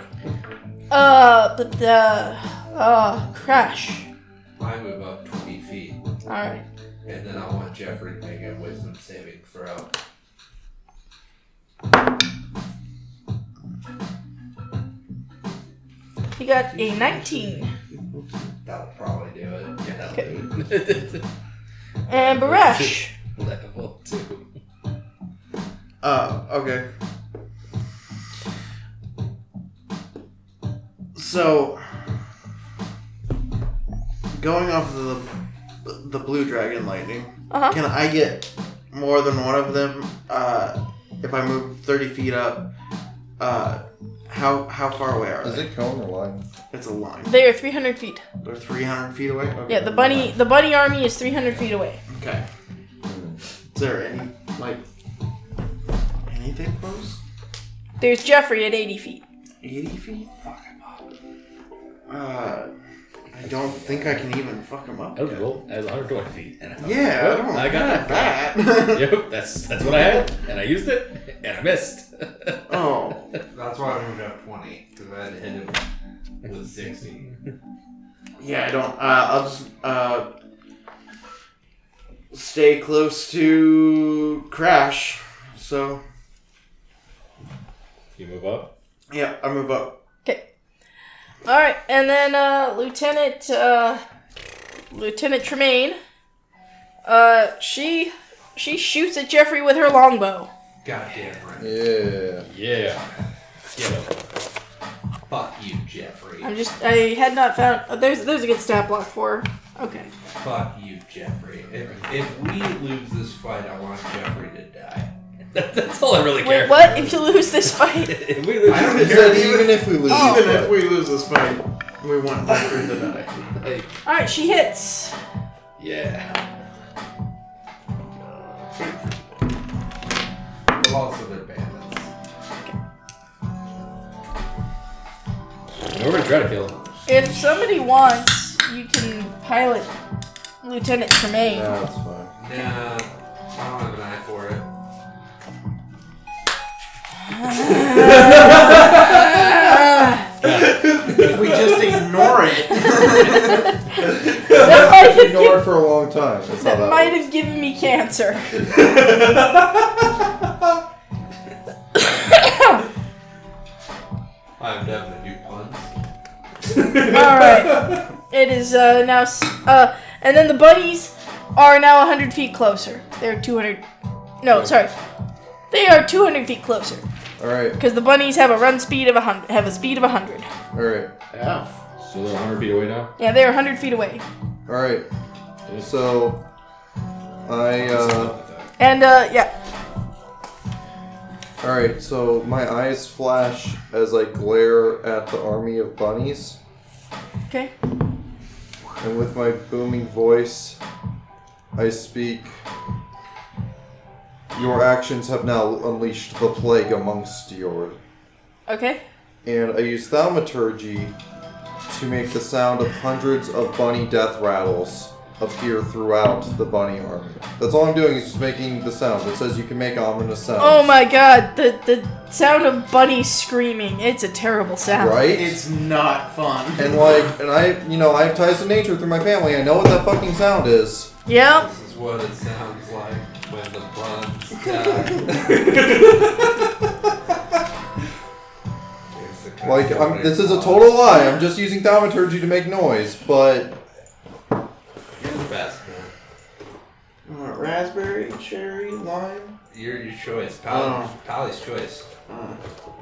Uh, but the uh crash. I move up 20 feet, All right. and then I want Jeffrey to make a wisdom saving throw. He got a 19. That'll probably do it. Yeah, that'll do it. And Barash. Level two. Uh, okay. So, going off of the the blue dragon lightning, Uh-huh. can I get more than one of them? Uh, if I move thirty feet up, uh, how how far away are Is they? it cone or line? It's a line. They are 300 feet. They're three hundred feet away. Okay. Yeah, the bunny the bunny army is 300 feet away. Okay. Is there any like anything close? There's Jeffrey at 80 feet. 80 feet? Fuck him up. Uh, I don't think I can even fuck him up. Eldritch yet. Bolt has 120 feet. And I Yeah, I don't I got that. Yep, that's that's what I had, and I used it, and I missed. oh, That's why I moved up 20, because I had hit him with 60. yeah, I don't. Uh, I'll just uh, stay close to Crash. So, you move up. yeah, I move up. All right, and then uh, Lieutenant uh, Lieutenant Tremaine, uh, she she shoots at Jeffrey with her longbow. Goddamn right. Yeah. Yeah. Get up. Fuck you, Jeffrey. I'm just I had not found oh, there's there's a good stat block for her. Okay. Fuck you, Jeffrey. If, if we lose this fight, I want Jeffrey to die. That, that's all I really care. Wait, what? If you lose this fight, If we lose, I don't Is care that even, even if we lose? even if we lose this fight. We want Jeffrey to die. like, all right, she hits. yeah. But also, they're bandits. And we're gonna try to kill him. If somebody wants, you can pilot Lieutenant Tremaine. Nah, it's fine. Nah, I don't have an eye for it. Uh, If we just ignore it. That might have ignored for a long time. That's how That that might works. have given me cancer. I'm definitely do puns. All right. It is uh, now, s- uh, and then the bunnies are now 100 feet closer. They're 200. No, sorry. They are 200 feet closer All right, because the bunnies have a run speed of a hundred. Have a speed of 100. all right, So they're 100 feet away now? Yeah, they are 100 feet away. all right. So, I uh, And uh, yeah, all right. So my eyes flash as I glare at the army of bunnies, okay. and with my booming voice, I speak. Your actions have now unleashed the plague amongst your Okay. and I use thaumaturgy to make the sound of hundreds of bunny death rattles appear throughout the bunny army. That's all I'm doing is just making the sound. It says you can make ominous sounds. Oh my god, the the sound of bunnies screaming. It's a terrible sound. Right? It's not fun. and like, and I, you know, I have ties to nature through my family. I know what that fucking sound is. Yep. This is what it sounds like when the puns die. It's the kind Like, of I'm, this is a puns. total lie. I'm just using thaumaturgy to make noise, but You're the best man. You want Uh, raspberry, cherry, lime? Your your choice. Pal, Oh. Pally's choice. Oh.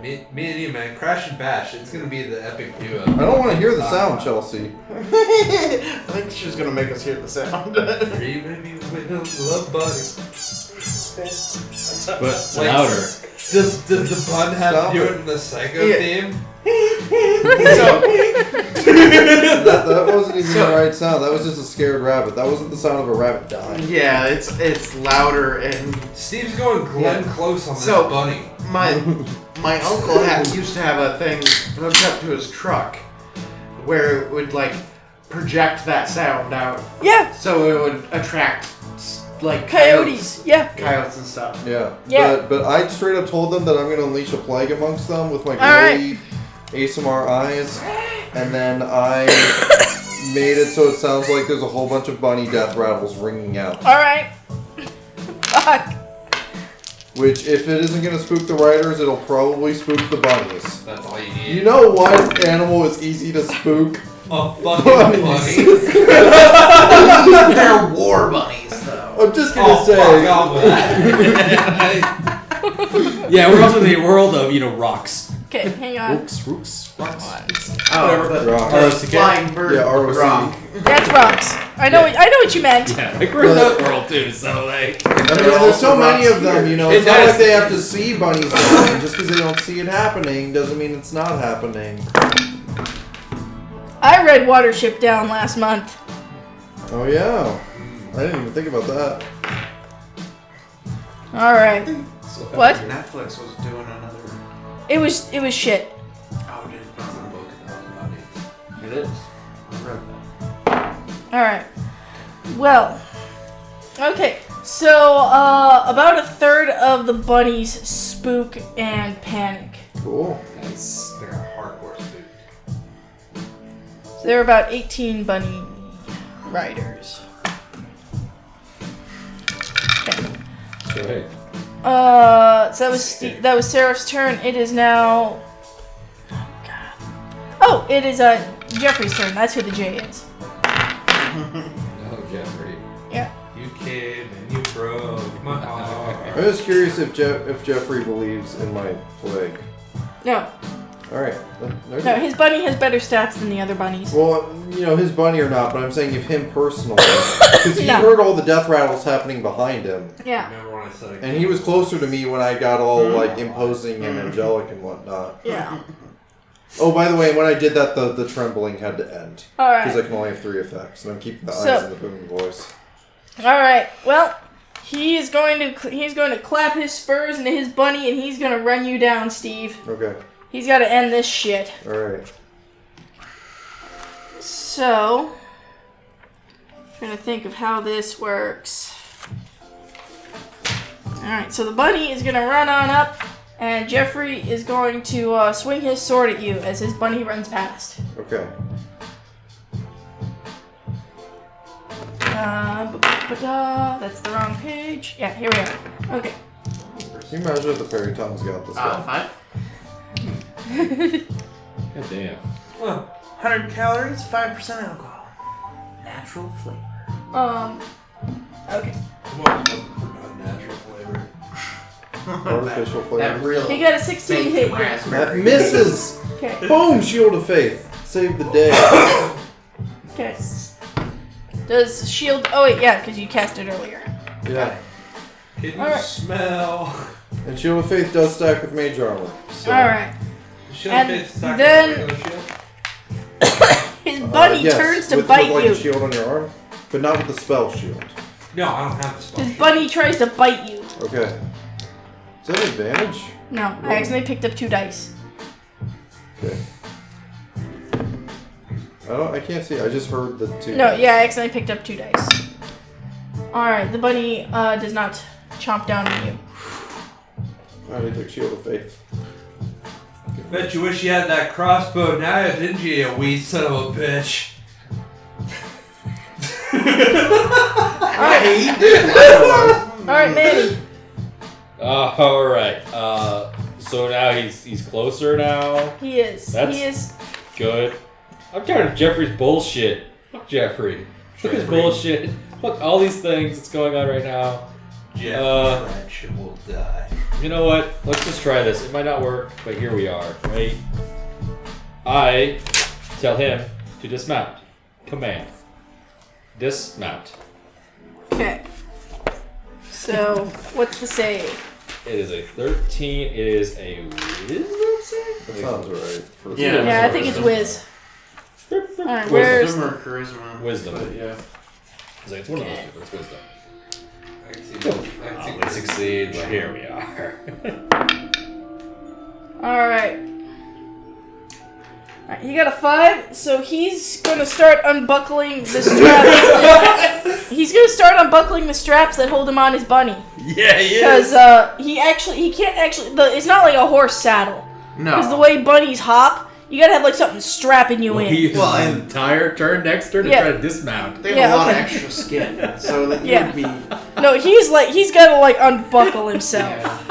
Me, me and you, man. Crash and bash. It's gonna be the epic duo. I don't want to hear the Ah. sound, Chelsea. I think she's gonna make us hear the sound. Dream of you with a love bug. But louder. Does, does the bun have Stop to do it. it in the psycho Yeah. theme? so, That, that wasn't even the right sound. That was just a scared rabbit. That wasn't the sound of a rabbit dying. yeah, it's it's louder and Steve's going Glenn Yeah. Close on this So- bunny. my my uncle had, used to have a thing hooked up to his truck where it would like project that sound out Yeah. so it would attract s- like Coyotes. Yeah. coyotes and stuff. Yeah. Yeah. But, but I straight up told them that I'm going to unleash a plague amongst them with my All glowy ASMR eyes. And then I made it so it sounds like there's a whole bunch of bunny death rattles ringing out. All right. Fuck. Which, if it isn't going to spook the writers, it'll probably spook the bunnies. That's all you need. You know what animal is easy to spook? a fucking bunny. Bunnies. They're war bunnies though. I'm just going to Oh, say. fuck off with that. Yeah, we're also in the world of, you know, rocks. Okay, hang on. Rooks, rooks, rocks. Oh, the, Rock. the flying bird Yeah, ROC. rock. That's rocks. I know. I know what you meant. Yeah, like we're in that world too, so like. I mean, They're all there's so many rocks of them, you know. It It's not does. like they have to see bunnies dying. Just because they don't see it happening doesn't mean it's not happening. I read Watership Down last month. Oh yeah, I didn't even think about that. All right. What? Netflix was doing another. It was. It was shit. Oh, dude, It's a book about bunnies. It is. I read that. All right. Well. Okay. So uh, about a third of the bunnies spook and panic. Cool. Nice. They're hardcore spook. So there are about 18 bunny riders. Okay. So, hey. Uh, so that was Ste that was Seraph's turn. It is now. Oh, God. oh it is uh Jeffrey's turn. That's who the J is. Oh, Jeffrey. You came and you broke my heart. I was curious if Jeff if Jeffrey believes in my plague. No, All right. There's- no, his bunny has better stats than the other bunnies. Well, you know his bunny or not, but I'm saying if him personally, because he No. heard all the death rattles happening behind him, Yeah, Remember when I said and he was closer to me when I got all like imposing and angelic and whatnot. yeah. Oh, by the way, when I did that, the the trembling had to end. All Because right, I can only have three effects, and I'm keeping the So- eyes and the booming voice. all right. Well, he is going to cl- he's going to clap his spurs into his bunny and he's going to run you down, Steve. Okay, He's got to end this shit. alright. So, trying to think of how this works. Alright, so the bunny is gonna run on up, and Jeffrey is going to uh, swing his sword at you as his bunny runs past. Okay. Uh, ba-ba-ba-da. That's the wrong page. Yeah, here we are. Okay. Can you measure the Perry Tom's got this Uh, five. God damn. 100 calories, 5% alcohol. Natural flavor. Um. Okay. Unnatural flavor. Artificial That flavor. real. He got a 16 hit. That misses! Okay. Boom! Shield of Faith. Save the day. Okay. Does shield? Oh wait, yeah, because you cast it earlier. Yeah. Can you Alright. smell? And Shield of Faith does stack with Mage Armor. So. All right. Should And fit stock in then- regular shit? His Uh, buddy yes, turns to with, bite with, like, you. a shield on your arm, but not with the spell shield. No, I don't have the spell. His buddy tries to bite you. Okay. Is that an advantage? No, I accidentally picked up two dice. Okay. I don't. I can't see. I just heard the two. No, yeah, I accidentally picked up two dice. All right, the bunny uh, does not chomp down on you. I need to shield of faith. Bet you wish you had that crossbow now, didn't you, you wee son of a bitch? All right, Manny. Uh, all right. Uh, so now he's he's closer now. He is. That's- He is. Good. I'm tired of Jeffrey's bullshit. Fuck Jeffrey. Fuck his bullshit. Fuck all these things that's going on right now. Jeff, Uh, that shit will die. You know what? Let's just try this. It might not work, but here we are, right? I tell him to dismount. Command. Dismount. Okay. So, what's the save? It is a 13. It is a wisdom save? Sounds right. For Yeah. Yeah, I think it's Wiz. All right, where's Wisdom or charisma? Wisdom. But yeah. It's, like, it's one of those two. It's wisdom. I can see I Oh, can we see succeed, but here we are. All right. All right, he got a five, so he's gonna start unbuckling the straps. he's gonna start unbuckling the straps that hold him on his bunny, Yeah, he because uh, he actually he can't actually. The, it's not like a horse saddle, because the No. way bunnies hop, you gotta have like something strapping you Well, in. he uses Well, his and- entire turn next turn to Yeah. try to dismount. They have Yeah, a lot okay. of extra skin, so that Yeah. would be. No, he's like he's gotta like unbuckle himself,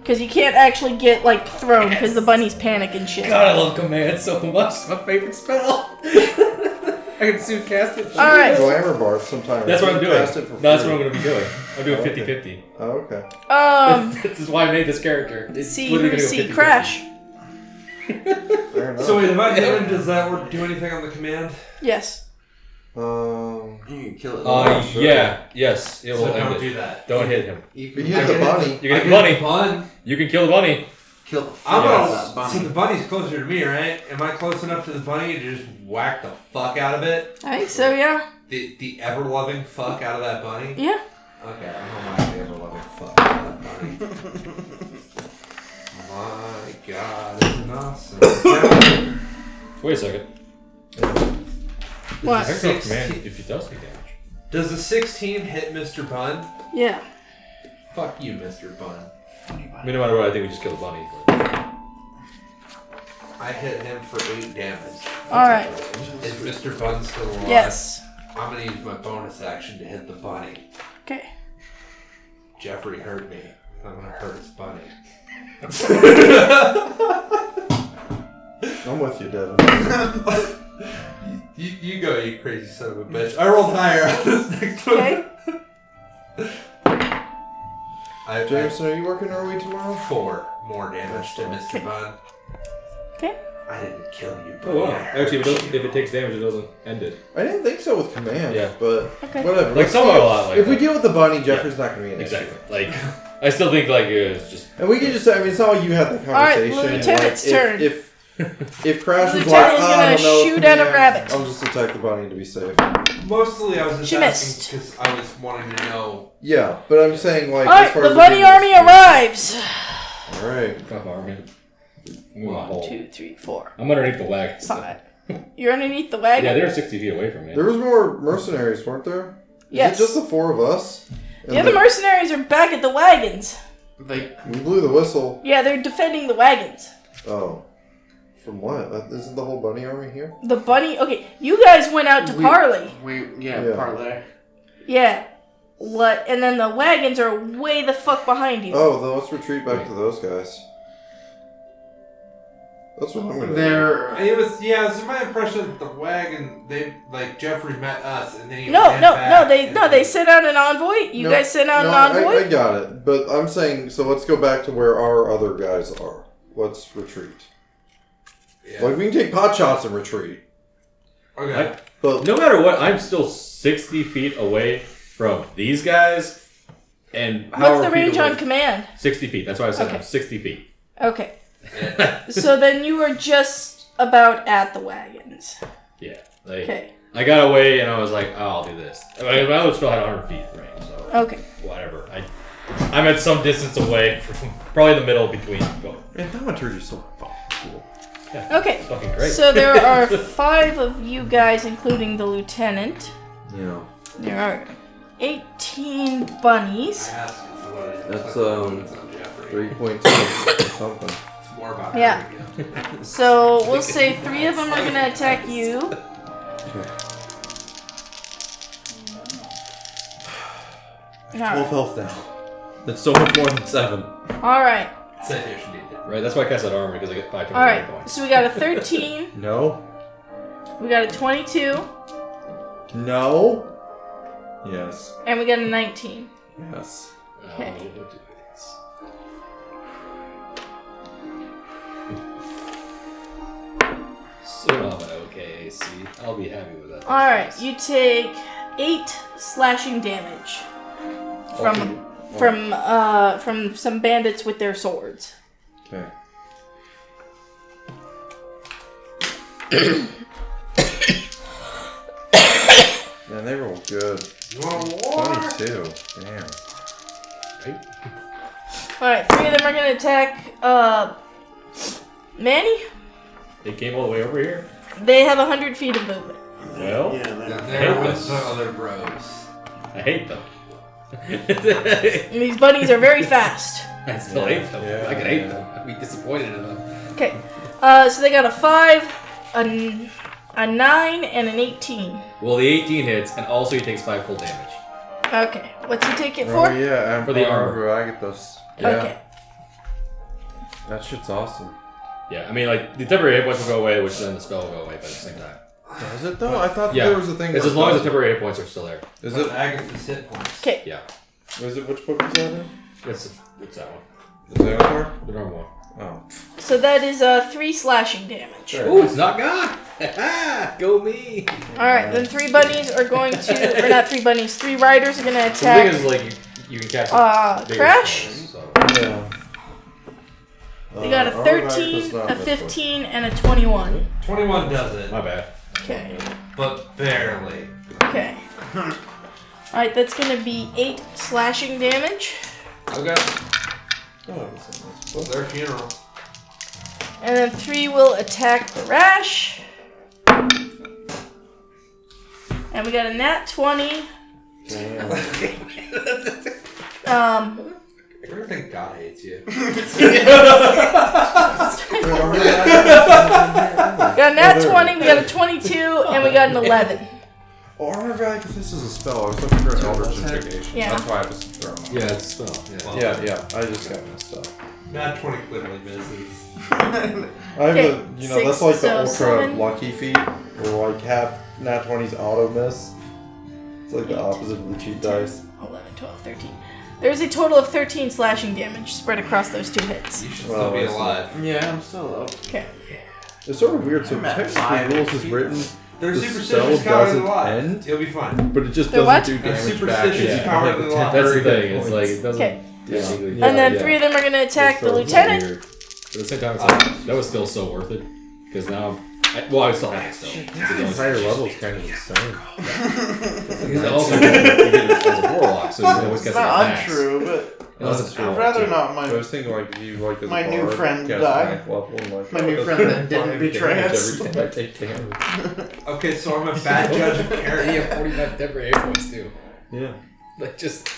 because he can't actually get like thrown, because the bunny's panic and shit. God, I love command so much. It's my favorite spell. I can soon cast it. All right. Glamour bar sometimes. That's what I'm doing. Cast it for No, that's free. what I'm going to be doing. I'm doing Okay. 50 50. Oh, okay. Um, This is why I made this character. It's literally see, gonna go see, 50-50. crash. Fair enough. So wait, if I hit him, does that work, do anything on the command? Yes. um, You can kill it. Uh, sure. yeah, yes, it will So end don't it. do that. Don't hit him. you but can you hit the bunny. You can hit the I bunny. Bun. You can kill the bunny. kill the fuck I'm out gonna. of that See, the bunny. bunny's closer to me, right? Am I close enough to the bunny to just whack the fuck out of it? I think so. Yeah. The the ever loving fuck out of that bunny? Yeah. Okay, I'm gonna whack the ever loving fuck out of that bunny. My god, this is awesome. That Wait a second. What? I don't know if 16. command if it does take damage. was- Does the 16 hit Mr. Bun? Yeah. Fuck you, Mr. Bun. I mean, no matter what, I think we just kill the bunny. but- I hit him for 8 damage. All right. Is Mr. Bun still alive? Yes. I'm gonna use my bonus action to hit the bunny. Okay. Jeffrey hurt me. I'm gonna hurt his bunny. I'm with you, Devin. You, you go, you crazy son of a bitch. I rolled higher on this next one. Okay. I, I Jameson, are you working early tomorrow? four more damage to Mr. Bun. Okay. I didn't kill you, but Oh, wow. I hurt Actually, if it, does, you. if it takes damage, it doesn't end it. I didn't think so with command. Yeah. But Okay. whatever. Like, Let's some deal- are a lot like If we that. deal with the bunny, Jeffrey's not going to be in it. Exactly. Like, I still think, like, uh, it's just. And we can just, I mean, it's all you had the right, conversation. like, Lieutenant's turn. If, if, if Crash was Lieutenant's like, "Ah, I gonna don't know, shoot at a command, rabbit." I'll just attack the bunny to be safe. Mostly, I was just She missed. asking because I was wanting to know. Yeah, but I'm saying, like, All right. as far The as bunny being- army arrives. All right. Fuck army. Move on One, hold. two, three, four, I'm underneath the wagon. so- five. You're underneath the Yeah, wagon. they're 60 feet away from me. There was more mercenaries, weren't there? Is Yes. it just the four of us? And The other the- mercenaries are back at the wagons. Like, we blew the whistle. Yeah, they're defending the wagons. Oh. From what? That- Isn't the whole bunny army here? The bunny. Okay, you guys went out to We- parley. we, yeah, Yeah. parlay. Yeah. What? And then the wagons are way the fuck behind you. Oh, then let's retreat back to those guys. That's what I'm gonna They're It was yeah. It's my impression that the wagon they like Jeffrey met us and then he no, ran no, back no. They and no. then- They sent out an envoy. You No, guys sent do. out No, an I, envoy. I got it, but I'm saying so. Let's go back to where our other guys are. Let's retreat. Yeah. Like we can take pot shots and retreat, okay. but No matter what, I'm still 60 feet away from these guys. And how What's the range on command? 60 feet. That's why I said Okay. I'm 60 feet. Okay. so then you were just about at the wagons. Yeah. Like, Okay. I got away and I was like, oh, I'll do this. I mean, my other spell had 100 feet range, so Okay. whatever. I, I'm at some distance away from probably the middle between both. Man, thaumaturgy's so fucking cool. Okay. Fucking great. So there are five of you guys, including the lieutenant. Yeah. There are 18 I bunnies. asked him what it is. That's, Like, um, it's on Jeffrey. 3.2 or something. It's more about Yeah. Jeffrey, So we'll say three of them are gonna attack you. Twelve Alright. health now. That's so much more than seven. Alright. yeah. Citation needed. right, that's why I cast that armor because I get 5 to All right, points. so we got a 13, No. we got a 22, No. Yes. and we got a 19. Yes. Okay. Oh, we'll do this. Sort of an okay AC. I'll be happy with that. All right, you take eight slashing damage from from uh from some bandits with their swords. Okay. Man, they roll good. You want war? Twenty-two. Damn. All right, three of them are gonna attack uh Manny. They came all the way over here. They have hundred feet of movement. Well, yeah, they're- There Hate was the this. other bros. I hate them. And these bunnies are very fast. I still Yeah, hate them. yeah, I could hate yeah. them. I'd be disappointed in them. Okay, uh, so they got a five, a, n- a nine, and an eighteen. Well, the 18 hits, and also he takes 5 cold damage. Okay, what's he take it Oh for? yeah, I'm For the armor. Agathos. Yeah. Okay. That shit's awesome. Yeah, I mean, like, the temporary hit points will go away, which then the spell will go away, but at the same time. Does it though? I thought Yeah. there was a thing. It's that as long as the does temporary hit points are still there. it. Is Is it it? Agatha's hit points? Okay. Yeah. Is it? Which book is that in? It's, it's that one. The Xanathar? The normal one. Oh. So that is uh three slashing damage. Sure. Ooh, it's not God. go me. All right, then three bunnies are going to, or not three bunnies, three riders are going to So the thing is, attack. like, you, you can cast. Uh, bigger Crash? spells, so- Yeah. They got a Uh, Arvak is 13, not a this one. 15, and a 21. 21 does it, My bad. Okay, but barely. okay. All right, that's going to be eight slashing damage, Okay. Oh, it's in this Well, book. their funeral. and then three will attack the rash. And we got a nat 20. Damn. Um, You ever think God hates you? got a Oh, nat there. 20, we got a 22, and we got an 11. Armor of Agathos is a spell. I was looking for an Eldritch Intimidation. Yeah. That's why I was throwing. Yeah, it's spell. Yeah. Well, Yeah, yeah. I just got messed up. Not 20 clearly misses. I have Okay, a, you know, six, that's like so the ultra seven. lucky feat, where like half nat 20s auto miss. It's like the opposite of the cheat dice. 11, 12, 13. There's a total of 13 slashing damage spread across those two hits. You should Well, still be I see. alive. yeah, I'm still up. Okay. It's sort of weird. So I'm at five technically, rules is HP. written, Their The superstition's spell power of doesn't the light. end? You'll be fine. but it just The doesn't what? do That's damage back. superstitious Yeah. power of the law. That's the Very good thing. It's points. like, it doesn't. Okay. technically- and then yeah. three of them are going to attack the So it's lieutenant. Weird. But at the same time, it's like, that was still so worth it. Because now. I, well, I would still have it still. The entire level is kind of the same. Because also, you get it as a warlock, so you can always It's cast not an axe. untrue, but Unless That's it's true. I'd rather dude. not I my was thinking like if you like as a My new bard, friend cast died. ninth level and, like, My new "Oh, that's friend that five didn't betray damage us. Every time I take damage. Okay, so I'm a bad judge of Yeah, character. 45 temporary hit points too. Yeah. Like just.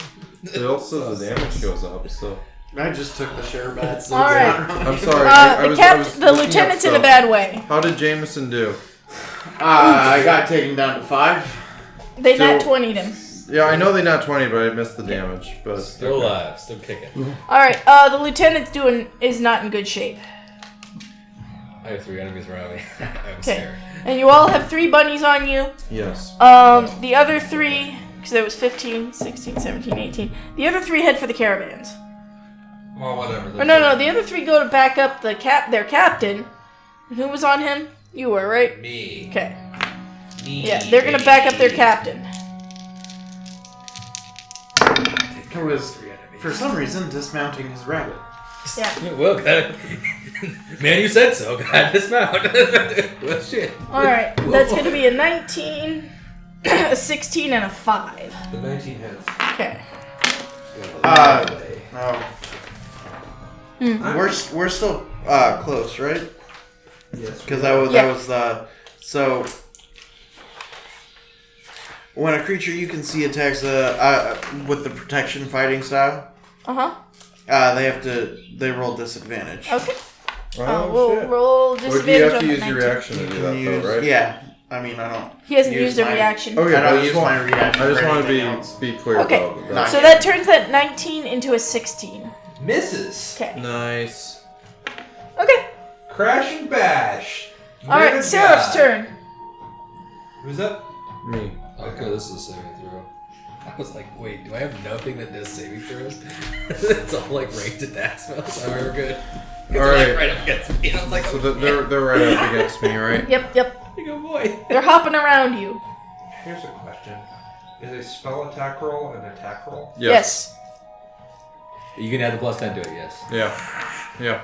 It also the damage goes up. So I just took the share bats. All right. I'm sorry. I- I Uh, the was- I was cap, the looking up lieutenant's in a stuff. bad way. How did Jameson do? Uh, I got taken down to five. They So- not 20 him. he's Yeah, I know they not 20, but I missed the damage. But Still alive, still kicking. All right, uh, the lieutenant's doing is not in good shape. I have three enemies around me. I'm Okay. scared. And you all have three bunnies on you. Yes. Um, the other three, because there was 15, 16, 17, 18. The other three head for the caravans. Well, whatever. Or Oh, no, no, the other three go to back up the cap, their captain. And who was on him? You were, right? Me. Okay. Yeah, they're gonna back up their captain. he was for some reason dismounting his rabbit. Well, God. man, you said so. God, dismount. well, shit. All right, that's gonna be a 19, a 16, and a five. The 19 hits. Okay. Uh, no, I'm- we're s- we're still uh close, right? Yes. Because that was Yeah. that was uh so. When a creature you can see attacks uh, uh, with the protection fighting style, Uh huh. uh, they have to they roll disadvantage. Okay. Oh, Uh, we'll shit. roll Or do you disadvantage have on to the use your 19. reaction to do Can you that, use- though, right? Yeah, I mean I don't. He hasn't Use used a my- reaction. Okay, I but don't I use just my want, reaction. I just for want to be anything else. be clear Okay. about that. Nice. So that turns that 19 into a 16. Misses. Okay. Nice. Okay. Crash and bash. All Never right, Seraph's die. turn. Who's up? Me. Okay, this is a saving throw. I was like, wait, do I have nothing that does saving throws? it's all like raked to that smell, so we're good. All right. Alright. Like, right up against me. I was like, So th- they're, they're right up against me, right? Yep, yep. oh, good boy. They're hopping around you. Here's a question. Is a spell attack roll an attack roll? Yes. You can add the plus 10 to it, yes. Yeah. Yeah.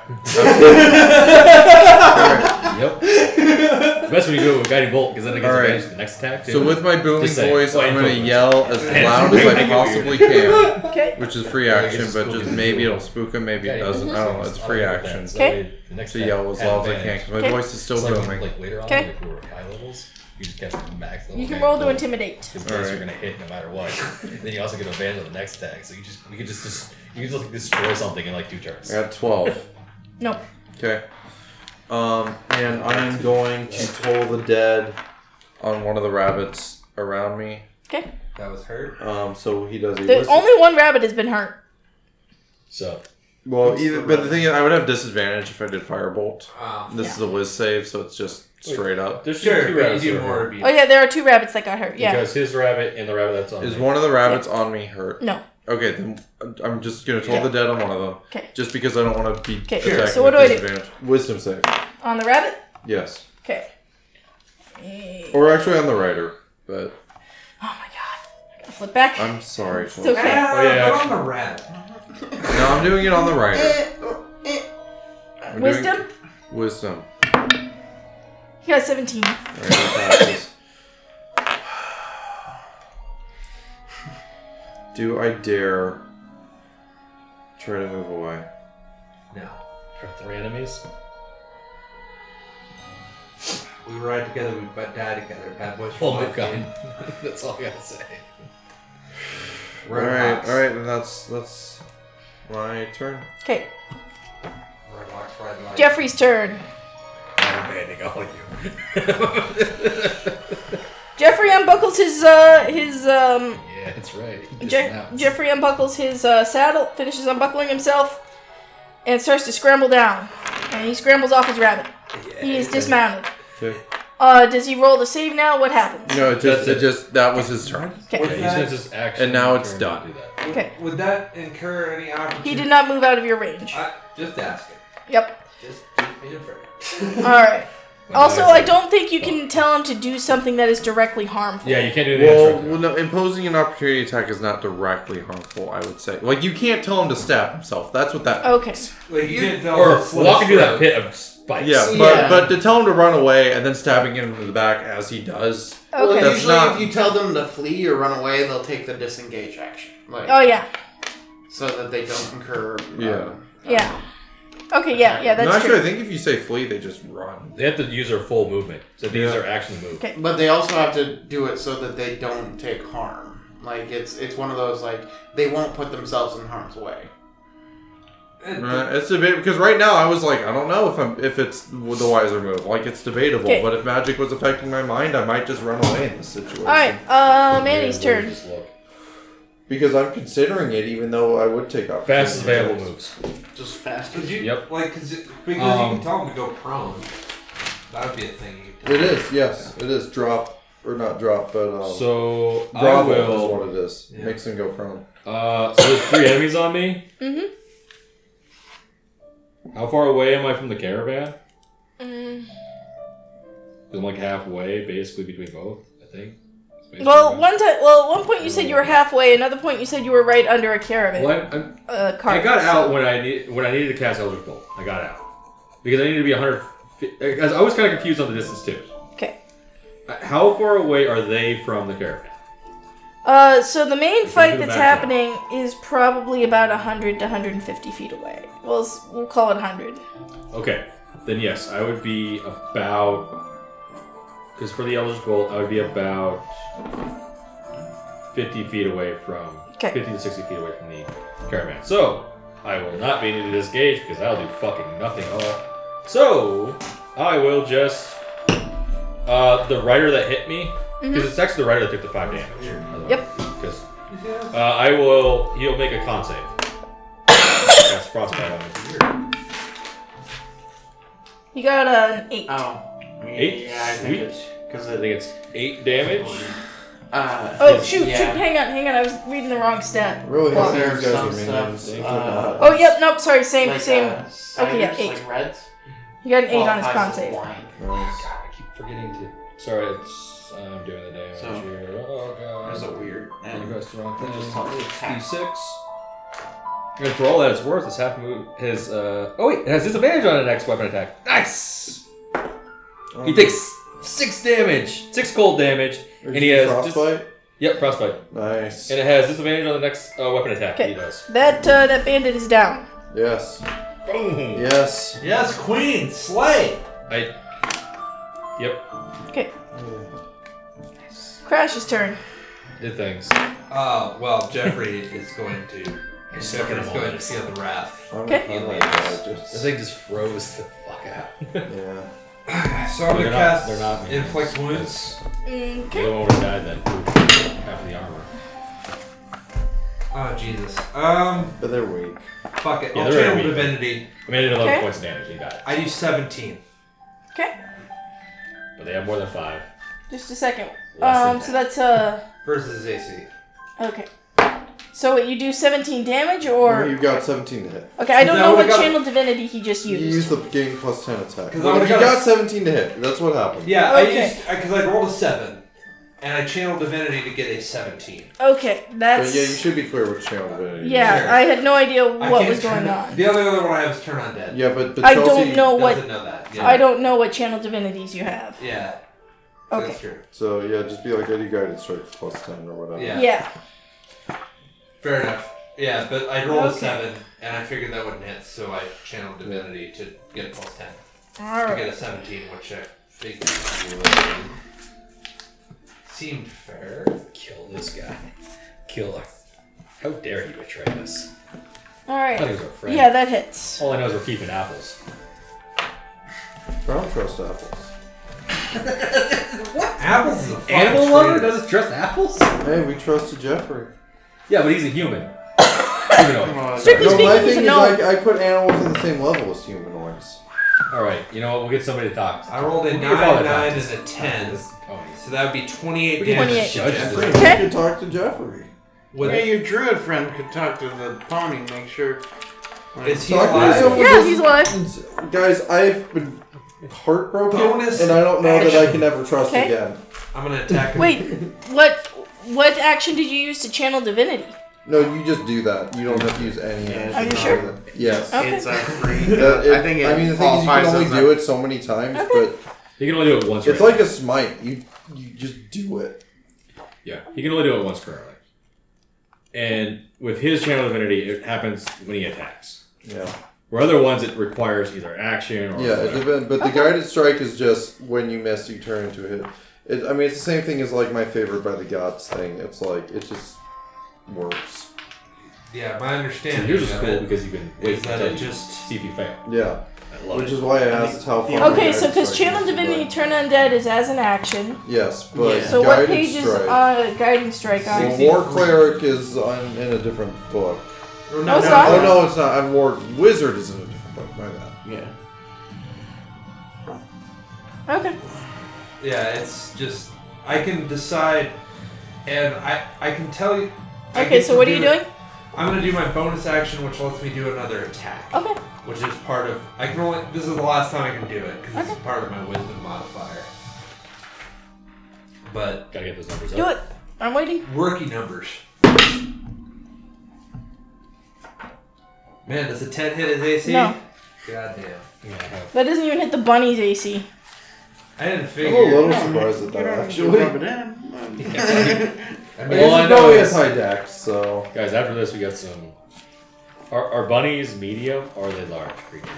Yep. it's best when you do it with Guiding Bolt, because then it gets Alright. advantage to the next attack, too. So with my booming Just saying. voice, I'm gonna Blindfolded. yell as loud as I possibly can, Okay. which is free action, but just maybe it'll spook him, maybe it Guiding doesn't. Bolt. I don't know. It's free action. So Okay. that way the next To attack yell as has loud as I can, advantage. because my Okay. voice is still It's like, booming. like later on, Okay. if you were high levels, you just catch the max level. You can guiding roll to bolt. intimidate. Because dice Alright. are gonna hit no matter what. And then you also get advantage on the next attack. So you just we could just, just you could just like destroy something in like two turns. I got 12. No. Okay. Um, and I'm going to toll the dead on one of the rabbits around me. Okay. That was hurt. Um, so he does. The only one rabbit has been hurt. So well, either, but the thing is, I would have disadvantage if I did firebolt. Um, This is a whiz save, so it's just straight up. there's sure, but you do more of you. Oh yeah, there are two rabbits that got hurt. Yeah. Because his rabbit and the rabbit that's on Is me. one of the rabbits on me hurt? No. Okay, then I'm just gonna toll the dead on one of them. 'Kay. Just because I don't want to be 'Kay, attacked so what with do I do? disadvantage. Wisdom save. On the rabbit. Yes. Okay. Or actually on the rider, but Oh my god. I gotta flip back. I'm sorry. it's okay. Ah, Oh, yeah, not actually. on the rat. No, I'm doing it on the rider. I'm doing Wisdom. Wisdom. He got a 17. Alright, that passes. Do I dare try to move away? No. For three enemies. We ride together, we bu- die together. Bad boys for Oh my life, god. dude. that's all I gotta say. We're alright, rocks. alright, then that's that's my turn. Okay. Red rocks, red lights. Jeffrey's turn. I'm banning all of you. Jeffrey unbuckles his uh his um yeah, that's right. Je- Jeffrey unbuckles his uh, saddle, finishes unbuckling himself, and starts to scramble down. And he scrambles off his rabbit. he is dismounted. Okay. Uh, does he roll the save now? What happens? No, it just That's it. it just that was his turn. Yeah, What's he's that? gonna just action And now it's turn done. to do that. Would- Okay. Would that incur any opportunity? He did not move out of your range. I, just asking. Yep. Just just being fair. All right. When Also, it's I like- don't think you can tell him to do something that is directly harmful. Yeah, you can't do the Well, well, well, no, imposing an opportunity attack is not directly harmful, I would say. Like, you can't tell him to stab himself. That's what that Okay. Like you didn't tell Or us- walking through that pit of spikes. Yeah, but, Yeah. but to tell him to run away and then stabbing him in the back as he does. Well, Okay. That's usually not- if you tell them to flee or run away, they'll take the disengage action, like Oh yeah. so that they don't incur. um, Yeah. Yeah. Okay. Yeah. Yeah. no, That's actually, I true. think if you say flee, they just run. They have to use their full movement. So these Yeah. are action moves. Okay. But they also have to do it so that they don't take harm. Like it's it's one of those like they won't put themselves in harm's way. Uh, it's debate because right now I was like, I don't know if I'm if it's the wiser move. Like, it's debatable. Okay. But if magic was affecting my mind, I might just run away in this situation. All right. Uh, Yeah, Manny's we'll turn. just look. because I'm considering it, even though I would take off Fastest available moves. Just faster. Cause you, Yep. Like, cause it, because you Um, can tell them to go prone. That would be a thing. You could tell It is yes, it is drop or not drop, but um, So I grovel will. is what it is. Yeah. Makes them go prone. Uh, so there's three enemies on me. Mhm. Mm-hmm. How far away am I from the caravan? Mm. I'm like halfway, basically between both. I think. It's basically Well, right. one time, well, at one point you said you were halfway. Another point you said you were right under a caravan. Well, I'm, I'm, Uh, cart. I got out when I need when I needed to cast Eldritch Bolt. I got out because I needed to be 100. feet- I I was kind of confused on the distance too. Okay. Uh, How far away are they from the caravan? Uh, so the main If you fight do the that's back happening is probably about 100 to 150 feet away. Well, s- we'll call it 100. Okay, then yes, I would be about. Because for the Eldritch Bolt, I would be about 50 feet away from. 'Kay. 50 to 60 feet away from the caravan. So, I will not be needed to disengage because I'll do fucking nothing at all. So, I will just. Uh, the rider that hit me. Because it's actually the rider that took the 5 damage. Yep. Because. Uh, I will. He'll make a con save. That's frostbite on him. You got an 8. Oh. Eight. Yeah, I think Sweet. it's because I think it's eight damage. Uh, oh, it's- shoot, yeah. shoot, hang on, hang on. I was reading the wrong stat. Really, Well, I think there these guys are some are minions. stuff, They're uh, not- Oh, yep, nope, sorry, same, Like, same. uh, Okay, yeah, ciders, eight. Like reds. you got an 8 on his Qualifies con as save. wine. Nice. I keep forgetting to. Sorry, it's I'm doing the damage So, here. Oh god. There's a weird. I And pressed the wrong They thing. just tell me it's half. D6. And for all that it's worth, it's half move. His uh oh wait, it has disadvantage on the next weapon attack. Nice. He Um, takes six damage, six cold damage. there's and he has dis- frostbite. Yep, frostbite, Nice. and it has disadvantage on the next uh, weapon attack. He Okay. does. That, uh, that bandit is down. Yes. Boom. Yes. Yes, Queen, slay! I. Yep. Crash's turn. Did things. Uh, well, Jeffrey is going to. Jeffrey is going to feel the wrath. I'm Okay. gonna just- This thing just froze the fuck out. Yeah. So I'm going They're to not- cast they're not minions. Inflict Wounds. Okay. They don't want to die then. Half of the armor. Oh, Jesus. Um, But they're weak. fuck it. Yeah, I'll they're channel weak. Divinity. I mean, it did 11 Okay. points of damage. He died. I do 17. Okay. But they have more than five. Just a second. Less than Um, so that's, uh, Versus AC. okay. So what, you do 17 damage, Or or... you've got 17 to hit. Okay, I don't That know what would've got- channel divinity he just You used. use the game plus 10 attack. 'Cause I Well, would've if you got a- got 17 to hit, that's what happened. Yeah, I Okay. used. Because I rolled a 7. And I channel Divinity to get a 17. Okay, But that's... yeah, you should be clear which channel it is. Yeah, Sure. I had no idea I what can't was going turn- on. The only other one I have is Turn Undead. Yeah, but, but I Chelsea, don't know what Doesn't know that. Yeah. I don't know what channel divinities you have. Yeah. Okay. That's true. So yeah, just be like I do guided strikes plus 10 or whatever. Yeah. Yeah. Fair enough. Yeah, but I rolled a Okay. 7, and I figured that wouldn't hit, so I channeled Divinity to get a plus 10. All To right. get a 17, which I figured would seemed fair. Kill this guy. Kill her. How dare you betray us? All I thought he right. was our friend. Yeah, that hits. All I know is we're keeping apples. I don't trust apples. Apples is a fucking Animal lover traitor. doesn't trust apples? Hey, we trusted Jeffrey. Yeah, but he's a human. Humanoid. Well, Strictly no, speaking, my he's thing a is gnome. like I put animals on the same level as humanoids. All right, you know what? We'll get somebody to talk. I rolled a We'll 9, give all the 9, doctors. and a 10, Oh, he's- so that would be 28 We can damage. 28. just judge this. Jeffrey, you Okay. can talk to Jeffrey. With- yeah, your druid friend could talk to the pony, and make sure. Is he Talk to alive? someone Yeah, he's alive. doesn't- Guys, I've been heartbroken, Bonus and I don't know that I action. can ever trust Okay. again. I'm gonna attack him. Wait, what? What action did you use to channel divinity? No, you just do that. You don't have to use any. action Are you to sure? do that. Yes. Okay. It's a free. That- it- I think it I mean, the thing is, you can only do it so many times, Okay. but You can only do it once. it's right? like a smite. You you just do it. Yeah, he can only do it once currently. And with his channel divinity, it happens when he attacks. Yeah. Where other ones, it requires either action or Yeah, it whatever. depends. But the guided strike is just when you miss, you turn into a hit. It, I mean, it's the same thing as like my favorite by the gods thing. It's like it just works. Yeah, my So understanding. you're just of cool it because you can wait is that until it you just- see if you fail. Yeah, I love which it. is why I asked how Oh, far. Okay, Guided so because Strike Channel is, Divinity but- Turn Undead is as an action. Yes, but So what Guided page is Strike- uh, Guiding Strike on? Well, War cleric is on, in a different book. No, no, it's No, not. oh no, it's not. I'm war wizard is in a different book. My bad. Yeah. Okay. Yeah, it's just I can decide, and I I can tell you. I Okay, get so to what are you do doing? I'm gonna do my bonus action, which lets me do another attack, Okay. which is part of. I can only. This is the last time I can do it because this is part of my wisdom modifier. But Gotta get those numbers Do up. it. I'm waiting. rookie numbers. Man, does a ten hit his AC? No. Goddamn. That doesn't even hit the bunny's AC. I didn't I'm figure. a little surprised at that actually. Rub it in. I I mean, guess Well, I you know know he has it's- high deck, so Guys, after this, we got some. Are, are bunnies medium or are they large creatures?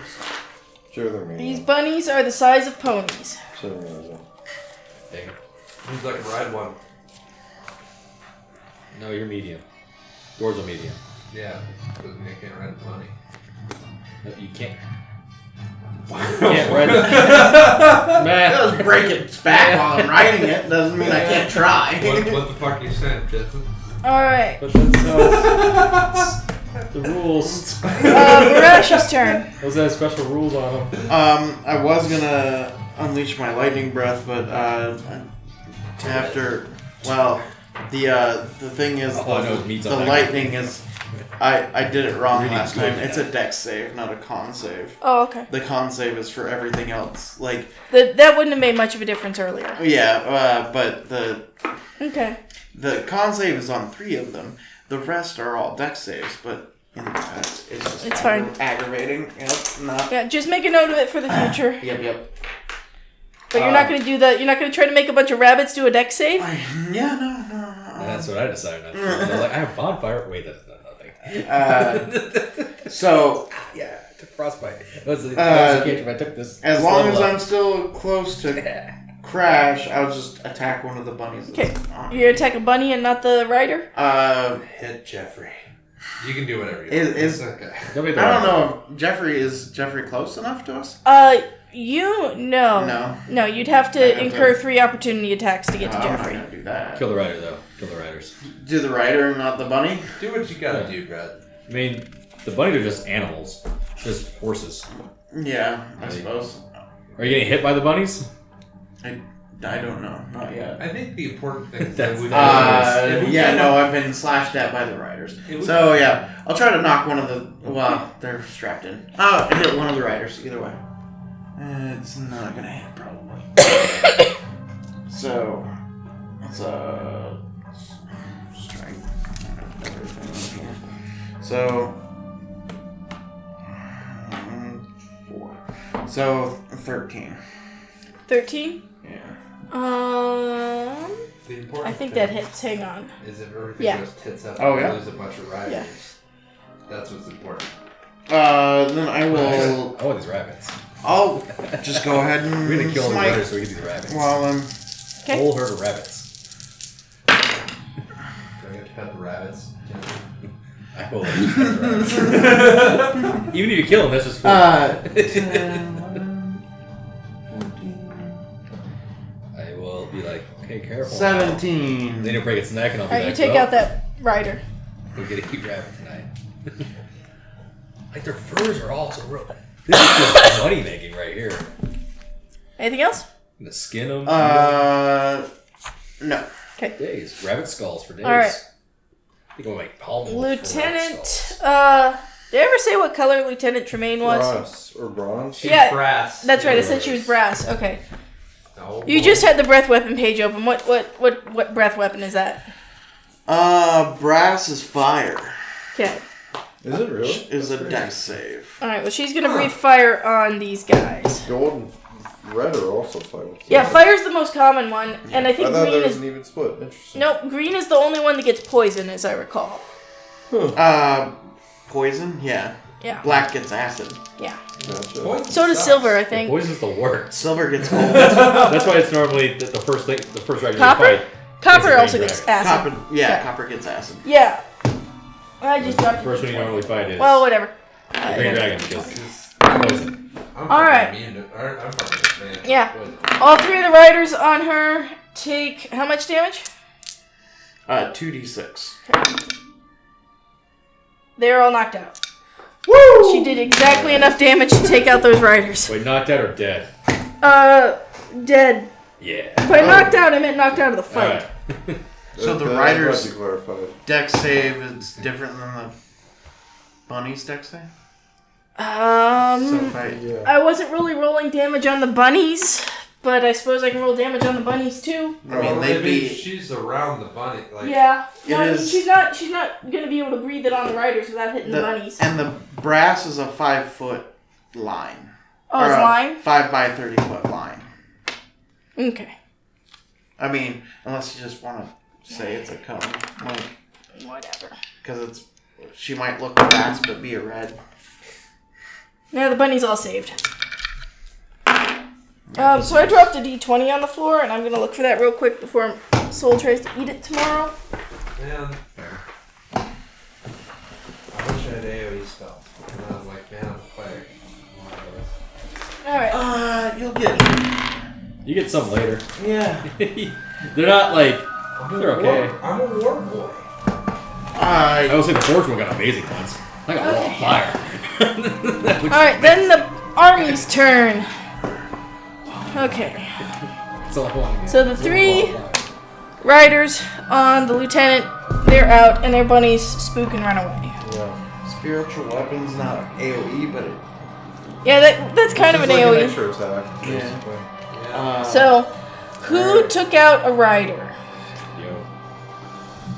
sure they're mean. These bunnies are the size of ponies. Sure they're mean. They- he's like a ride one. no, you're medium. Yours are medium. Yeah, because I can't ride the money. No, you can't. You can't ride the. Math. Does break its back while I'm riding it. Doesn't mean I can't try. What, what the fuck you saying, Justin? All right. But that's uh, the rules. Uh, Barash's turn. Those have special rules on them. Um, I was gonna unleash my lightning breath, but uh, after, well, the uh, the thing is, Oh, I the, know it means the I'm not- lightning is. I I did it wrong Really last good time. at It's a dex save, not a con save. Oh, okay. The con save is for everything else. Like, That that wouldn't have made much of a difference earlier. yeah, uh, but the Okay. the con save is on three of them. The rest are all dex saves, but in the past, it's just It's fine. aggravating. Yep, not. Yeah, just make a note of it for the Uh, future. Yep, yep. But uh, you're not gonna do that. You're not gonna try to make a bunch of rabbits do a deck save. Yeah, no, no. no. And that's what I decided not to do. I was like, I have bonfire. Wait, that's not nothing. Uh, so yeah, I took frostbite. That was Uh, the uh, I took this. as long as solo. I'm still close to crash, I'll just attack one of the bunnies. that's on. You're gonna attack a bunny and not the rider. Uh, Hit Jeffrey. You can do whatever you Is- want. is- It's okay. Don't be the I don't wrong- know if Jeffrey is Jeffrey close enough to us. Uh, you no. No. No, you'd have I to have incur to- Ah. three opportunity attacks to get to No, I'm not Jeffrey. gonna do that. Kill the rider though. Kill the riders. Do the rider and not the bunny. Do what you gotta do, Brad. I mean, the bunnies are just animals, just horses. Yeah, I Right. suppose. Are you getting hit by the bunnies? I, I don't know. Not yet. I think the important thing is that That's we. Uh, if we yeah, came no, up- I've been slashed at by the riders. It was- So yeah, I'll try to knock one of the. Well, they're strapped in. Oh, I hit one of the riders. Either way, Uh, it's not gonna hit probably. so it's a strength. So mm, four. So thirteen. Thirteen. Yeah. Um, The important I think thing that hits. Hang on. Is if everything Yeah. just tits up, Oh, we yeah? lose a bunch of riders. Yeah. That's what's important. Uh, then I will. I want Oh, these rabbits. I'll just go ahead and We're gonna kill the smite riders so we get these rabbits. while I'm. Okay. Whole herd of rabbits. Do I get to pet the rabbits? I will. let you have the rabbits. Even if you kill them, that's just. Uh, I will be like, okay, careful. seventeen. Then you'll break its neck, and I'll be All right, you like, take well, out that rider. We're gonna eat rabbit tonight. like their furs are also real. This is just money making right here. I'm Anything else? gonna skin them. Uh, no. days, rabbit skulls for days. All right. I think we'll make palm oil for rabbit Lieutenant. skulls. Uh, did I ever say what color Lieutenant Tremaine was? brass or bronze. Yeah. Brass. That's right. I said she was brass. Okay. No, You just had the breath weapon page open. What what what what breath weapon is that? Uh, brass is fire. Okay. Is it really Which is a dex save. All right. Well, she's gonna breathe fire on these guys. gold and red are also fire? Yeah, fire's the most common one, and I I think thought green there is was an even split. Interesting. nope. Green is the only one that gets poison, as I recall. Uh, poison. Yeah. Yeah. Black gets acid. Yeah. Gotcha. So does silver, I Yeah, think. poison's the worst. Silver gets gold. That's why it's normally the, the first thing, the first dragon you Copper? fight. Copper It's a also green gets dragon. acid. copper. Yeah, Yeah. copper gets acid. Yeah. I just dropped. First one you normally fight is Well, whatever. Green Dragon. Because I'm All fucking right. immune to- I- I'm fucking immune to- Yeah. All three of the riders on her take how much damage? Uh, 2d6. They're all knocked out. Woo! She did exactly enough damage to take out those riders. wait, knocked out or dead? Uh, dead. Yeah. If I knocked out, I meant knocked out of the All fight. right. So the That- that writers- had to clarify. Dex save is different than the bunny's dex save? So Um, if I- Yeah. I wasn't really rolling damage on the bunnies, but I suppose I can roll damage on the bunnies too. I mean, they'd be. she's around the bunny. Like, yeah. No, it I mean, is- she's not. She's not gonna be able to breathe it on the riders without hitting the, The, bunnies. and the brass is a 5 foot line. Oh, it's Or a mine. 5 by 30 foot line. Okay. I mean, unless you just want to say it's a cone. Like, Whatever. because it's. She might look brass but be a red. Yeah, the bunny's all saved. Um, so I dropped a d20 on the floor, and I'm gonna look for that real quick before Soul tries to eat it tomorrow. man. I wish I had AoE spells. And I was like, man, I'm a player. All right. Uh, you'll get. You get some later. Yeah. They're not like. I'm a They're okay. War, I'm a war boy. I. I would say the Forge one got amazing ones. I got wall of fire. That looks All right. Then the army's turn. Okay. That's all I want. So the three riders on the lieutenant, they're out, and their bunnies spook and run away. Spiritual weapon's not AoE, but it. Yeah, that, that's kind of an It's like AOE. extra attack. Yeah. basically. Uh, So, who took out a rider? Yo.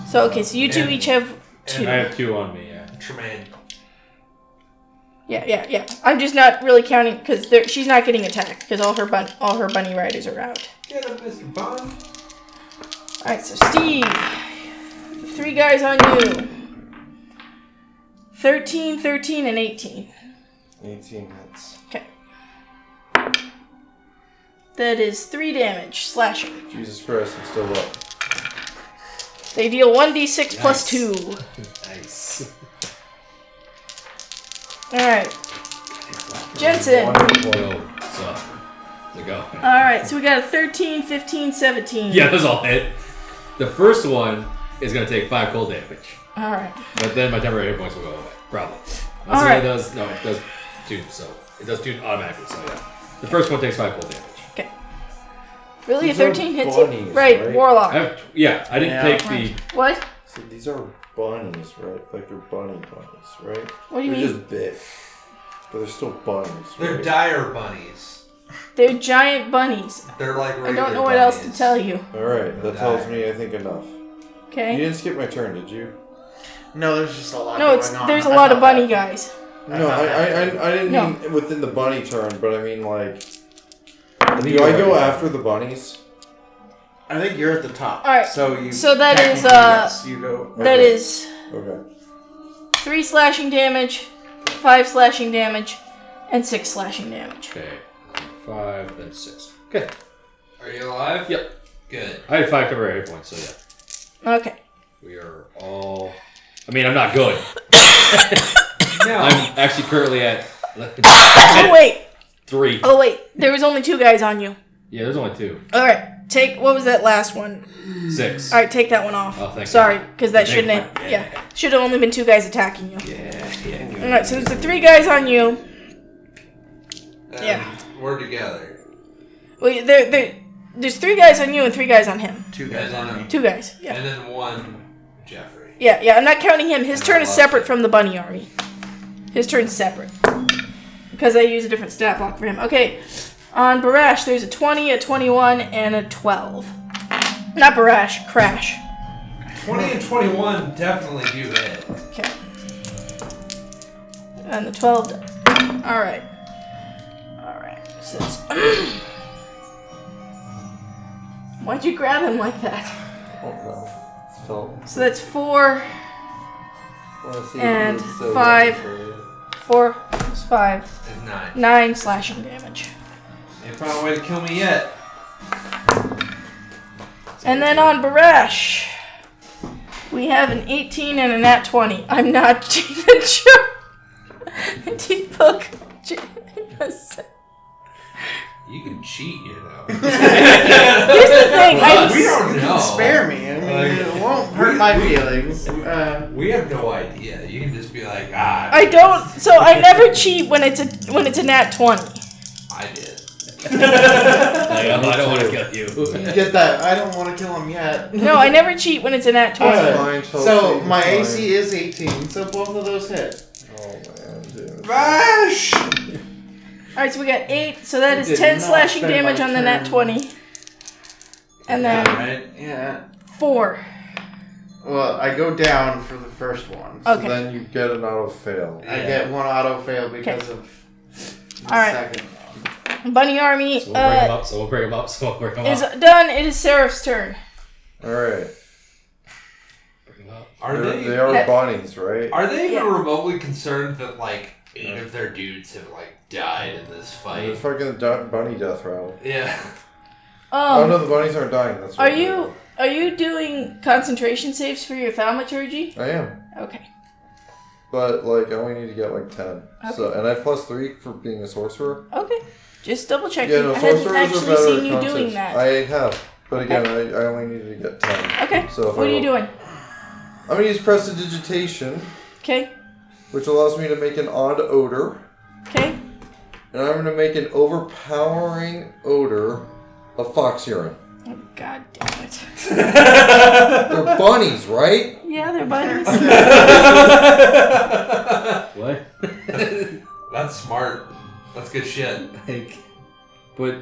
So okay, so you two And- each have two. I have two on me, yeah. Tremaine. Yeah, yeah, yeah. I'm just not really counting because she's not getting attacked because all her bun- all her bunny riders are out. Get up, Mr. Bond. All right, so Steve, three guys on you. 13, 13, and 18. 18 hits. That is three damage slashing. Jesus Christ, I'm still up. They deal 1d6 plus Nice. 2. Nice. All right. Jensen. All Yo, what's up? How's it going? right, so we got a 13, 15, 17. Yeah, those all hit. The first one is going to take five cold damage, All right. but then my temporary hit points will go away. Probably. Unless All it right. does, no, it does tune, so it does tune automatically, so yeah. The first one takes five cold damage. Really, a These are 13 hits you? bunnies, Right, right? Warlock. I have, yeah, I didn't Yeah. take the. what? So these are bunnies, right? Like they're bunny bunnies, right? What do you they're mean? just big. But they're still bunnies. They're right? dire bunnies. They're giant bunnies. They're like regular I don't know what else to tell you. Alright, that tells me I think enough. You Okay. didn't skip my turn, did you? no, there's just a lot. No, going it's on. there's a I lot thought of bunny that- guys. No, I, I, I, I didn't No. mean within the bunny turn, but I mean like. think Do I you're go right. after the bunnies? I think you're at the top. All right, So you. so that is, technically, uh, yes, you go. That Okay. is Okay. three slashing damage, five slashing damage, and six slashing damage. Okay. Five, then six. Okay. Are you alive? Yep. Good. I had five temporary hit points, so yeah. Okay. We are all. I mean, I'm not good. No. I'm actually currently at Oh wait. three. Oh wait. There was only two guys on you. Yeah, there's only two. All right. Take what was that last one? Six. All right, take that one off. Oh, thank Sorry, because that Thank shouldn't you. have. Yeah. Yeah, should have only been two guys attacking you. Yeah, yeah. All right, so it's the three guys on you. And yeah. We're together. Well, there, there, there's three guys on you and three guys on him. Two And guys on me. then, Two guys. Yeah. and then one, Jeffrey. Yeah, yeah, I'm not counting him. His turn is Wow. separate from the bunny army. His turn's separate. Because I use a different stat block for him. Okay, on Barash, there's a 20, a 21, and a 12. Not Barash, Crash. 20 and 21 definitely do hit. Okay. And the 12. Alright. Alright. So it's- Why'd you grab him like that? Oh no. So, So that's 4, I wanna see if And it's so five. good 4, plus 5, It's 9. 9 slashing damage. They found a way to kill me yet. And then on Barash, We have an 18 and a nat 20. I'm not Gina Joe. Deepak Jameson. You can cheat, you know. Here's the thing. We I'm, don't know. Spare me. I mean, it won't hurt my feelings. Uh, We have no idea. You can just be like, ah, I don't. So I never cheat when it's a when it's a nat 20. I did. Like, oh, I don't want to kill you you. get that? I don't want to kill him yet. No, I never cheat when it's a nat 20. Alright. Fine, Chelsea, So my fine. AC is 18. So both of those hit. Oh man, dude. All right, so we got eight. So that You is did ten not slashing spend damage my on the nat turn. twenty, and then Alright. Yeah. four. Well, I go down for the first one. Okay. So then you get an auto fail. I get one auto fail because of the All right. second. Bunny army So we'll bring him uh, up. So we'll bring him up. So we'll bring him is up. done. It is Seraph's turn. All right. Bring him up. Are They're, they they are Yeah. bunnies, right? are they even Yeah. remotely concerned that like eight of their dudes have like died in this The fight? fucking du- bunny death rattle. Yeah. oh no, Um, the bunnies aren't dying. That's are right. you are you doing concentration saves for your thaumaturgy? I am, Okay. but like I only need to get like ten. So and I have plus three for being a sorcerer. Okay. Just double checking. Yeah, no, I hadn't sorcerers are actually better seen at you concepts. doing that. I have, but again, I, I only needed to get ten. okay. So if what I are you roll- doing? I'm gonna use prestidigitation, Okay. which allows me to make an odd odor. Okay. And I'm gonna make an overpowering odor of fox urine. Oh, God damn it. They're bunnies, right? Yeah, they're bunnies. What? That's smart. That's good shit. like, but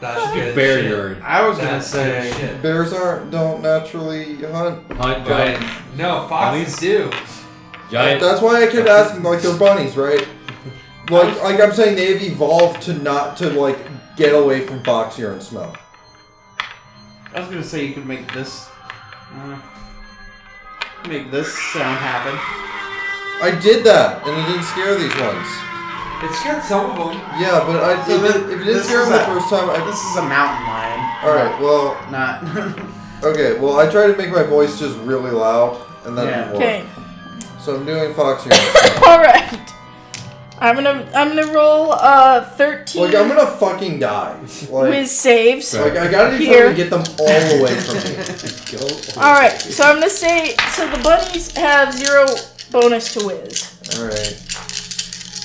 That's good bear shit. urine. I was gonna That's good say. shit. Bears aren't don't naturally hunt. Hunt But giant. no, foxes do. Giant. That's why I kept asking, like they're bunnies, right? Like like I'm saying they've evolved to not to like get away from fox urine smell. I was gonna say you could make this. Uh, make this sound happen. I did that, and it didn't scare these ones. It scared some of them. Yeah, but I So it then- did- if it didn't this scare is them the a- first time, I This is a mountain lion. all right. Well, Not. okay. Well, I tried to make my voice just really loud, and that didn't work. Okay. So I'm doing fox urine. smell. All right. I'm gonna I'm gonna roll uh thirteen Like I'm gonna fucking die. Like, with saves. like I gotta do Here. something to get them all away from me. All right, so I'm gonna say so the bunnies have zero bonus to whiz. All right.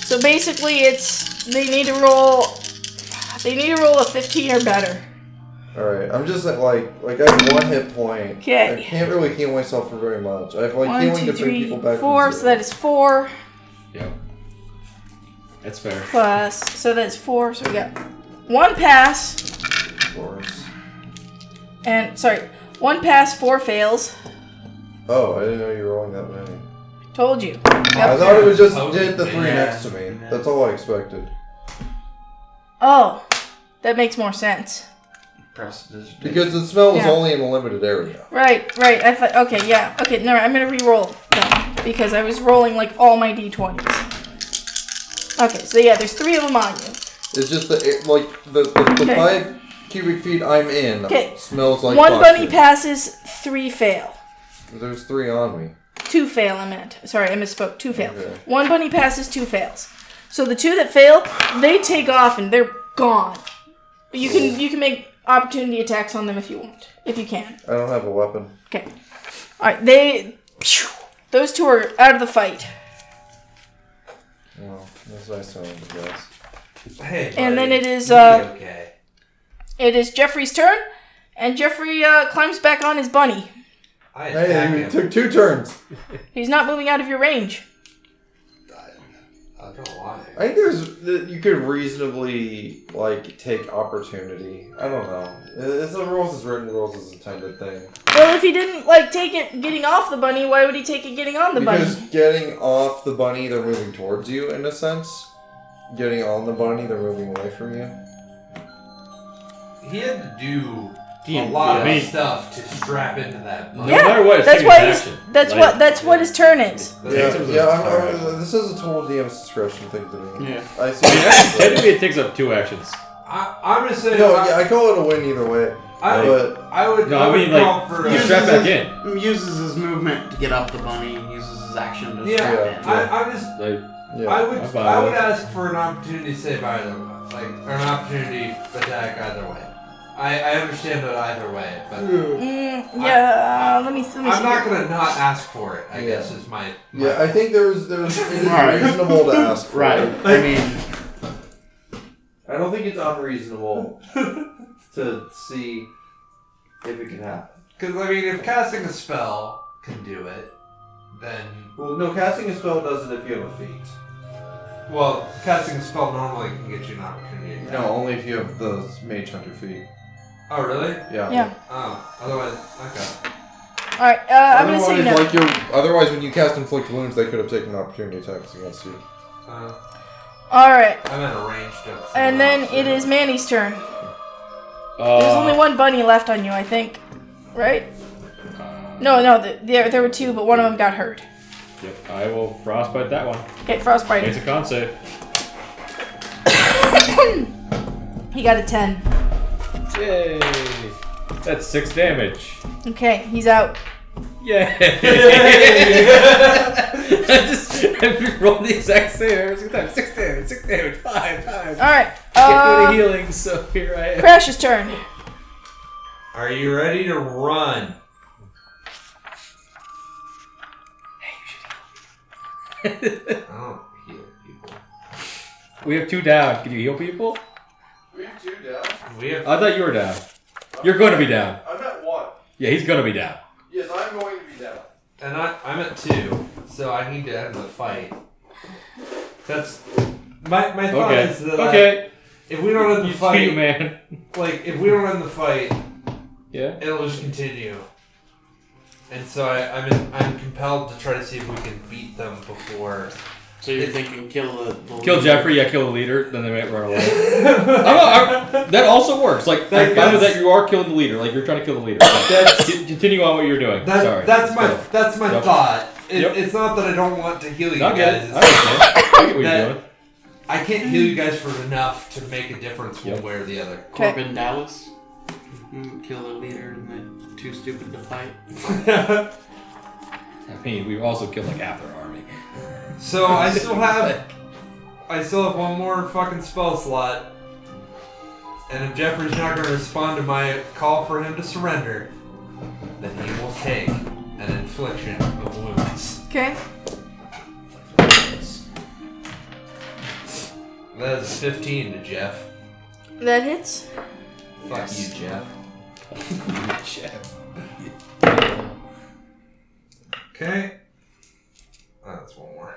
So basically, it's they need to roll. They need to roll a 15 or better. All right. I'm just like like I have one hit point. I Okay. can't really heal myself for very much. I have like One, healing two, to bring three, people back. four. to So that is four Yep. That's fair. plus. So that's four. So we got one pass is course. and sorry, one pass, four fails. Oh, I didn't know you were rolling that many. Told you. I Yep. thought it was just Oh, did the three yeah. next to me. That's all I expected. Oh, that makes more sense. Press this. Because the smell was Yeah. only in a limited area. Right, right. I thought. Okay, yeah. Okay, no, I'm gonna re-roll them because I was rolling like all my d20s. Okay, so yeah, there's three of them on you. It's just the it, like the the, the Okay. five cubic feet I'm in Okay. smells like One fox bunny shit. passes, three fail. There's three on me. Two fail, I meant. Sorry, I misspoke. Two fail. Okay. One bunny passes, two fails. So the two that fail, they take off and they're gone. But you can you can make opportunity attacks on them if you want. If you can. I don't have a weapon. Okay. Alright, they phew, those two are out of the fight. Well, that's nice to know, I guess. Hey. And then buddy, it is, you'll be uh, okay. It is Jeffrey's turn, and Jeffrey uh, climbs back on his bunny. I attack Hey, him. it took two turns. He's not moving out of your range. I don't want it. I think there's that you could reasonably like take opportunity. I don't know. It's the rules is written, rules is intended thing. Well, if he didn't like take it getting off the bunny, why would he take it getting on the because bunny? getting off the bunny, they're moving towards you in a sense. Getting on the bunny, they're moving away from you. He had to do a Yeah, lot I mean- of stuff to strap into that. No button. Yeah, matter what, it's That's taking why he's, action. that's Like, what that's what his turn is. That takes yeah, up- yeah. I'm, entire I'm- this is a total DM's discretion thing to me. Yeah. I see. Technically, it takes up two actions. I, I'm gonna say no, I- yeah, I call it a win either way. I would. But I would. No, I I would mean, like, call for. a- You Uses strap back his- in. Uses his movement to get up the bunny. Uses his action to Yeah. strap in. I, I'm just. Like, yeah, I would. I buy I would that. ask for an opportunity to save either way, like or an opportunity attack either way. I, I understand it either way, but Mm, yeah, uh, let me let me I'm see. not gonna not ask for it. I Yeah. guess is my. my yeah. I think there's there's it is Right. reasonable to ask. For Right. it. I mean, I don't think it's unreasonable to see if it can happen. Because I mean, if casting a spell can do it, then Well, no, casting a spell does it if you have a feat. well, casting a spell normally can get you an opportunity. attack. No, only if you have those mage hunter feet. Oh really? Yeah. Yeah. Oh, otherwise, okay. All right, uh, I'm gonna otherwise, say no. like your otherwise when you cast inflict wounds, they could have taken opportunity attacks against you. Uh, All right, I'm at a range of. and then it is Manny's turn. uh, There's only one bunny left on you, I think. Right? No, no, th- there there were two, but one of them got hurt. Yep, I will frostbite that one. Okay, frostbite. It's a con save. He got a ten. Yay! That's six damage. Okay, he's out. Yeah. I just have rolled the exact same every single time. Six damage, six damage, five, five. Uh, All right. Can't go to Uh, healing, so here I am. Crash's turn. Are you ready to run? I don't heal people. We have two down. Can you heal people? We have two down. We have. I thought you were down. You're going to be down. I'm at one. Yeah, he's going to be down. Yes, I'm going to be down. And I, I'm at two, so I need to end the fight. That's my my thought Okay. is that Okay. I, uh, if we don't end You the fight, cheat, man. like if we don't end the fight, Yeah. it'll just continue. And so I, I'm in, I'm compelled to try to see if we can beat them before. so you're thinking kill the, the Kill Mm-hmm. leader. Jeffrey, yeah, kill the leader, then they might run away. I'm not- I'm- that also works. Like, That I'm fine with does. that you are killing the leader. Like, you're trying to kill the leader. Like, con- continue on what you're doing. That, Sorry. That's my Let's that's my Yep. thought. It, Yep. It's not that I don't want to heal you go. I guys. get it's it. I get it. I get what That- you're doing. I can't heal you guys for enough to make a difference one Yep. way or the other. Corbin Dallas. Mm, Kill the leader and they're too stupid to fight. I mean, we've also killed like half their army. so I still have I still have one more fucking spell slot. And if Jeffrey's not gonna respond to my call for him to surrender, then he will take an infliction of wounds. Okay. That is fifteen to Jeff. That hits. Fuck you, Jeff. Okay. Oh, that's one more.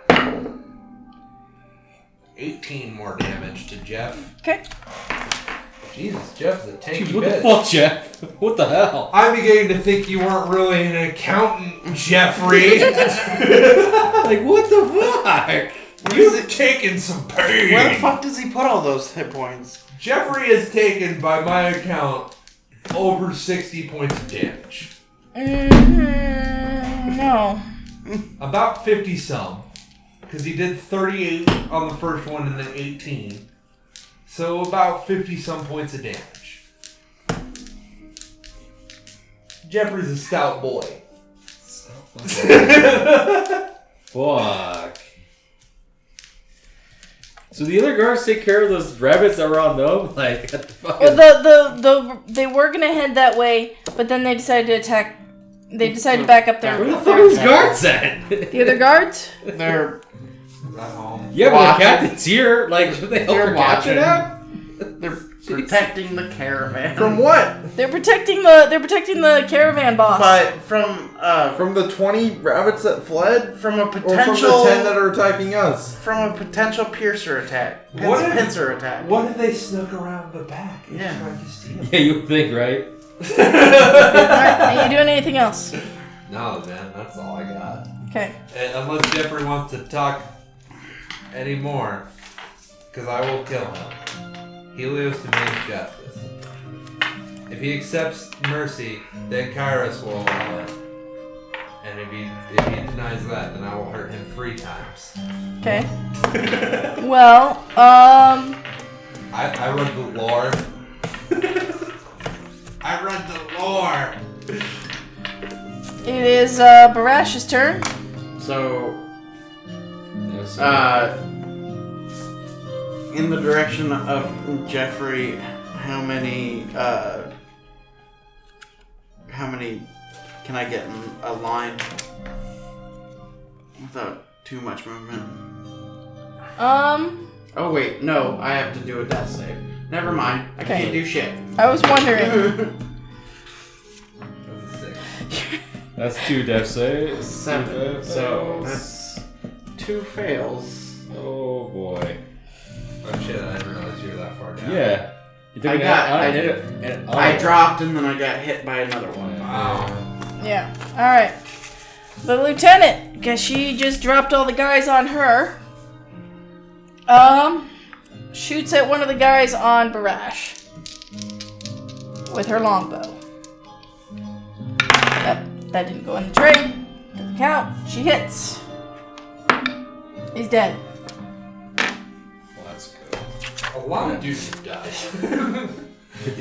18 more damage to Jeff. Okay. Jesus, Jeff's a tanky Dude, what the bitch. fuck, Jeff? What the hell? I'm beginning to think you weren't really an accountant, Jeffrey. Like, what the fuck? You've taken some Where the pain. fuck does he put all those hit points? Jeffrey has taken, by my account, over 60 points of damage. Mm, no. About 50 some. Because he did 38 on the first one and then 18. So about 50 some points of damage. Jeffrey's a stout boy. Fuck. So the other guards take care of those rabbits that were on them? Like, what the fuck? Well, the, the the they were gonna head that way, but then they decided to attack. They decided to back up their. Where the fuck are these guards at? The other guards. They're yeah, but the Watching. captain's here. Like, should they help They're her captain watching. out? they're protecting the caravan. From what? They're protecting the. They're protecting the caravan boss. But from uh From the twenty rabbits that fled, from a or from potential the from, ten that are attacking us? a potential piercer attack. Pincer, What if- pincer attack. What if they snuck around the back and Yeah. tried to steal? Yeah, you would think, right? All right, are you doing anything else? No, man, that's all I got. Okay. unless Jeffrey wants to talk anymore, because I will kill him. He lives to make justice. If he accepts mercy, then Kairos will allow it. And if he, if he denies that, then I will hurt him three times. Okay. well, um, I, I read the lore. I I read the lore. It is uh, Barash's turn. So, Yes. uh, in the direction of Jeffrey, how many, uh, how many can I get in a line without too much movement? Um, Oh, wait, no, I have to do a death save. Never mind, I Okay. can't do shit. I was wondering. That's a six. That's two death saves. Two Seven. death So saves. that's two fails. Oh boy. Oh shit! I didn't realize you were that far down. Yeah. You took I an got- out- I- hit it, and I Oh. out. dropped and then I got hit by another one. Wow. yeah. All right. The lieutenant, because she just dropped all the guys on her. Um, shoots at one of the guys on Barash with her longbow. That, that didn't go in the tray. Doesn't count. She hits. He's dead. Well, that's good. A lot of dudes have died.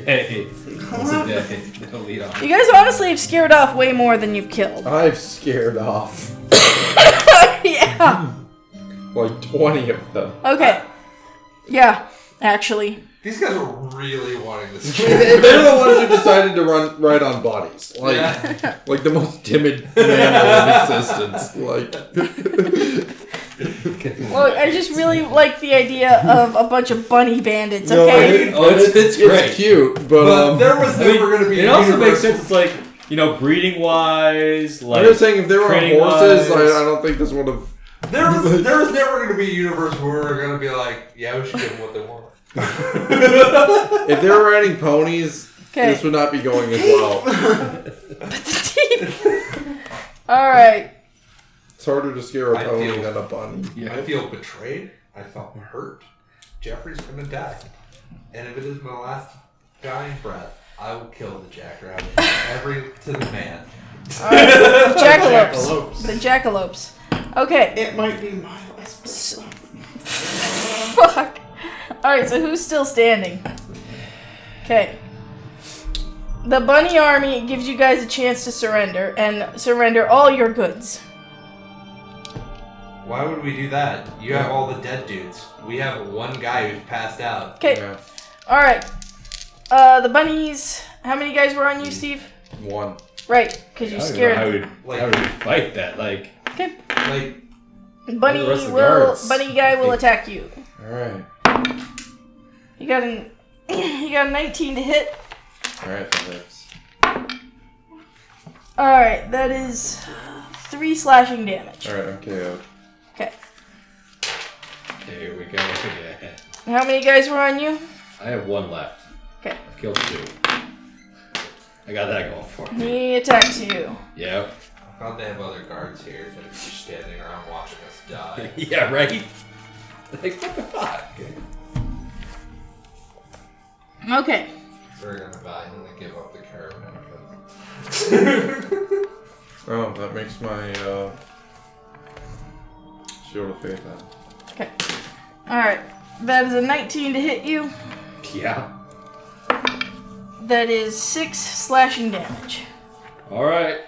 Hey, it's a day. It'll lead off. You guys honestly have scared off way more than you've killed. I've scared off yeah. like 20 of them. Okay. Yeah, actually. These guys were really wanting this. They're the ones who decided to run right on bodies. Like, like the most timid mammal in existence. Like, Well, I just really like the idea of a bunch of bunny bandits, No, okay? it- Oh, it's- it's great. cute, but, But um, there was I mean, never going to be. it a also makes universe- sense. It's like you know, breeding wise, like I'm just saying if there were training horses, I, wise. I don't think this would have. There was, there was never going to be a universe where we're going to be like, yeah, we should give them what they want. If they were riding ponies, Okay. this would not be going as well. All right. It's harder to scare I a pony feel- than a bunny. I feel betrayed. I felt hurt. Jeffrey's gonna die. And if it is my last dying breath, I will kill the jackrabbit. Every to the man. Jackalopes. The jackalopes. Okay. It might be my last. person. Fuck. All right, so who's still standing? Okay. The bunny army gives you guys a chance to surrender and surrender all your goods. Why would we do that? You have all the dead dudes. We have one guy who's passed out. Okay. Yeah. All right. Uh, the bunnies. How many guys were on you, Steve? Mm. One. Right, because you I don't know scared. how them. would Like- how would we fight that? Like Okay. Like Bunny the rest of the will. guards. Bunny guy will Hey. attack you. Alright. You got an. you got a 19 to hit. Alright, that works. All right, that is three slashing damage. Alright, I'm KO'd. Okay. There we go. Yeah. How many guys were on you? I have one left. Okay. I've killed two. I got that going for me. He attacks you. Yeah. I thought they have other guards here that are just standing around watching us die. Yeah, right? Like, what the fuck? Okay. We're gonna die and then give up the caravan because Oh, that makes my uh, shield of faith then. Okay. All right. That is a 19 to hit you. Yeah. That is six slashing damage. Alright.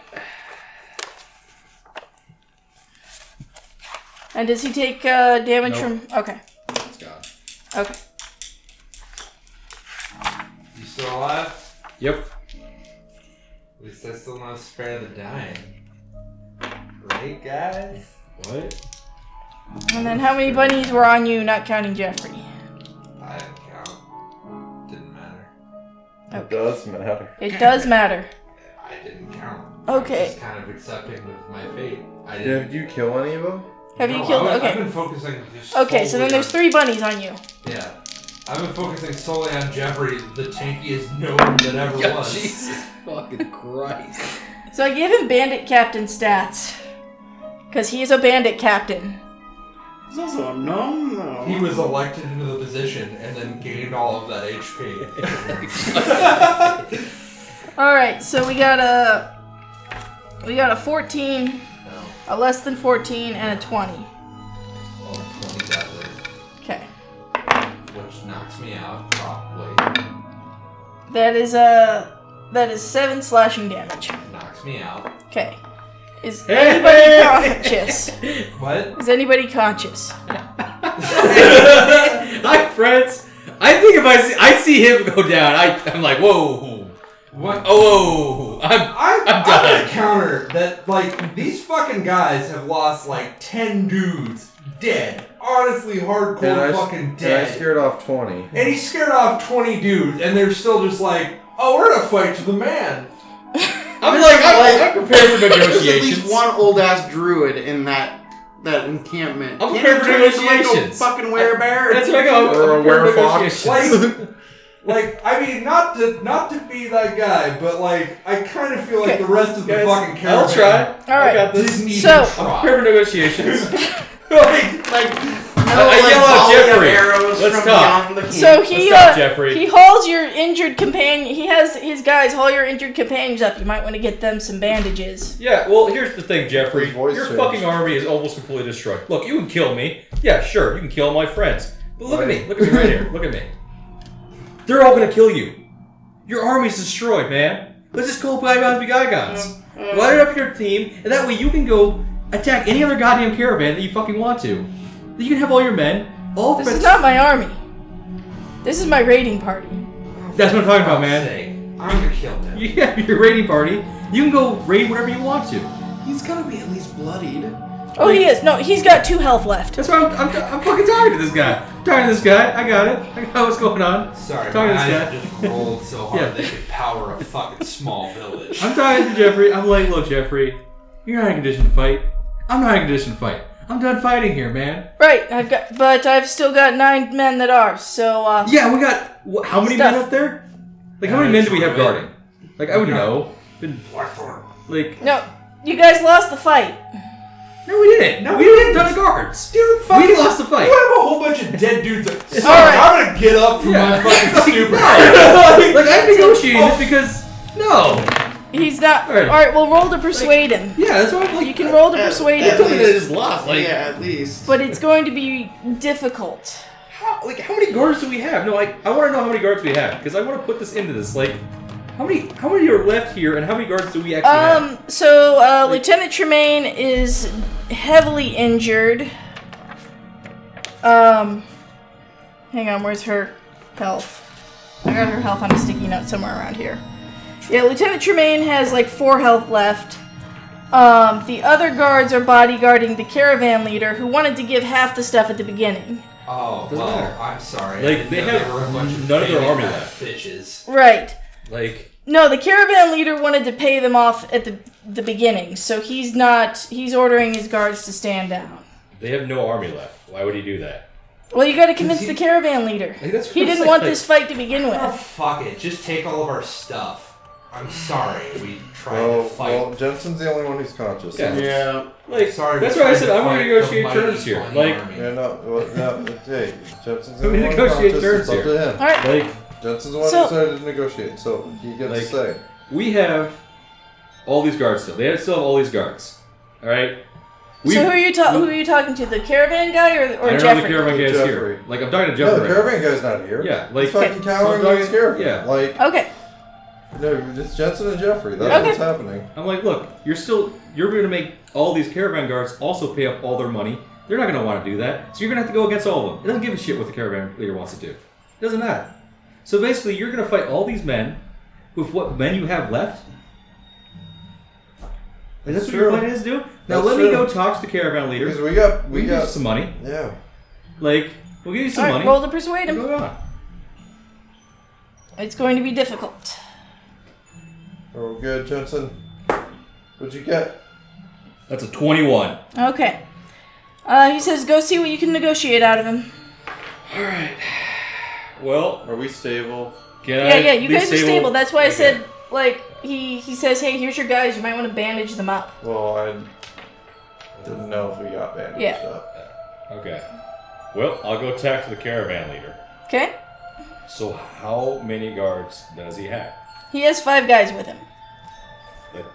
And does he take uh, damage Nope. from? Okay. It's gone. Okay. you still alive? Yep. At least I still know spare the dying. Right, guys? What? And then how many bunnies were on you, not counting Jeffrey? I didn't count. Didn't matter. It does matter. It does matter. I didn't count. I Okay. was just kind of accepting with my fate. I didn't. Did you kill any of them? Have you No, killed? I've, I've Okay. been focusing just Okay. So then solely there's three bunnies on you. on- Yeah. I've been focusing solely on Jeffrey, the tankiest gnome that ever Yeah, was. Jesus fucking Christ. So I gave him bandit captain stats. Because he is a bandit captain. It's also a gnome, though. He was elected into the position and then gained all of that HP. Alright, so we got a. We got a 14, no, a less than 14, and a 20. all 20 gathered, Okay. which knocks me out, probably. That is a. That is seven slashing damage. Knocks me out. Okay. Is Hey! anybody conscious? What? Is anybody conscious? Hi, friends. I think if I see, I see him go down, I, I'm like, whoa. What? Oh, whoa. I'm, I, I'm, I'm gonna done. counter that, like, these fucking guys have lost, like, 10 dudes dead. Honestly, hardcore And I, s- fucking and I dead. scared off 20. and he scared off 20 dudes, and they're still just like, oh, we're gonna fight to the man. I'm like, I'm, I'm prepared for There's at least negotiations. one old ass druid in that that encampment. I'm Can't prepared for turn into like a negotiations. fucking werebear. That's what I go. Or a I'm prepared for werefox. negotiations. Like, I mean, not to not to be that guy, but, like, I kind of feel like Okay. the rest of the Guys, fucking character I'll try. All right. I got this. didn't even So- try. Prepare for negotiations. like like no, I like, yell out, volley of "Jeffrey, arrows let's from talk." beyond the camp. So he Let's uh, talk, Jeffrey. he hauls your injured companion. He has his guys haul your injured companions up. You might want to get them some bandages. Yeah, well, here's the thing, Jeffrey. His voice Your changed. fucking army is almost completely destroyed. Look, you can kill me. Yeah, sure, you can kill my friends. But look at me. Look at me right here. Look at me. They're all gonna kill you. Your army's destroyed, man. Let's just go by Bobby Gagons. Mm-hmm. Line up your team, and that way you can go attack any other goddamn caravan that you fucking want to. You can have all your men, all This friends. is not my army. This is my raiding party. That's what I'm talking about, For man. sake, I'm gonna kill them. You have your raiding party. You can go raid whatever you want to. He's gotta be at least bloodied. Oh, he is. No, he's got two health left. That's why I'm, I'm, I'm fucking tired of this guy. tired of this guy. I got it. I got what's going on. Sorry, Talking to my this eyes guy. just rolled so hard Yeah. they could power a fucking small village. I'm tired of Jeffrey. I'm like, look, Jeffrey, you're not in condition to fight. I'm not in condition to fight. I'm done fighting here, man. Right. I've got, but I've still got nine men that are. So uh, Yeah, we got wh- how many men Stuff. up there? Like, how many men do we have guarding? Like, I would know. Been- Like, no, you guys lost the fight. no, we didn't. No, we didn't have a ton of guards. Dude, fucking. We lost the fight. You have a whole bunch of dead dudes. Like, so right. I'm gonna get up from Yeah. my fucking stupid. Like, I'm negotiating this because no. He's not. All right. All right. Well, roll to persuade him. Yeah, that's why I'm like. You can roll to At- persuade at him, least- They just lost. Like, yeah, at least. but it's going to be difficult. How, like, how many guards do we have? No, like, I want to know how many guards we have because I want to put this into this. Like, how many, how many are left here, and how many guards do we actually have? Um. So uh, Lieutenant Tremaine is heavily injured. Um. Hang on. Where's her health? I got her health on a sticky note somewhere around here. Yeah, Lieutenant Tremaine has like four health left. Um, the other guards are bodyguarding the caravan leader who wanted to give half the stuff at the beginning. Oh, Doesn't matter. well, I'm sorry. I Like, didn't they know have they were a bunch of none of their baby army fat left. Bitches. Right. Like, No, the caravan leader wanted to pay them off at the the beginning, so he's not. He's ordering his guards to stand down. they have no army left. Why would he do that? Well, you got to convince the caravan leader. Like, that's what He I'm didn't saying, want like- this fight to begin Oh, with. fuck it. Just take all of our stuff. I'm sorry. We tried to Oh, fight. well, Jensen's the only one who's conscious. Yeah. Yeah. Like, sorry. That's we why I tried said to I'm going fight to the negotiate mighty terms here. fucking Like, army. Yeah, no, well, no, hey, Jensen's the We only one negotiate conscious. terms It's up here. to him. All right. like Jensen's the one So- who decided to negotiate, so he gets Like- to say. we have all these guards still. They have still have all these guards. All right. so who are you ta- who are you talking to? The caravan guy or I or don't know the Jeffrey? caravan guy is Jeffrey. here. Like, I'm talking to No, Jeffrey. the right now. caravan guy's not here. Yeah, He's like, fucking cowering so I'm in his caravan. yeah. Like, okay. no, it's Jensen and Jeffrey. That's Oh. Okay. what's happening. I'm like, look, you're still you're going to make all these caravan guards also pay up all their money. They're not going to want to do that, so you're going to have to go against all of them. It doesn't give a shit what the caravan leader wants to do. It doesn't matter. So basically, you're going to fight all these men with what men you have left. Is That's that what your true. plan is, dude? Now That's let me true. go talk to the caravan leader. Because we got, we we can give you got, some money. yeah. Like we'll give you some All right. money. Roll to persuade him. Go on. It's going to be difficult. Oh, good, Jensen. What'd you get? That's a twenty-one. Okay. Uh, he says, "Go see what you can negotiate out of him." Well, Are we stable? can I? Yeah, yeah. You be guys are stable. That's why I Okay. said like he he says, "Hey, here's your guys. You might want to bandage them up." Well, I didn't know if we got bandaged Yeah. up. Okay. Well, I'll go talk to the caravan leader. Okay. So how many guards does he have? He has five guys with him. That-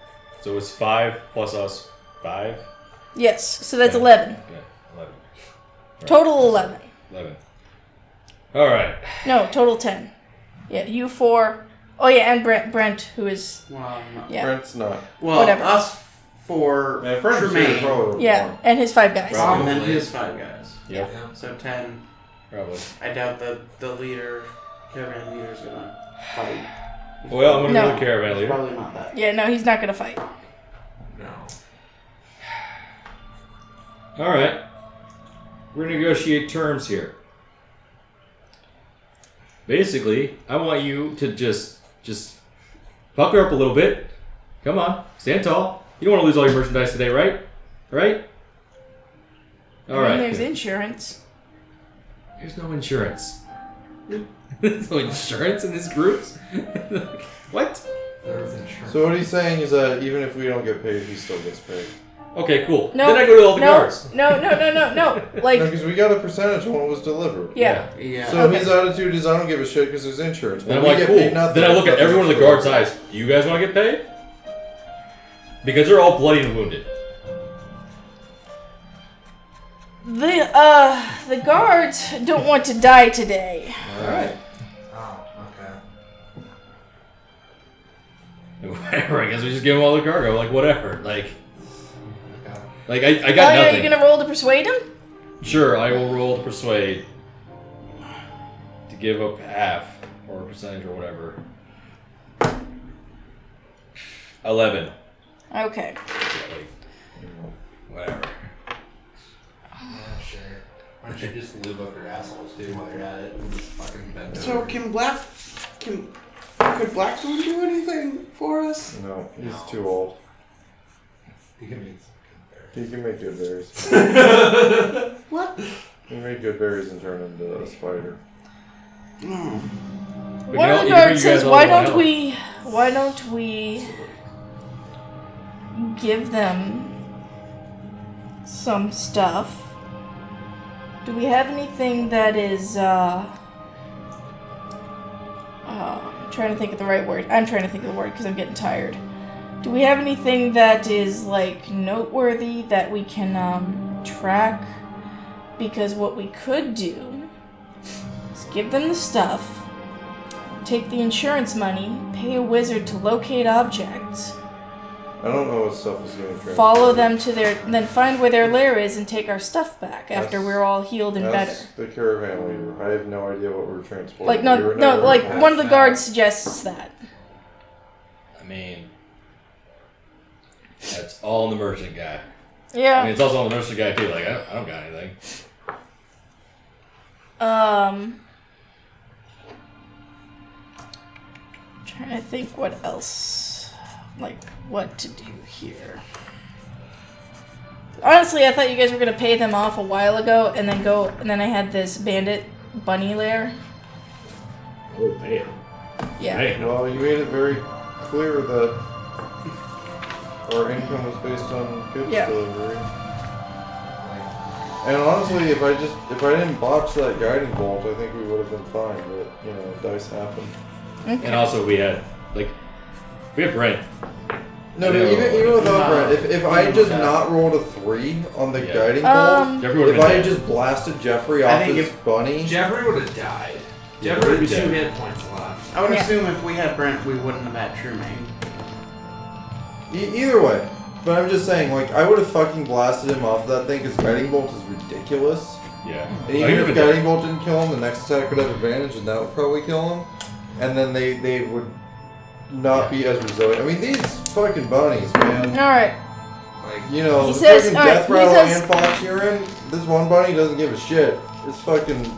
So it's five plus us five. Yes. So that's Yeah. eleven. Yeah, eleven. Total eleven. Eleven. All right. No, total ten. Yeah, you four, Oh yeah, and Brent, Brent who is Well, I'm not- Yeah. Brent's not. well Whatever. us four. Man, Brent's Tremaine. probably yeah, and his five guys. Right. Rob and then his five guys. Yep. So ten. Probably. I doubt that the leader, caravan leader's gonna fight. Well, I'm gonna No. go to caravan It's leader. probably not that. Yeah, no, he's not gonna fight. All right. We're gonna negotiate terms here. Basically, I want you to just just buck her up a little bit. Come on, stand tall. You don't want to lose all your merchandise today, right? Right? All I mean, right. there's good. insurance. There's no insurance. There's no insurance in these groups? what? So what he's saying is that even if we don't get paid, he still gets paid. Okay, cool. No. Then I go to all the no, guards. No, no, no, no, no. Like, Because we got a percentage on what was delivered. yeah. Yeah. So Okay. his attitude is, I don't give a shit because there's insurance. Then I'm When we get like, cool. paid nothing, Then I look at nothing every one of the gets guards' delivered. eyes. Do you guys want to get paid? Because they're all bloody and wounded. The uh, the guards don't want to die today. Alright. Oh, okay. Whatever. I guess we just give them all the cargo. Like whatever. Like, Okay. like I, I Oh got yeah, nothing. you're gonna roll to persuade him. Sure, I will roll to persuade to give up half or a percentage or whatever. Eleven. Okay. Yeah, like, whatever. Yeah, sure. Why don't you just lube up your assholes too while you're at it? And just fucking bend So over. can Black can could Blackstone do anything for us? No, he's too old. You can be- He can make good berries. What? He made good berries and turn into a spider. No. One of the We can all- you can bring guards you guys says, all "Why to one don't island." we? Why don't we give them some stuff? Do we have anything that is uh, uh I'm trying to think of the right word. I'm trying to think of the word because I'm getting tired. Do we have anything that is like noteworthy that we can um, track? Because what we could do is give them the stuff Take the insurance money, pay a wizard to locate objects, I don't know what stuff is going to follow them to their, then find where their lair is and take our stuff back after That's- we're all healed and better. That's the caravan leader. I have no idea what we're transporting. Like We no, were no, never like involved. one of the guards suggests that. I mean, that's all in the merchant guy. I mean, Yeah. it's also on the merchant guy too. Like, I don't, I don't got anything. Um. Trying to think what else, like what to do here. Honestly, I thought you guys were gonna pay them off a while ago, and then go, and then I had this bandit bunny lair. Oh man, Yeah. man. Well, you made it very clear that our income was based on goods Yeah. delivery. And honestly, if I just if I didn't botch that guiding bolt, I think we would have been fine. But you know, dice happen. And also, we had like, we have Brent. No, Yeah. but even even without Nah. Brent, if, if I just not rolled a three on the Yeah. guiding Um, bolt, Jeffrey would if I have had been just blasted Jeffrey I off think his if- bunny, Jeffrey would have died. Yeah, Jeffrey we'd be had two dead. hit points left. I would Yeah. assume if we had Brent, we wouldn't have had Tremaine. e- either way. But I'm just saying, like I would have fucking blasted him off that thing because guiding bolt is ridiculous. yeah. And I even if even- Guiding Bolt didn't kill him, the next attack would have advantage, and that would probably kill him. And then they, they would not be as resilient. I mean, these fucking bunnies, All man. right. Like, You know, He the says- fucking alright, Death he Rattle says- and Fox Urine, this one bunny doesn't give a shit. It's fucking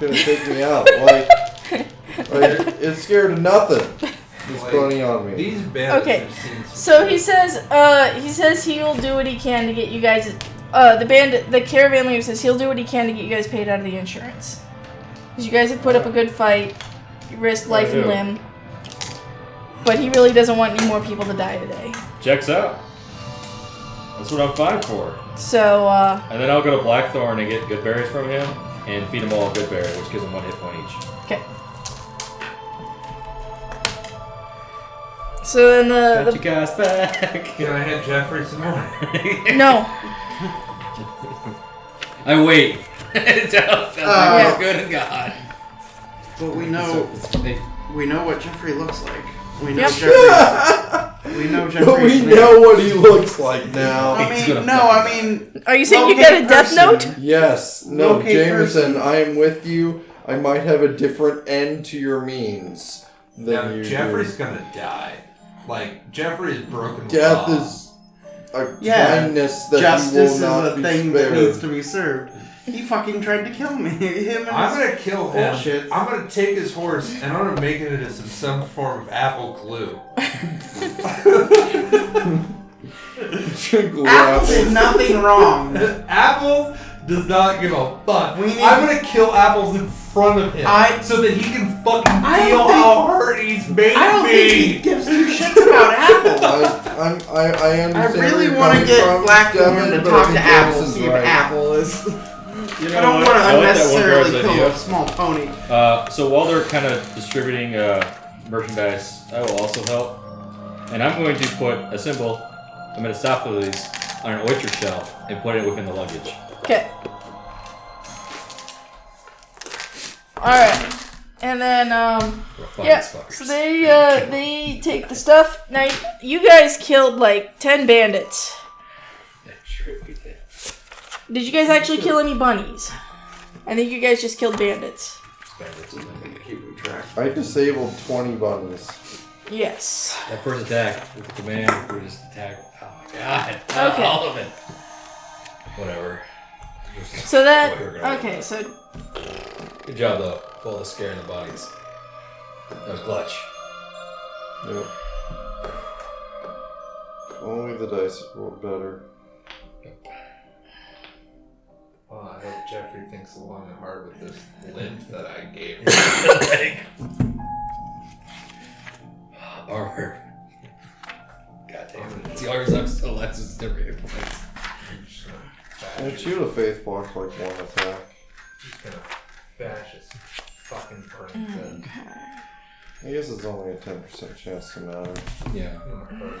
gonna take me out. Like, like, it's scared of nothing. This Like, bunny on me. these bandits Okay, have seen some So he shit. says, uh, he says he'll do what he can to get you guys. Uh, the bandit, the caravan leader says he'll do what he can to get you guys paid out of the insurance. Because you guys have put up a good fight, you risked life and Yeah. limb. But he really doesn't want any more people to die today. Checks out. That's what I'm fine for. So, uh, And then I'll go to Blackthorn and get good berries from him and feed them all a good berry, which gives them one hit point each. okay. So then the, the guys back. Can I hit Jeffrey some more? no, I wait. That's Uh, good and God. But we know So, they- we know what Jeffrey looks like. We know Yep. Jeffrey. we know Jeffrey. we know what he looks like now. I He's mean, gonna no, I mean, Are you saying you Locate got a death person. note? Yes. No, Locate Jameson, I am with you. I might have a different end to your means than Now, you do. Jeffrey's gonna die. Like Jeffrey's broken. Death law. is a Yeah, kindness that you will justice is not a be thing spared. that needs to be served. He fucking tried to kill me. Him and I'm his gonna kill him. bullshit. I'm gonna take his horse and I'm gonna make it into some, some form of apple glue. Drink Apple did water. nothing wrong. Apples does not give a fuck. We need- I'm gonna kill apples in front of him I- so that he can fucking I feel don't think- how hurt he's made I don't me. think he gives two shits about Apple. I, I'm, I, I I understand. really want to get Black Woman to talk to Apple, see if Right. Apple is. You I don't what? want to I like that one unnecessarily guard's kill idea. a small pony. Uh, so while they're kind of distributing uh, merchandise, I will also help. And I'm going to put a symbol, a Metasophiles, on an oyster shell and put it within the luggage. Okay. Alright. And then, um, We're fine yeah, as fuckers. so they, uh, they take the stuff. Now, you guys killed like 10 bandits. Did you guys actually kill any bunnies? I think you guys just killed bandits. I disabled 20 buttons. Yes. That first attack with the command, we just attack. Oh my god. Okay. All of it. Whatever. So Oh, that, We're gonna- okay, so, Good job though. With all the scare in the bodies. That was clutch. Yep. Only the dice rolled better. Well, I hope Jeffrey thinks long and hard with this limp that I gave him. Armor. God damn it. It's the armors I'm still left is never hit points. And shoot a faith block like one attack. He's gonna bash his fucking Mm. brains in. I guess it's only a 10% chance to matter. Yeah. I'm gonna hurt him.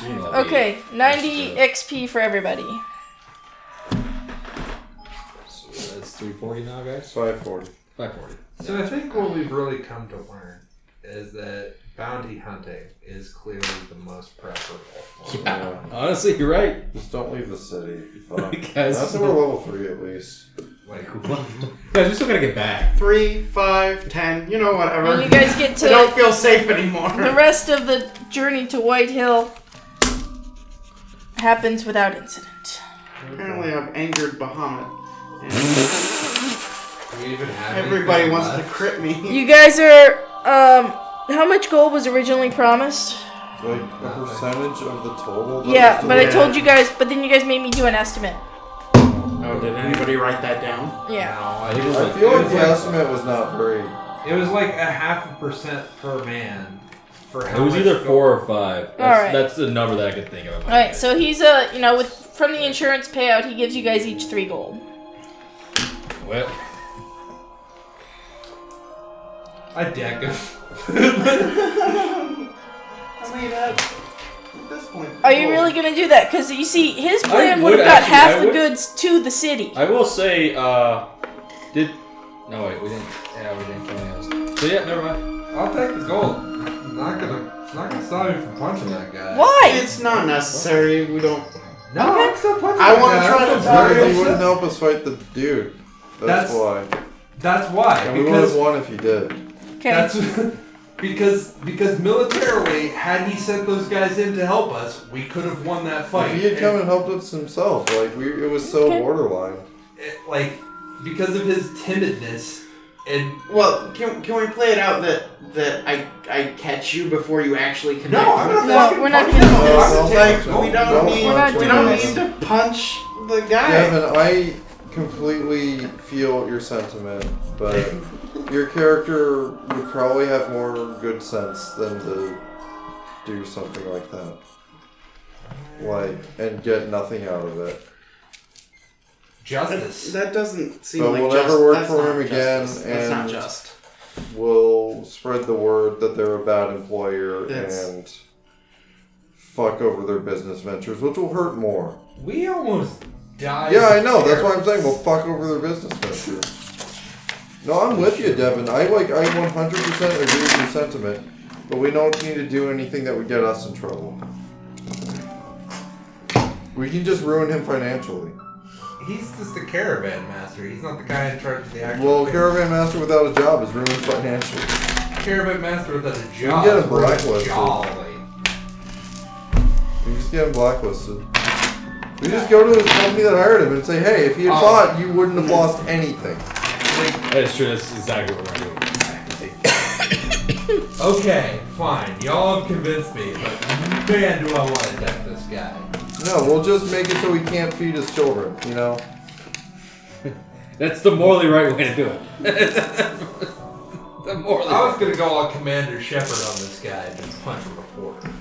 Soon I'll be- okay, 90 XP for everybody. So that's 340 now, guys? It's 540. 540. So I think what we've really come to learn is that bounty hunting is clearly the most preferable. Yeah. Honestly, you're right. Just don't leave the city. Fuck. Guys. That's over level 3 at least. Like, Guys, we still gotta get back. Three, five, ten, you know, whatever. And you guys get I don't to feel safe the anymore. rest of the journey to White Hill happens without incident. Apparently, I've angered Bahamut. And do we even have everybody anything wants to left? crit me. You guys are um how much gold was originally promised? Like, a percentage of the total? that Yeah, was but I delivered? told you guys, but then you guys made me do an estimate. Oh, did anybody write that down? Yeah. No, It it was was, I like, feel it, like was the like, estimate was not very. it was like a half a percent per man for It how was much either gold- four or five. That's, Alright. that's the number that I could think of. in my All right, head. so he's a, you know, with from the insurance payout, he gives you guys each 3 gold. Well, a deck of. I mean, uh, at this point. Are you really going to do that cuz you see his I plan would would have got actually- half I the would- goods to the city. I will say, uh, did. No, wait, we didn't. Yeah, we didn't kill anyone else. So, yeah, never mind. I'll take the gold. I'm not gonna. It's not gonna stop me from punching that guy. Why? It's not necessary. We don't. No, I'm still punching. I that wanna guy. try I'm to still tell very Because you- he wouldn't upset. help us fight the dude. That's, That's- why. That's why. And we would because have won if he did. Okay. That's because because militarily, had he sent those guys in to help us, we could have won that fight. If he had come And and helped us himself, like we, it was so Okay. borderline. it- like because of his timidness, and Well, can, can we play it out that that I I catch you before you actually connect? no, I'm with not No, fucking we're not punching doing him. this. I'm Like, taking- we don't Don't need punch we him. don't need to punch the guy. Devin, I completely feel your sentiment, but your character would probably have more good sense than to do something like that. Like, and get nothing out of it. justice. That doesn't seem But like we'll never just- work that's for not him again, justice. That's not and- just. Will spread the word that they're a bad employer That's- and fuck over their business ventures, which will hurt more. We almost died. Yeah, I know. That's why I'm saying we'll fuck over their business venture. No, I'm with you, Devin. I like I 100% agree with your sentiment, but we don't need to do anything that would get us in trouble. We can just ruin him financially. He's just the caravan master. He's not the guy in charge of the actual. Well, thing. caravan master without a job is ruined financially. caravan master without a job. get him is really blacklisted. Jolly. We just get him blacklisted. We just go to his company that hired him and say, "Hey, if he had Oh. fought, you wouldn't have lost anything." That's true. That's exactly what we're doing. Okay, fine. Y'all have convinced me, but man, do I want to deck this guy. No, we'll just make it so he can't feed his children. You know. That's the morally right way to do it. the morally I was right. gonna go all Commander Shepard on this guy, but punch a reporter.